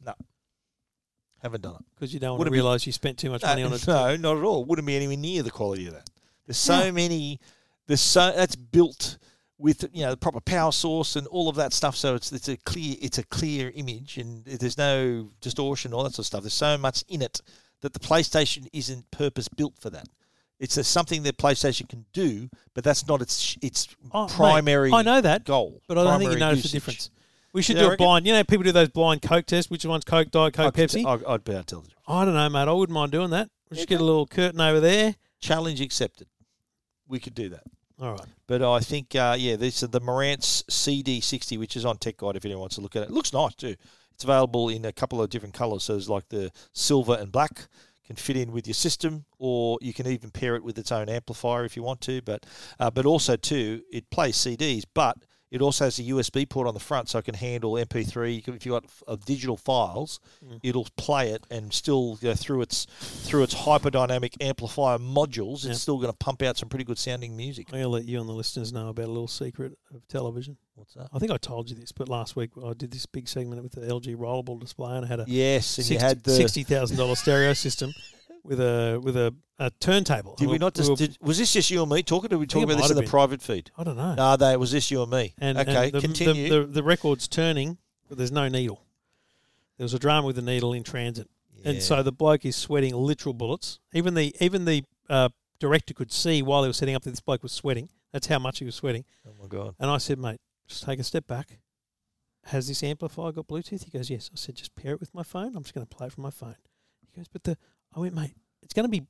[SPEAKER 2] Haven't done it.
[SPEAKER 1] Because you don't want
[SPEAKER 2] Would
[SPEAKER 1] to
[SPEAKER 2] it be-
[SPEAKER 1] realise you spent too much money on it.
[SPEAKER 2] Uh, No, not at all. Wouldn't be anywhere near the quality of that. There's so many. There's so that's built with you know the proper power source and all of that stuff. So it's it's a clear it's a clear image and there's no distortion all that sort of stuff. There's so much in it that the PlayStation isn't purpose built for that. It's a, something that PlayStation can do, but that's not its its
[SPEAKER 1] Oh, mate,
[SPEAKER 2] primary.
[SPEAKER 1] I know that,
[SPEAKER 2] goal,
[SPEAKER 1] But I don't think you
[SPEAKER 2] primary
[SPEAKER 1] notice the
[SPEAKER 2] usage.
[SPEAKER 1] difference. We should
[SPEAKER 2] You
[SPEAKER 1] do
[SPEAKER 2] don't
[SPEAKER 1] a
[SPEAKER 2] reckon?
[SPEAKER 1] blind. You know, people do those blind Coke tests. Which one's Coke, Diet Coke,
[SPEAKER 2] I could
[SPEAKER 1] Pepsi?
[SPEAKER 2] t- I- I'd be able to tell the difference.
[SPEAKER 1] I don't know, mate. I wouldn't mind doing that. We'll just
[SPEAKER 2] Oh. Okay.
[SPEAKER 1] get a little curtain over there.
[SPEAKER 2] Challenge accepted. we could do that.
[SPEAKER 1] All right.
[SPEAKER 2] But I think, uh, yeah, this is the Marantz CD60, which is on Tech Guide if anyone wants to look at it. It looks nice too. It's available in a couple of different colours. So it's like the silver and black can fit in with your system, or you can even pair it with its own amplifier if you want to. But uh, but also too, it plays CDs, but it also has a USB port on the front, so it can handle MP3. You can, if you got uh, digital files, it'll play it and still go through its through its hyperdynamic amplifier modules.
[SPEAKER 1] Yeah.
[SPEAKER 2] It's still going to pump out some pretty good sounding music.
[SPEAKER 1] I'm going to let you and the listeners know about a little secret of television.
[SPEAKER 2] What's that?
[SPEAKER 1] I think I told you this, but last week I did this big segment with the LG rollable display and I had a
[SPEAKER 2] Yes, and you had the.
[SPEAKER 1] sixty thousand dollar stereo system with a with a, a turntable.
[SPEAKER 2] did
[SPEAKER 1] And
[SPEAKER 2] we not? Just,
[SPEAKER 1] were-
[SPEAKER 2] did, was this just you and me talking? Did we talk
[SPEAKER 1] it
[SPEAKER 2] about
[SPEAKER 1] might
[SPEAKER 2] this
[SPEAKER 1] have
[SPEAKER 2] in the
[SPEAKER 1] been.
[SPEAKER 2] private feed?
[SPEAKER 1] I don't know.
[SPEAKER 2] No, they it was this you and me.
[SPEAKER 1] And, and
[SPEAKER 2] okay,
[SPEAKER 1] the, the-
[SPEAKER 2] continue.
[SPEAKER 1] The, the, record's turning, but there's no needle. There was a drama with the needle in transit,
[SPEAKER 2] Yeah.
[SPEAKER 1] and so the bloke is sweating literal bullets. Even the even the uh, director could see while they were setting up that this bloke was sweating. That's how much he was sweating.
[SPEAKER 2] oh my god,
[SPEAKER 1] And I said, mate, just take a step back. Has this amplifier got Bluetooth? He goes, yes. I said, just pair it with my phone. I'm just going to play it from my phone. He goes, but the, I went, mate, it's going to be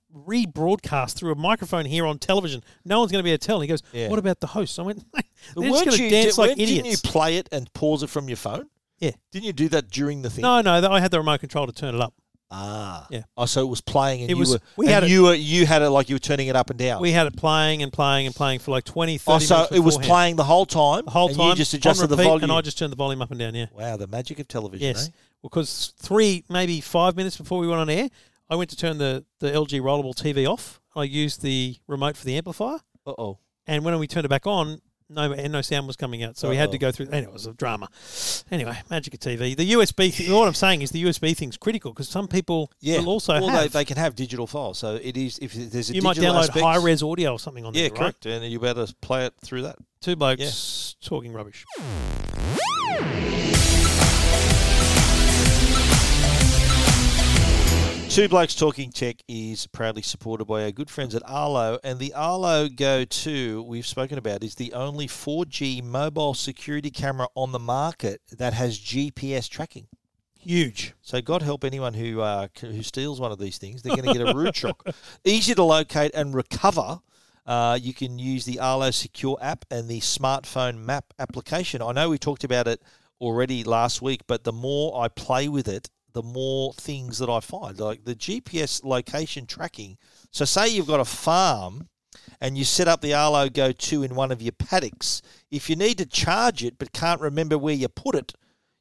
[SPEAKER 1] rebroadcast through a microphone here on television. No one's going to be able to tell. And he goes,
[SPEAKER 2] Yeah.
[SPEAKER 1] what about the host? I went, mate, they're just
[SPEAKER 2] Weren't
[SPEAKER 1] going to
[SPEAKER 2] you-
[SPEAKER 1] dance
[SPEAKER 2] did-
[SPEAKER 1] like
[SPEAKER 2] weren't- Didn't you
[SPEAKER 1] idiots.
[SPEAKER 2] play it and pause it from your phone?
[SPEAKER 1] Yeah.
[SPEAKER 2] Didn't you do that during the thing?
[SPEAKER 1] No, no, th- I had the remote control to turn it up.
[SPEAKER 2] Ah.
[SPEAKER 1] Yeah.
[SPEAKER 2] Oh, so it was playing, and
[SPEAKER 1] It
[SPEAKER 2] you
[SPEAKER 1] was-
[SPEAKER 2] were.
[SPEAKER 1] we
[SPEAKER 2] and
[SPEAKER 1] had it-
[SPEAKER 2] you were. You had it like you were turning it up and down.
[SPEAKER 1] We had it playing and playing and playing for like 20, 30
[SPEAKER 2] oh, so
[SPEAKER 1] minutes
[SPEAKER 2] it was
[SPEAKER 1] beforehand.
[SPEAKER 2] playing the whole time.
[SPEAKER 1] the whole
[SPEAKER 2] and
[SPEAKER 1] time.
[SPEAKER 2] You just
[SPEAKER 1] on
[SPEAKER 2] adjusted the
[SPEAKER 1] repeat,
[SPEAKER 2] volume.
[SPEAKER 1] And I just turned the volume up and down, yeah.
[SPEAKER 2] wow, the magic of television.
[SPEAKER 1] Yes.
[SPEAKER 2] eh?
[SPEAKER 1] Because three, maybe five minutes before we went on air, I went to turn the, the LG rollable TV off. I used the remote for the amplifier.
[SPEAKER 2] Uh oh.
[SPEAKER 1] And when we turned it back on, no and no sound was coming out. So we had to go through. Anyway, it was a drama. Anyway, Magic of TV. The USB thing, what I'm saying is the USB thing's critical because some people
[SPEAKER 2] Yeah.
[SPEAKER 1] will also
[SPEAKER 2] well,
[SPEAKER 1] have.
[SPEAKER 2] They, they can have digital files, so it is if there's a
[SPEAKER 1] you might
[SPEAKER 2] digital
[SPEAKER 1] download
[SPEAKER 2] aspect-
[SPEAKER 1] high res audio or something on
[SPEAKER 2] Yeah,
[SPEAKER 1] there, right?
[SPEAKER 2] correct, and you better play it through that.
[SPEAKER 1] Two blokes talking rubbish.
[SPEAKER 2] Two Blokes Talking Tech is proudly supported by our good friends at Arlo, and the Arlo Go 2 we've spoken about is the only 4G mobile security camera on the market that has GPS tracking.
[SPEAKER 1] Huge.
[SPEAKER 2] So God help anyone who uh, c- who steals one of these things. They're going to get a rude shock. Easy to locate and recover. Uh, you can use the Arlo Secure app and the smartphone map application. I know we talked about it already last week, but the more I play with it, the more things that I find, like the GPS location tracking. So, say you've got a farm and you set up the Arlo Go 2 in one of your paddocks. If you need to charge it but can't remember where you put it,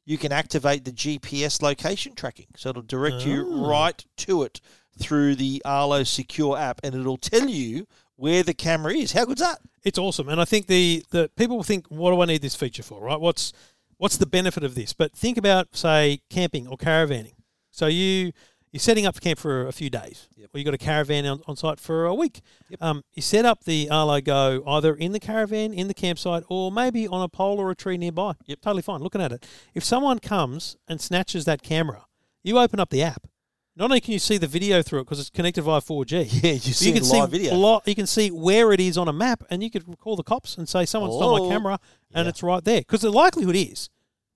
[SPEAKER 2] you can activate the GPS location tracking. So it'll direct you right to it through the Arlo Secure app and it'll tell you where the camera is. How good's that?
[SPEAKER 1] It's awesome, and I think the the people think, what do I need this feature for? Right? What's what's the benefit of this? But think about say camping or caravanning. So you you're setting up camp for a few days, or you got a caravan on, on site for a week. Um, you set up the Arlo Go either in the caravan, in the campsite, or maybe on a pole or a tree nearby. Yep, totally fine. Looking at it, if someone comes and snatches that camera, you open up the app. Not only can you see the video through it because it's connected via 4G,
[SPEAKER 2] Yeah, you
[SPEAKER 1] but
[SPEAKER 2] see
[SPEAKER 1] you can
[SPEAKER 2] live
[SPEAKER 1] see
[SPEAKER 2] video.
[SPEAKER 1] lot. You can see where it is on a map, and you could call the cops and say someone stole
[SPEAKER 2] Hello?
[SPEAKER 1] my camera, and
[SPEAKER 2] Oh, Yeah.
[SPEAKER 1] it's right there. Because the likelihood is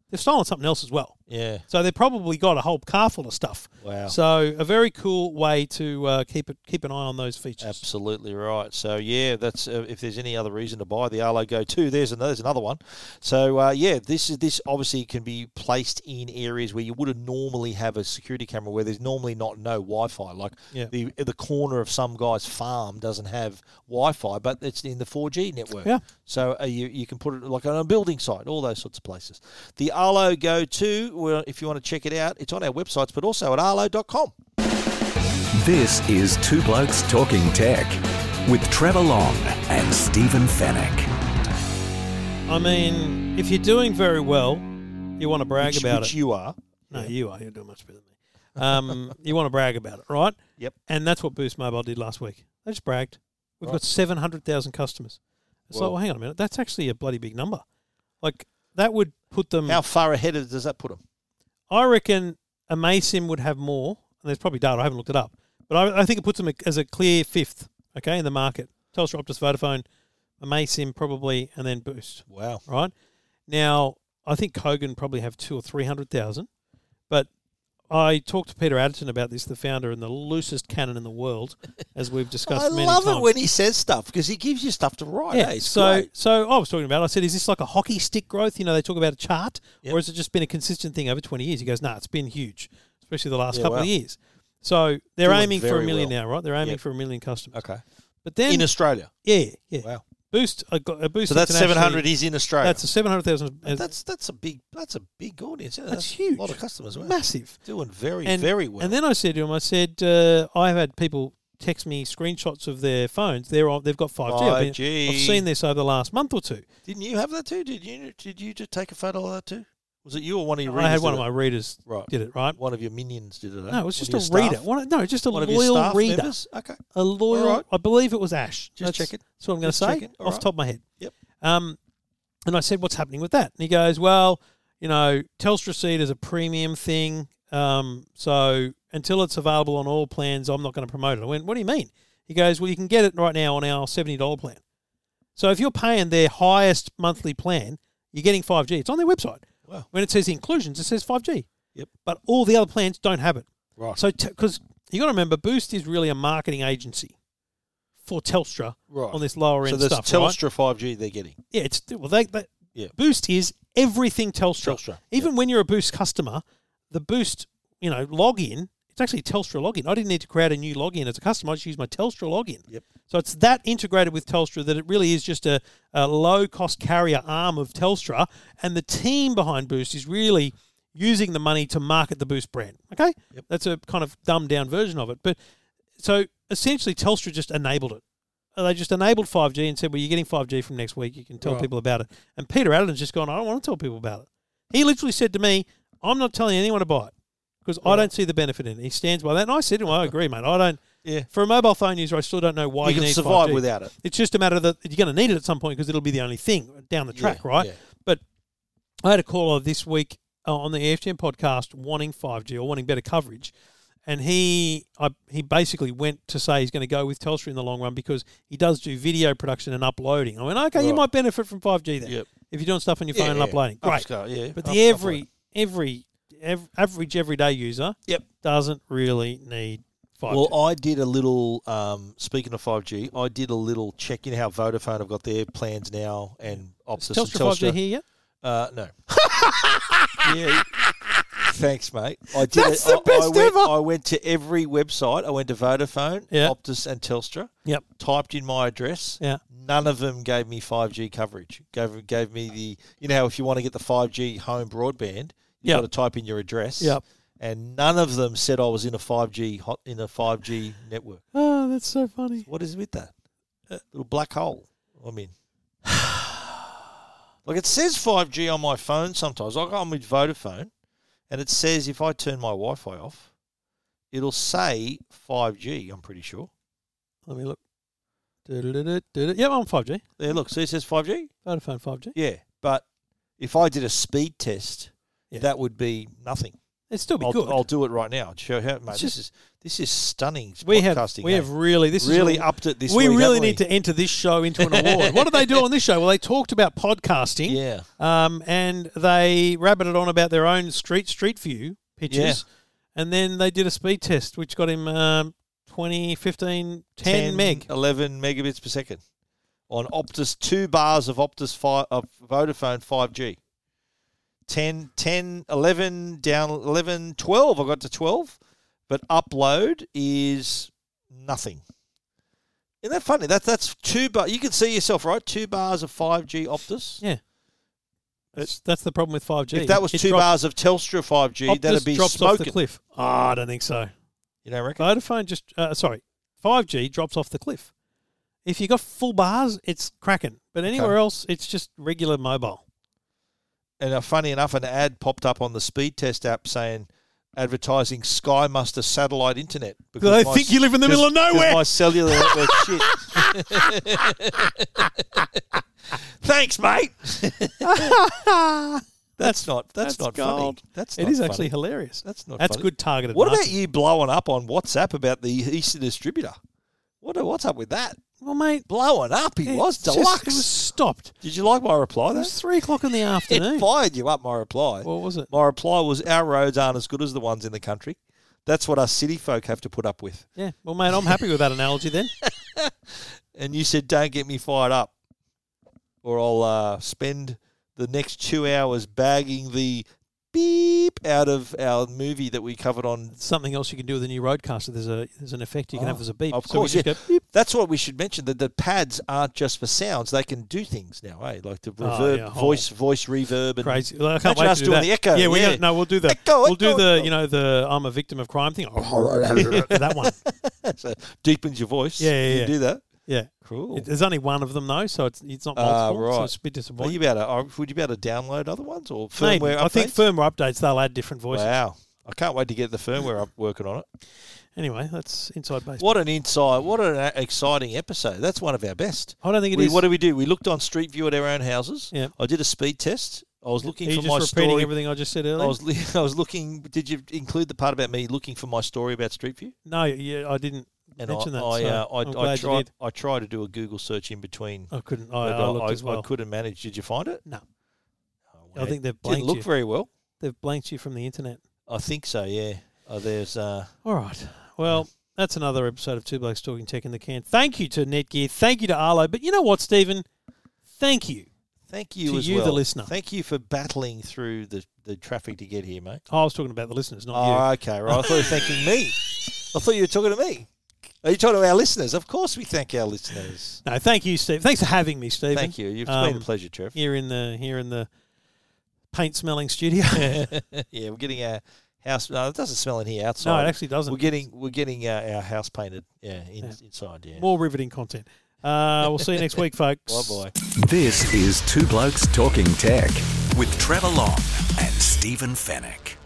[SPEAKER 1] they've stolen something else as well.
[SPEAKER 2] Yeah.
[SPEAKER 1] So they've probably got a whole car full of stuff.
[SPEAKER 2] Wow.
[SPEAKER 1] So a very cool way to uh, keep it keep an eye on those features.
[SPEAKER 2] Absolutely right. So yeah, that's uh, if there's any other reason to buy the Arlo Go two, there's another, there's another one. So uh, yeah, this is this obviously can be placed in areas where you wouldn't normally have a security camera, where there's normally not no Wi-Fi. Like
[SPEAKER 1] Yeah.
[SPEAKER 2] the the corner of some guy's farm doesn't have Wi-Fi, but it's in the 4G network.
[SPEAKER 1] Yeah.
[SPEAKER 2] So uh, you you can put it like on a building site, all those sorts of places. The Arlo Go two, well, if you want to check it out, it's on our websites, but also at arlo.com.
[SPEAKER 3] This is Two Blokes Talking Tech with Trevor Long and Stephen Fennec.
[SPEAKER 1] I mean, if you're doing very well, you want to brag
[SPEAKER 2] which,
[SPEAKER 1] about
[SPEAKER 2] which
[SPEAKER 1] it.
[SPEAKER 2] you are.
[SPEAKER 1] no, you are. You're doing much better than me. Um, you want to brag about it, right?
[SPEAKER 2] Yep.
[SPEAKER 1] And that's what Boost Mobile did last week. They just bragged. We've
[SPEAKER 2] Right.
[SPEAKER 1] got 700,000 customers. It's
[SPEAKER 2] Wow.
[SPEAKER 1] like, well, hang on a minute. That's actually a bloody big number. Like, that would put them.
[SPEAKER 2] How far ahead of- does that put them?
[SPEAKER 1] I reckon Amasim would have more. And there's probably data. I haven't looked it up. But I, I think it puts them as a clear fifth, okay, in the market. Telstra, Optus, Vodafone, Amasim probably, and then Boost,
[SPEAKER 2] Wow.
[SPEAKER 1] right? Now, I think Kogan probably have two or 300,000. But I talked to Peter Adderton about this, the founder and the loosest cannon in the world, as we've discussed
[SPEAKER 2] I
[SPEAKER 1] many
[SPEAKER 2] love
[SPEAKER 1] times.
[SPEAKER 2] it when he says stuff because he gives you stuff to write.
[SPEAKER 1] yeah,
[SPEAKER 2] eh? It's
[SPEAKER 1] so
[SPEAKER 2] great.
[SPEAKER 1] so I was talking about. I said, is this like a hockey stick growth? You know, they talk about a chart,
[SPEAKER 2] Yep.
[SPEAKER 1] or has it just been a consistent thing over twenty years? He goes, no, nah, it's been huge, especially the last
[SPEAKER 2] Yeah,
[SPEAKER 1] couple
[SPEAKER 2] wow.
[SPEAKER 1] of years. So they're
[SPEAKER 2] Doing
[SPEAKER 1] aiming for a
[SPEAKER 2] very
[SPEAKER 1] million
[SPEAKER 2] well.
[SPEAKER 1] now, right? They're aiming
[SPEAKER 2] Yep.
[SPEAKER 1] for a million customers.
[SPEAKER 2] okay,
[SPEAKER 1] But then,
[SPEAKER 2] in Australia.
[SPEAKER 1] yeah, yeah,
[SPEAKER 2] Wow.
[SPEAKER 1] boost, I got a boost.
[SPEAKER 2] So that's
[SPEAKER 1] Internationally,
[SPEAKER 2] seven hundred. He's in Australia.
[SPEAKER 1] That's a seven hundred thousand. uh,
[SPEAKER 2] But that's that's a big that's a big audience. yeah.
[SPEAKER 1] That's
[SPEAKER 2] A lot of
[SPEAKER 1] huge.
[SPEAKER 2] customers. Wow.
[SPEAKER 1] massive.
[SPEAKER 2] Doing very
[SPEAKER 1] And-
[SPEAKER 2] very well.
[SPEAKER 1] And then I said to him, I said, uh, I've had people text me screenshots of their phones. They're on, they've got 5G. I've, been-
[SPEAKER 2] 5G.
[SPEAKER 1] I've seen this over the last month or two.
[SPEAKER 2] Didn't you have that too? Did you did you just take a photo of that too? Was it you or one of your readers?
[SPEAKER 1] I had one
[SPEAKER 2] did
[SPEAKER 1] of my readers
[SPEAKER 2] it? right.
[SPEAKER 1] did it, right?
[SPEAKER 2] One of your minions did it. eh?
[SPEAKER 1] No, it was
[SPEAKER 2] One of
[SPEAKER 1] just a
[SPEAKER 2] your
[SPEAKER 1] reader.
[SPEAKER 2] staff?
[SPEAKER 1] One of- no, just a
[SPEAKER 2] One of your
[SPEAKER 1] loyal
[SPEAKER 2] staff
[SPEAKER 1] reader.
[SPEAKER 2] members? Okay.
[SPEAKER 1] A loyal,
[SPEAKER 2] All right.
[SPEAKER 1] I believe it was Ash.
[SPEAKER 2] Just checking.
[SPEAKER 1] That's what I'm going to
[SPEAKER 2] Just
[SPEAKER 1] say
[SPEAKER 2] checking. All
[SPEAKER 1] off the
[SPEAKER 2] right.
[SPEAKER 1] top of my head.
[SPEAKER 2] Yep.
[SPEAKER 1] Um, and I said, what's happening with that? And he goes, well, you know, Telstra Seed is a premium thing. Um, so until it's available on all plans, I'm not going to promote it. I went, what do you mean? He goes, well, you can get it right now on our $70 plan. So if you're paying their highest monthly plan, you're getting 5G. It's on their website.
[SPEAKER 2] Wow.
[SPEAKER 1] When it says inclusions, it says 5G.
[SPEAKER 2] Yep.
[SPEAKER 1] But all the other plans don't have it.
[SPEAKER 2] Right.
[SPEAKER 1] So, because you got to remember, Boost is really a marketing agency for Telstra
[SPEAKER 2] Right.
[SPEAKER 1] on this lower
[SPEAKER 2] so
[SPEAKER 1] end
[SPEAKER 2] there's
[SPEAKER 1] stuff. right?
[SPEAKER 2] Telstra 5G they're getting.
[SPEAKER 1] Yeah, it's well, they, they
[SPEAKER 2] Yeah.
[SPEAKER 1] Boost is everything Telstra.
[SPEAKER 2] Telstra,
[SPEAKER 1] Even when you're a Boost customer, the Boost, you know, login, it's actually Telstra login. I didn't need to create a new login as a customer. I just used my Telstra login.
[SPEAKER 2] Yep.
[SPEAKER 1] So it's that integrated with Telstra that it really is just a, a low cost carrier arm of Telstra. And the team behind Boost is really using the money to market the Boost brand. Okay.
[SPEAKER 2] Yep.
[SPEAKER 1] That's a kind of dumbed down version of it. But so essentially, Telstra just enabled it. Uh, They just enabled 5G and said, well, you're getting 5G from next week. You can tell
[SPEAKER 2] Right.
[SPEAKER 1] people about it. And Peter Adderton's just gone, I don't want to tell people about it. He literally said to me, I'm not telling anyone to buy it because I
[SPEAKER 2] Right.
[SPEAKER 1] don't see the benefit in it. He stands by that. And I said to him, I agree, mate. I don't,
[SPEAKER 2] Yeah.
[SPEAKER 1] for a mobile phone user, I still don't know why
[SPEAKER 2] you
[SPEAKER 1] you,
[SPEAKER 2] can
[SPEAKER 1] need
[SPEAKER 2] survive
[SPEAKER 1] 5G.
[SPEAKER 2] without it.
[SPEAKER 1] It's just a matter that you're going to need it at some point because it'll be the only thing down the track,
[SPEAKER 2] Yeah,
[SPEAKER 1] right?
[SPEAKER 2] yeah.
[SPEAKER 1] But I had a caller this week uh, on the EFTM podcast wanting 5G or wanting better coverage. And he I, he basically went to say he's going to go with Telstra in the long run because he does do video production and uploading. I went, okay, you
[SPEAKER 2] Right.
[SPEAKER 1] might benefit from 5G then.
[SPEAKER 2] Yep.
[SPEAKER 1] If you're doing stuff on your
[SPEAKER 2] Yeah,
[SPEAKER 1] phone and
[SPEAKER 2] yeah.
[SPEAKER 1] uploading. Great.
[SPEAKER 2] Upscale, yeah.
[SPEAKER 1] But
[SPEAKER 2] Up-
[SPEAKER 1] the
[SPEAKER 2] upload.
[SPEAKER 1] every, every, ev- average everyday user
[SPEAKER 2] Yep.
[SPEAKER 1] doesn't really need 5G.
[SPEAKER 2] Well, I did a little. Um, speaking of five G, I did a little check in how Vodafone have got their plans now and Optus
[SPEAKER 1] Is
[SPEAKER 2] and
[SPEAKER 1] Telstra 5G here yet?
[SPEAKER 2] Uh, no. yeah. Thanks, mate. I did.
[SPEAKER 1] That's the
[SPEAKER 2] I- I,
[SPEAKER 1] best
[SPEAKER 2] went,
[SPEAKER 1] ever.
[SPEAKER 2] I went to every website. I went to Vodafone,
[SPEAKER 1] Yeah.
[SPEAKER 2] Optus, and Telstra.
[SPEAKER 1] Yep.
[SPEAKER 2] Typed in my address.
[SPEAKER 1] Yeah.
[SPEAKER 2] None of them gave me five G coverage. Gave gave me the you know how if you want to get the five G home broadband, you
[SPEAKER 1] Yep.
[SPEAKER 2] have got to type in your address.
[SPEAKER 1] Yep.
[SPEAKER 2] And none of them said I was in a five G hot in a five G network.
[SPEAKER 1] Oh, that's so funny.
[SPEAKER 2] What is with that? little black hole. I mean, like it says 5G on my phone sometimes. Like I'm with Vodafone, and it says if I turn my Wi-Fi off, it'll say 5G. I'm pretty sure.
[SPEAKER 1] Let me look. Du-du-du-du-du-du. Yep, I'm 5G.
[SPEAKER 2] There, look. See, it says 5G.
[SPEAKER 1] Vodafone 5G.
[SPEAKER 2] Yeah, but if I did a speed test,
[SPEAKER 1] Yeah.
[SPEAKER 2] that would be nothing.
[SPEAKER 1] It'd still be
[SPEAKER 2] I'll,
[SPEAKER 1] good.
[SPEAKER 2] I'll do it right now. and Show how, mate,
[SPEAKER 1] just-
[SPEAKER 2] this is this is stunning.
[SPEAKER 1] we have
[SPEAKER 2] podcasting,
[SPEAKER 1] we
[SPEAKER 2] eh?
[SPEAKER 1] have really this
[SPEAKER 2] really
[SPEAKER 1] is a-
[SPEAKER 2] upped it this
[SPEAKER 1] we
[SPEAKER 2] week.
[SPEAKER 1] really
[SPEAKER 2] haven't
[SPEAKER 1] need to enter this show into an award. what did they do on this show? Well, they talked about podcasting.
[SPEAKER 2] Yeah.
[SPEAKER 1] Um, and they rabbited on about their own street street view pictures, and then they did a speed test which got him um, 20, 15, 10, meg.
[SPEAKER 2] 11 megabits per second on Optus, two bars of Optus fi of Vodafone 5G. 10, 10, 11, down 11, 12. I got to 12, but upload is nothing. Isn't that funny? That's that's two bar. You can see yourself, right? Two bars of 5G Optus.
[SPEAKER 1] Yeah. That's, that's the problem with five G.
[SPEAKER 2] if that was two bars of Telstra 5G,
[SPEAKER 1] Optus
[SPEAKER 2] that'd be
[SPEAKER 1] drops off the
[SPEAKER 2] smoking.
[SPEAKER 1] cliff. Oh, I don't think so.
[SPEAKER 2] You know, reckon?
[SPEAKER 1] Vodafone just uh, sorry, five G drops off the cliff. If you got full bars, it's cracking. But anywhere else, it's just regular mobile.
[SPEAKER 2] and uh, funny enough, an ad popped up on the speed test app saying advertising Sky Muster satellite internet.
[SPEAKER 1] They
[SPEAKER 2] my
[SPEAKER 1] think
[SPEAKER 2] s-
[SPEAKER 1] you live in the middle of
[SPEAKER 2] 'cause
[SPEAKER 1] nowhere.
[SPEAKER 2] My cellular network shit. Thanks, mate. That's not. That's,
[SPEAKER 1] that's
[SPEAKER 2] not
[SPEAKER 1] gold.
[SPEAKER 2] funny. That's
[SPEAKER 1] It
[SPEAKER 2] not
[SPEAKER 1] is
[SPEAKER 2] funny.
[SPEAKER 1] actually hilarious.
[SPEAKER 2] That's not.
[SPEAKER 1] That's
[SPEAKER 2] funny.
[SPEAKER 1] good targeted.
[SPEAKER 2] What about
[SPEAKER 1] marketing.
[SPEAKER 2] you blowing up on WhatsApp about the Easter distributor? What? What's up with that?
[SPEAKER 1] Well, mate,
[SPEAKER 2] Blowing up, he
[SPEAKER 1] it
[SPEAKER 2] was
[SPEAKER 1] just-
[SPEAKER 2] deluxe.
[SPEAKER 1] it was stopped.
[SPEAKER 2] Did you like my reply?
[SPEAKER 1] It
[SPEAKER 2] Though
[SPEAKER 1] was three o'clock in the
[SPEAKER 2] it
[SPEAKER 1] afternoon.
[SPEAKER 2] fired you up. My reply.
[SPEAKER 1] What was it?
[SPEAKER 2] My reply was our roads aren't as good as the ones in the country. That's what us city folk have to put up with.
[SPEAKER 1] Yeah. Well, mate, I'm happy with that analogy then.
[SPEAKER 2] And you said, don't get me fired up, or I'll uh, spend the next two hours bagging the beep out of our movie that we covered on.
[SPEAKER 1] Something else you can do with a new roadcaster. There's a there's an effect you can
[SPEAKER 2] Oh,
[SPEAKER 1] have as a beep.
[SPEAKER 2] of
[SPEAKER 1] So we
[SPEAKER 2] course,
[SPEAKER 1] just
[SPEAKER 2] yeah.
[SPEAKER 1] go beep.
[SPEAKER 2] That's what we should mention that the pads aren't just for sounds; they can do things now, eh? Like the reverb,
[SPEAKER 1] Oh, yeah,
[SPEAKER 2] voice, voice reverb, and
[SPEAKER 1] Crazy. Like, I can't
[SPEAKER 2] Imagine
[SPEAKER 1] wait
[SPEAKER 2] us
[SPEAKER 1] to do
[SPEAKER 2] doing
[SPEAKER 1] that.
[SPEAKER 2] the echo,
[SPEAKER 1] Yeah, we're Gonna,
[SPEAKER 2] yeah.
[SPEAKER 1] no, we'll do the
[SPEAKER 2] Echo,
[SPEAKER 1] we'll do
[SPEAKER 2] echo,
[SPEAKER 1] the
[SPEAKER 2] echo.
[SPEAKER 1] you know the I'm a victim of crime thing. that one.
[SPEAKER 2] so deepens your voice.
[SPEAKER 1] Yeah, yeah,
[SPEAKER 2] you
[SPEAKER 1] yeah.
[SPEAKER 2] do that.
[SPEAKER 1] Yeah.
[SPEAKER 2] Cool.
[SPEAKER 1] It- there's only one of them though, so it's it's not
[SPEAKER 2] Ah,
[SPEAKER 1] multiple. So
[SPEAKER 2] right.
[SPEAKER 1] it's a bit
[SPEAKER 2] Are you
[SPEAKER 1] disappointing.
[SPEAKER 2] about to, are- would you be able to download other ones or firmware
[SPEAKER 1] Maybe. I think
[SPEAKER 2] updates?
[SPEAKER 1] firmware updates they'll add different voices.
[SPEAKER 2] Wow. I can't wait to get the firmware up working on it.
[SPEAKER 1] Anyway, that's inside base.
[SPEAKER 2] What an insight. What an a- exciting episode. That's one of our best.
[SPEAKER 1] I don't think it
[SPEAKER 2] We-
[SPEAKER 1] is.
[SPEAKER 2] what did we do? We looked on Street View at our own houses.
[SPEAKER 1] Yeah.
[SPEAKER 2] I did a speed test. I was looking
[SPEAKER 1] Are you
[SPEAKER 2] for
[SPEAKER 1] just
[SPEAKER 2] my
[SPEAKER 1] repeating
[SPEAKER 2] story.
[SPEAKER 1] everything I just said
[SPEAKER 2] I
[SPEAKER 1] earlier?
[SPEAKER 2] was li- I was looking. Did you include the part about me looking for my story about Street View?
[SPEAKER 1] no, yeah, I didn't
[SPEAKER 2] And
[SPEAKER 1] mention
[SPEAKER 2] I,
[SPEAKER 1] that.
[SPEAKER 2] I,
[SPEAKER 1] so
[SPEAKER 2] uh, I,
[SPEAKER 1] I'm
[SPEAKER 2] I
[SPEAKER 1] glad you
[SPEAKER 2] try
[SPEAKER 1] did.
[SPEAKER 2] I try to do a Google search in between.
[SPEAKER 1] I couldn't. I,
[SPEAKER 2] but
[SPEAKER 1] I looked as well.
[SPEAKER 2] couldn't manage. Did you find it?
[SPEAKER 1] No.
[SPEAKER 2] Oh,
[SPEAKER 1] I think they've
[SPEAKER 2] didn't
[SPEAKER 1] blanked
[SPEAKER 2] look
[SPEAKER 1] you.
[SPEAKER 2] very well.
[SPEAKER 1] They've blanked you from the internet.
[SPEAKER 2] I think so. Yeah. Oh, there's uh,
[SPEAKER 1] All right. Well, that's another episode of Two Blokes Talking Tech in the Can. Thank you to Netgear. Thank you to Arlo. But you know what, Stephen? Thank you.
[SPEAKER 2] Thank you
[SPEAKER 1] To
[SPEAKER 2] as
[SPEAKER 1] you, the
[SPEAKER 2] well.
[SPEAKER 1] listener.
[SPEAKER 2] Thank you for battling through the, the traffic to get here, mate.
[SPEAKER 1] Oh, I was talking about the listeners, not you.
[SPEAKER 2] Oh, okay, right. I thought you were thanking me. I thought you were talking to me. Are you talking to our listeners? Of course, we thank our listeners.
[SPEAKER 1] No, thank you, Steve. Thanks for having me, Stephen.
[SPEAKER 2] Thank you. You've been
[SPEAKER 1] Um,
[SPEAKER 2] a pleasure, Trev.
[SPEAKER 1] Here in the here in the paint smelling studio.
[SPEAKER 2] yeah, we're getting our house. No, it doesn't smell in here outside.
[SPEAKER 1] no, it actually doesn't.
[SPEAKER 2] we're getting we're getting uh, our house painted. Yeah, in,
[SPEAKER 1] Yeah.
[SPEAKER 2] inside. Yeah.
[SPEAKER 1] More riveting content. Uh, we'll see you next week, folks.
[SPEAKER 2] Bye bye.
[SPEAKER 3] This is Two Blokes Talking Tech with Trevor Long and Stephen Fennec.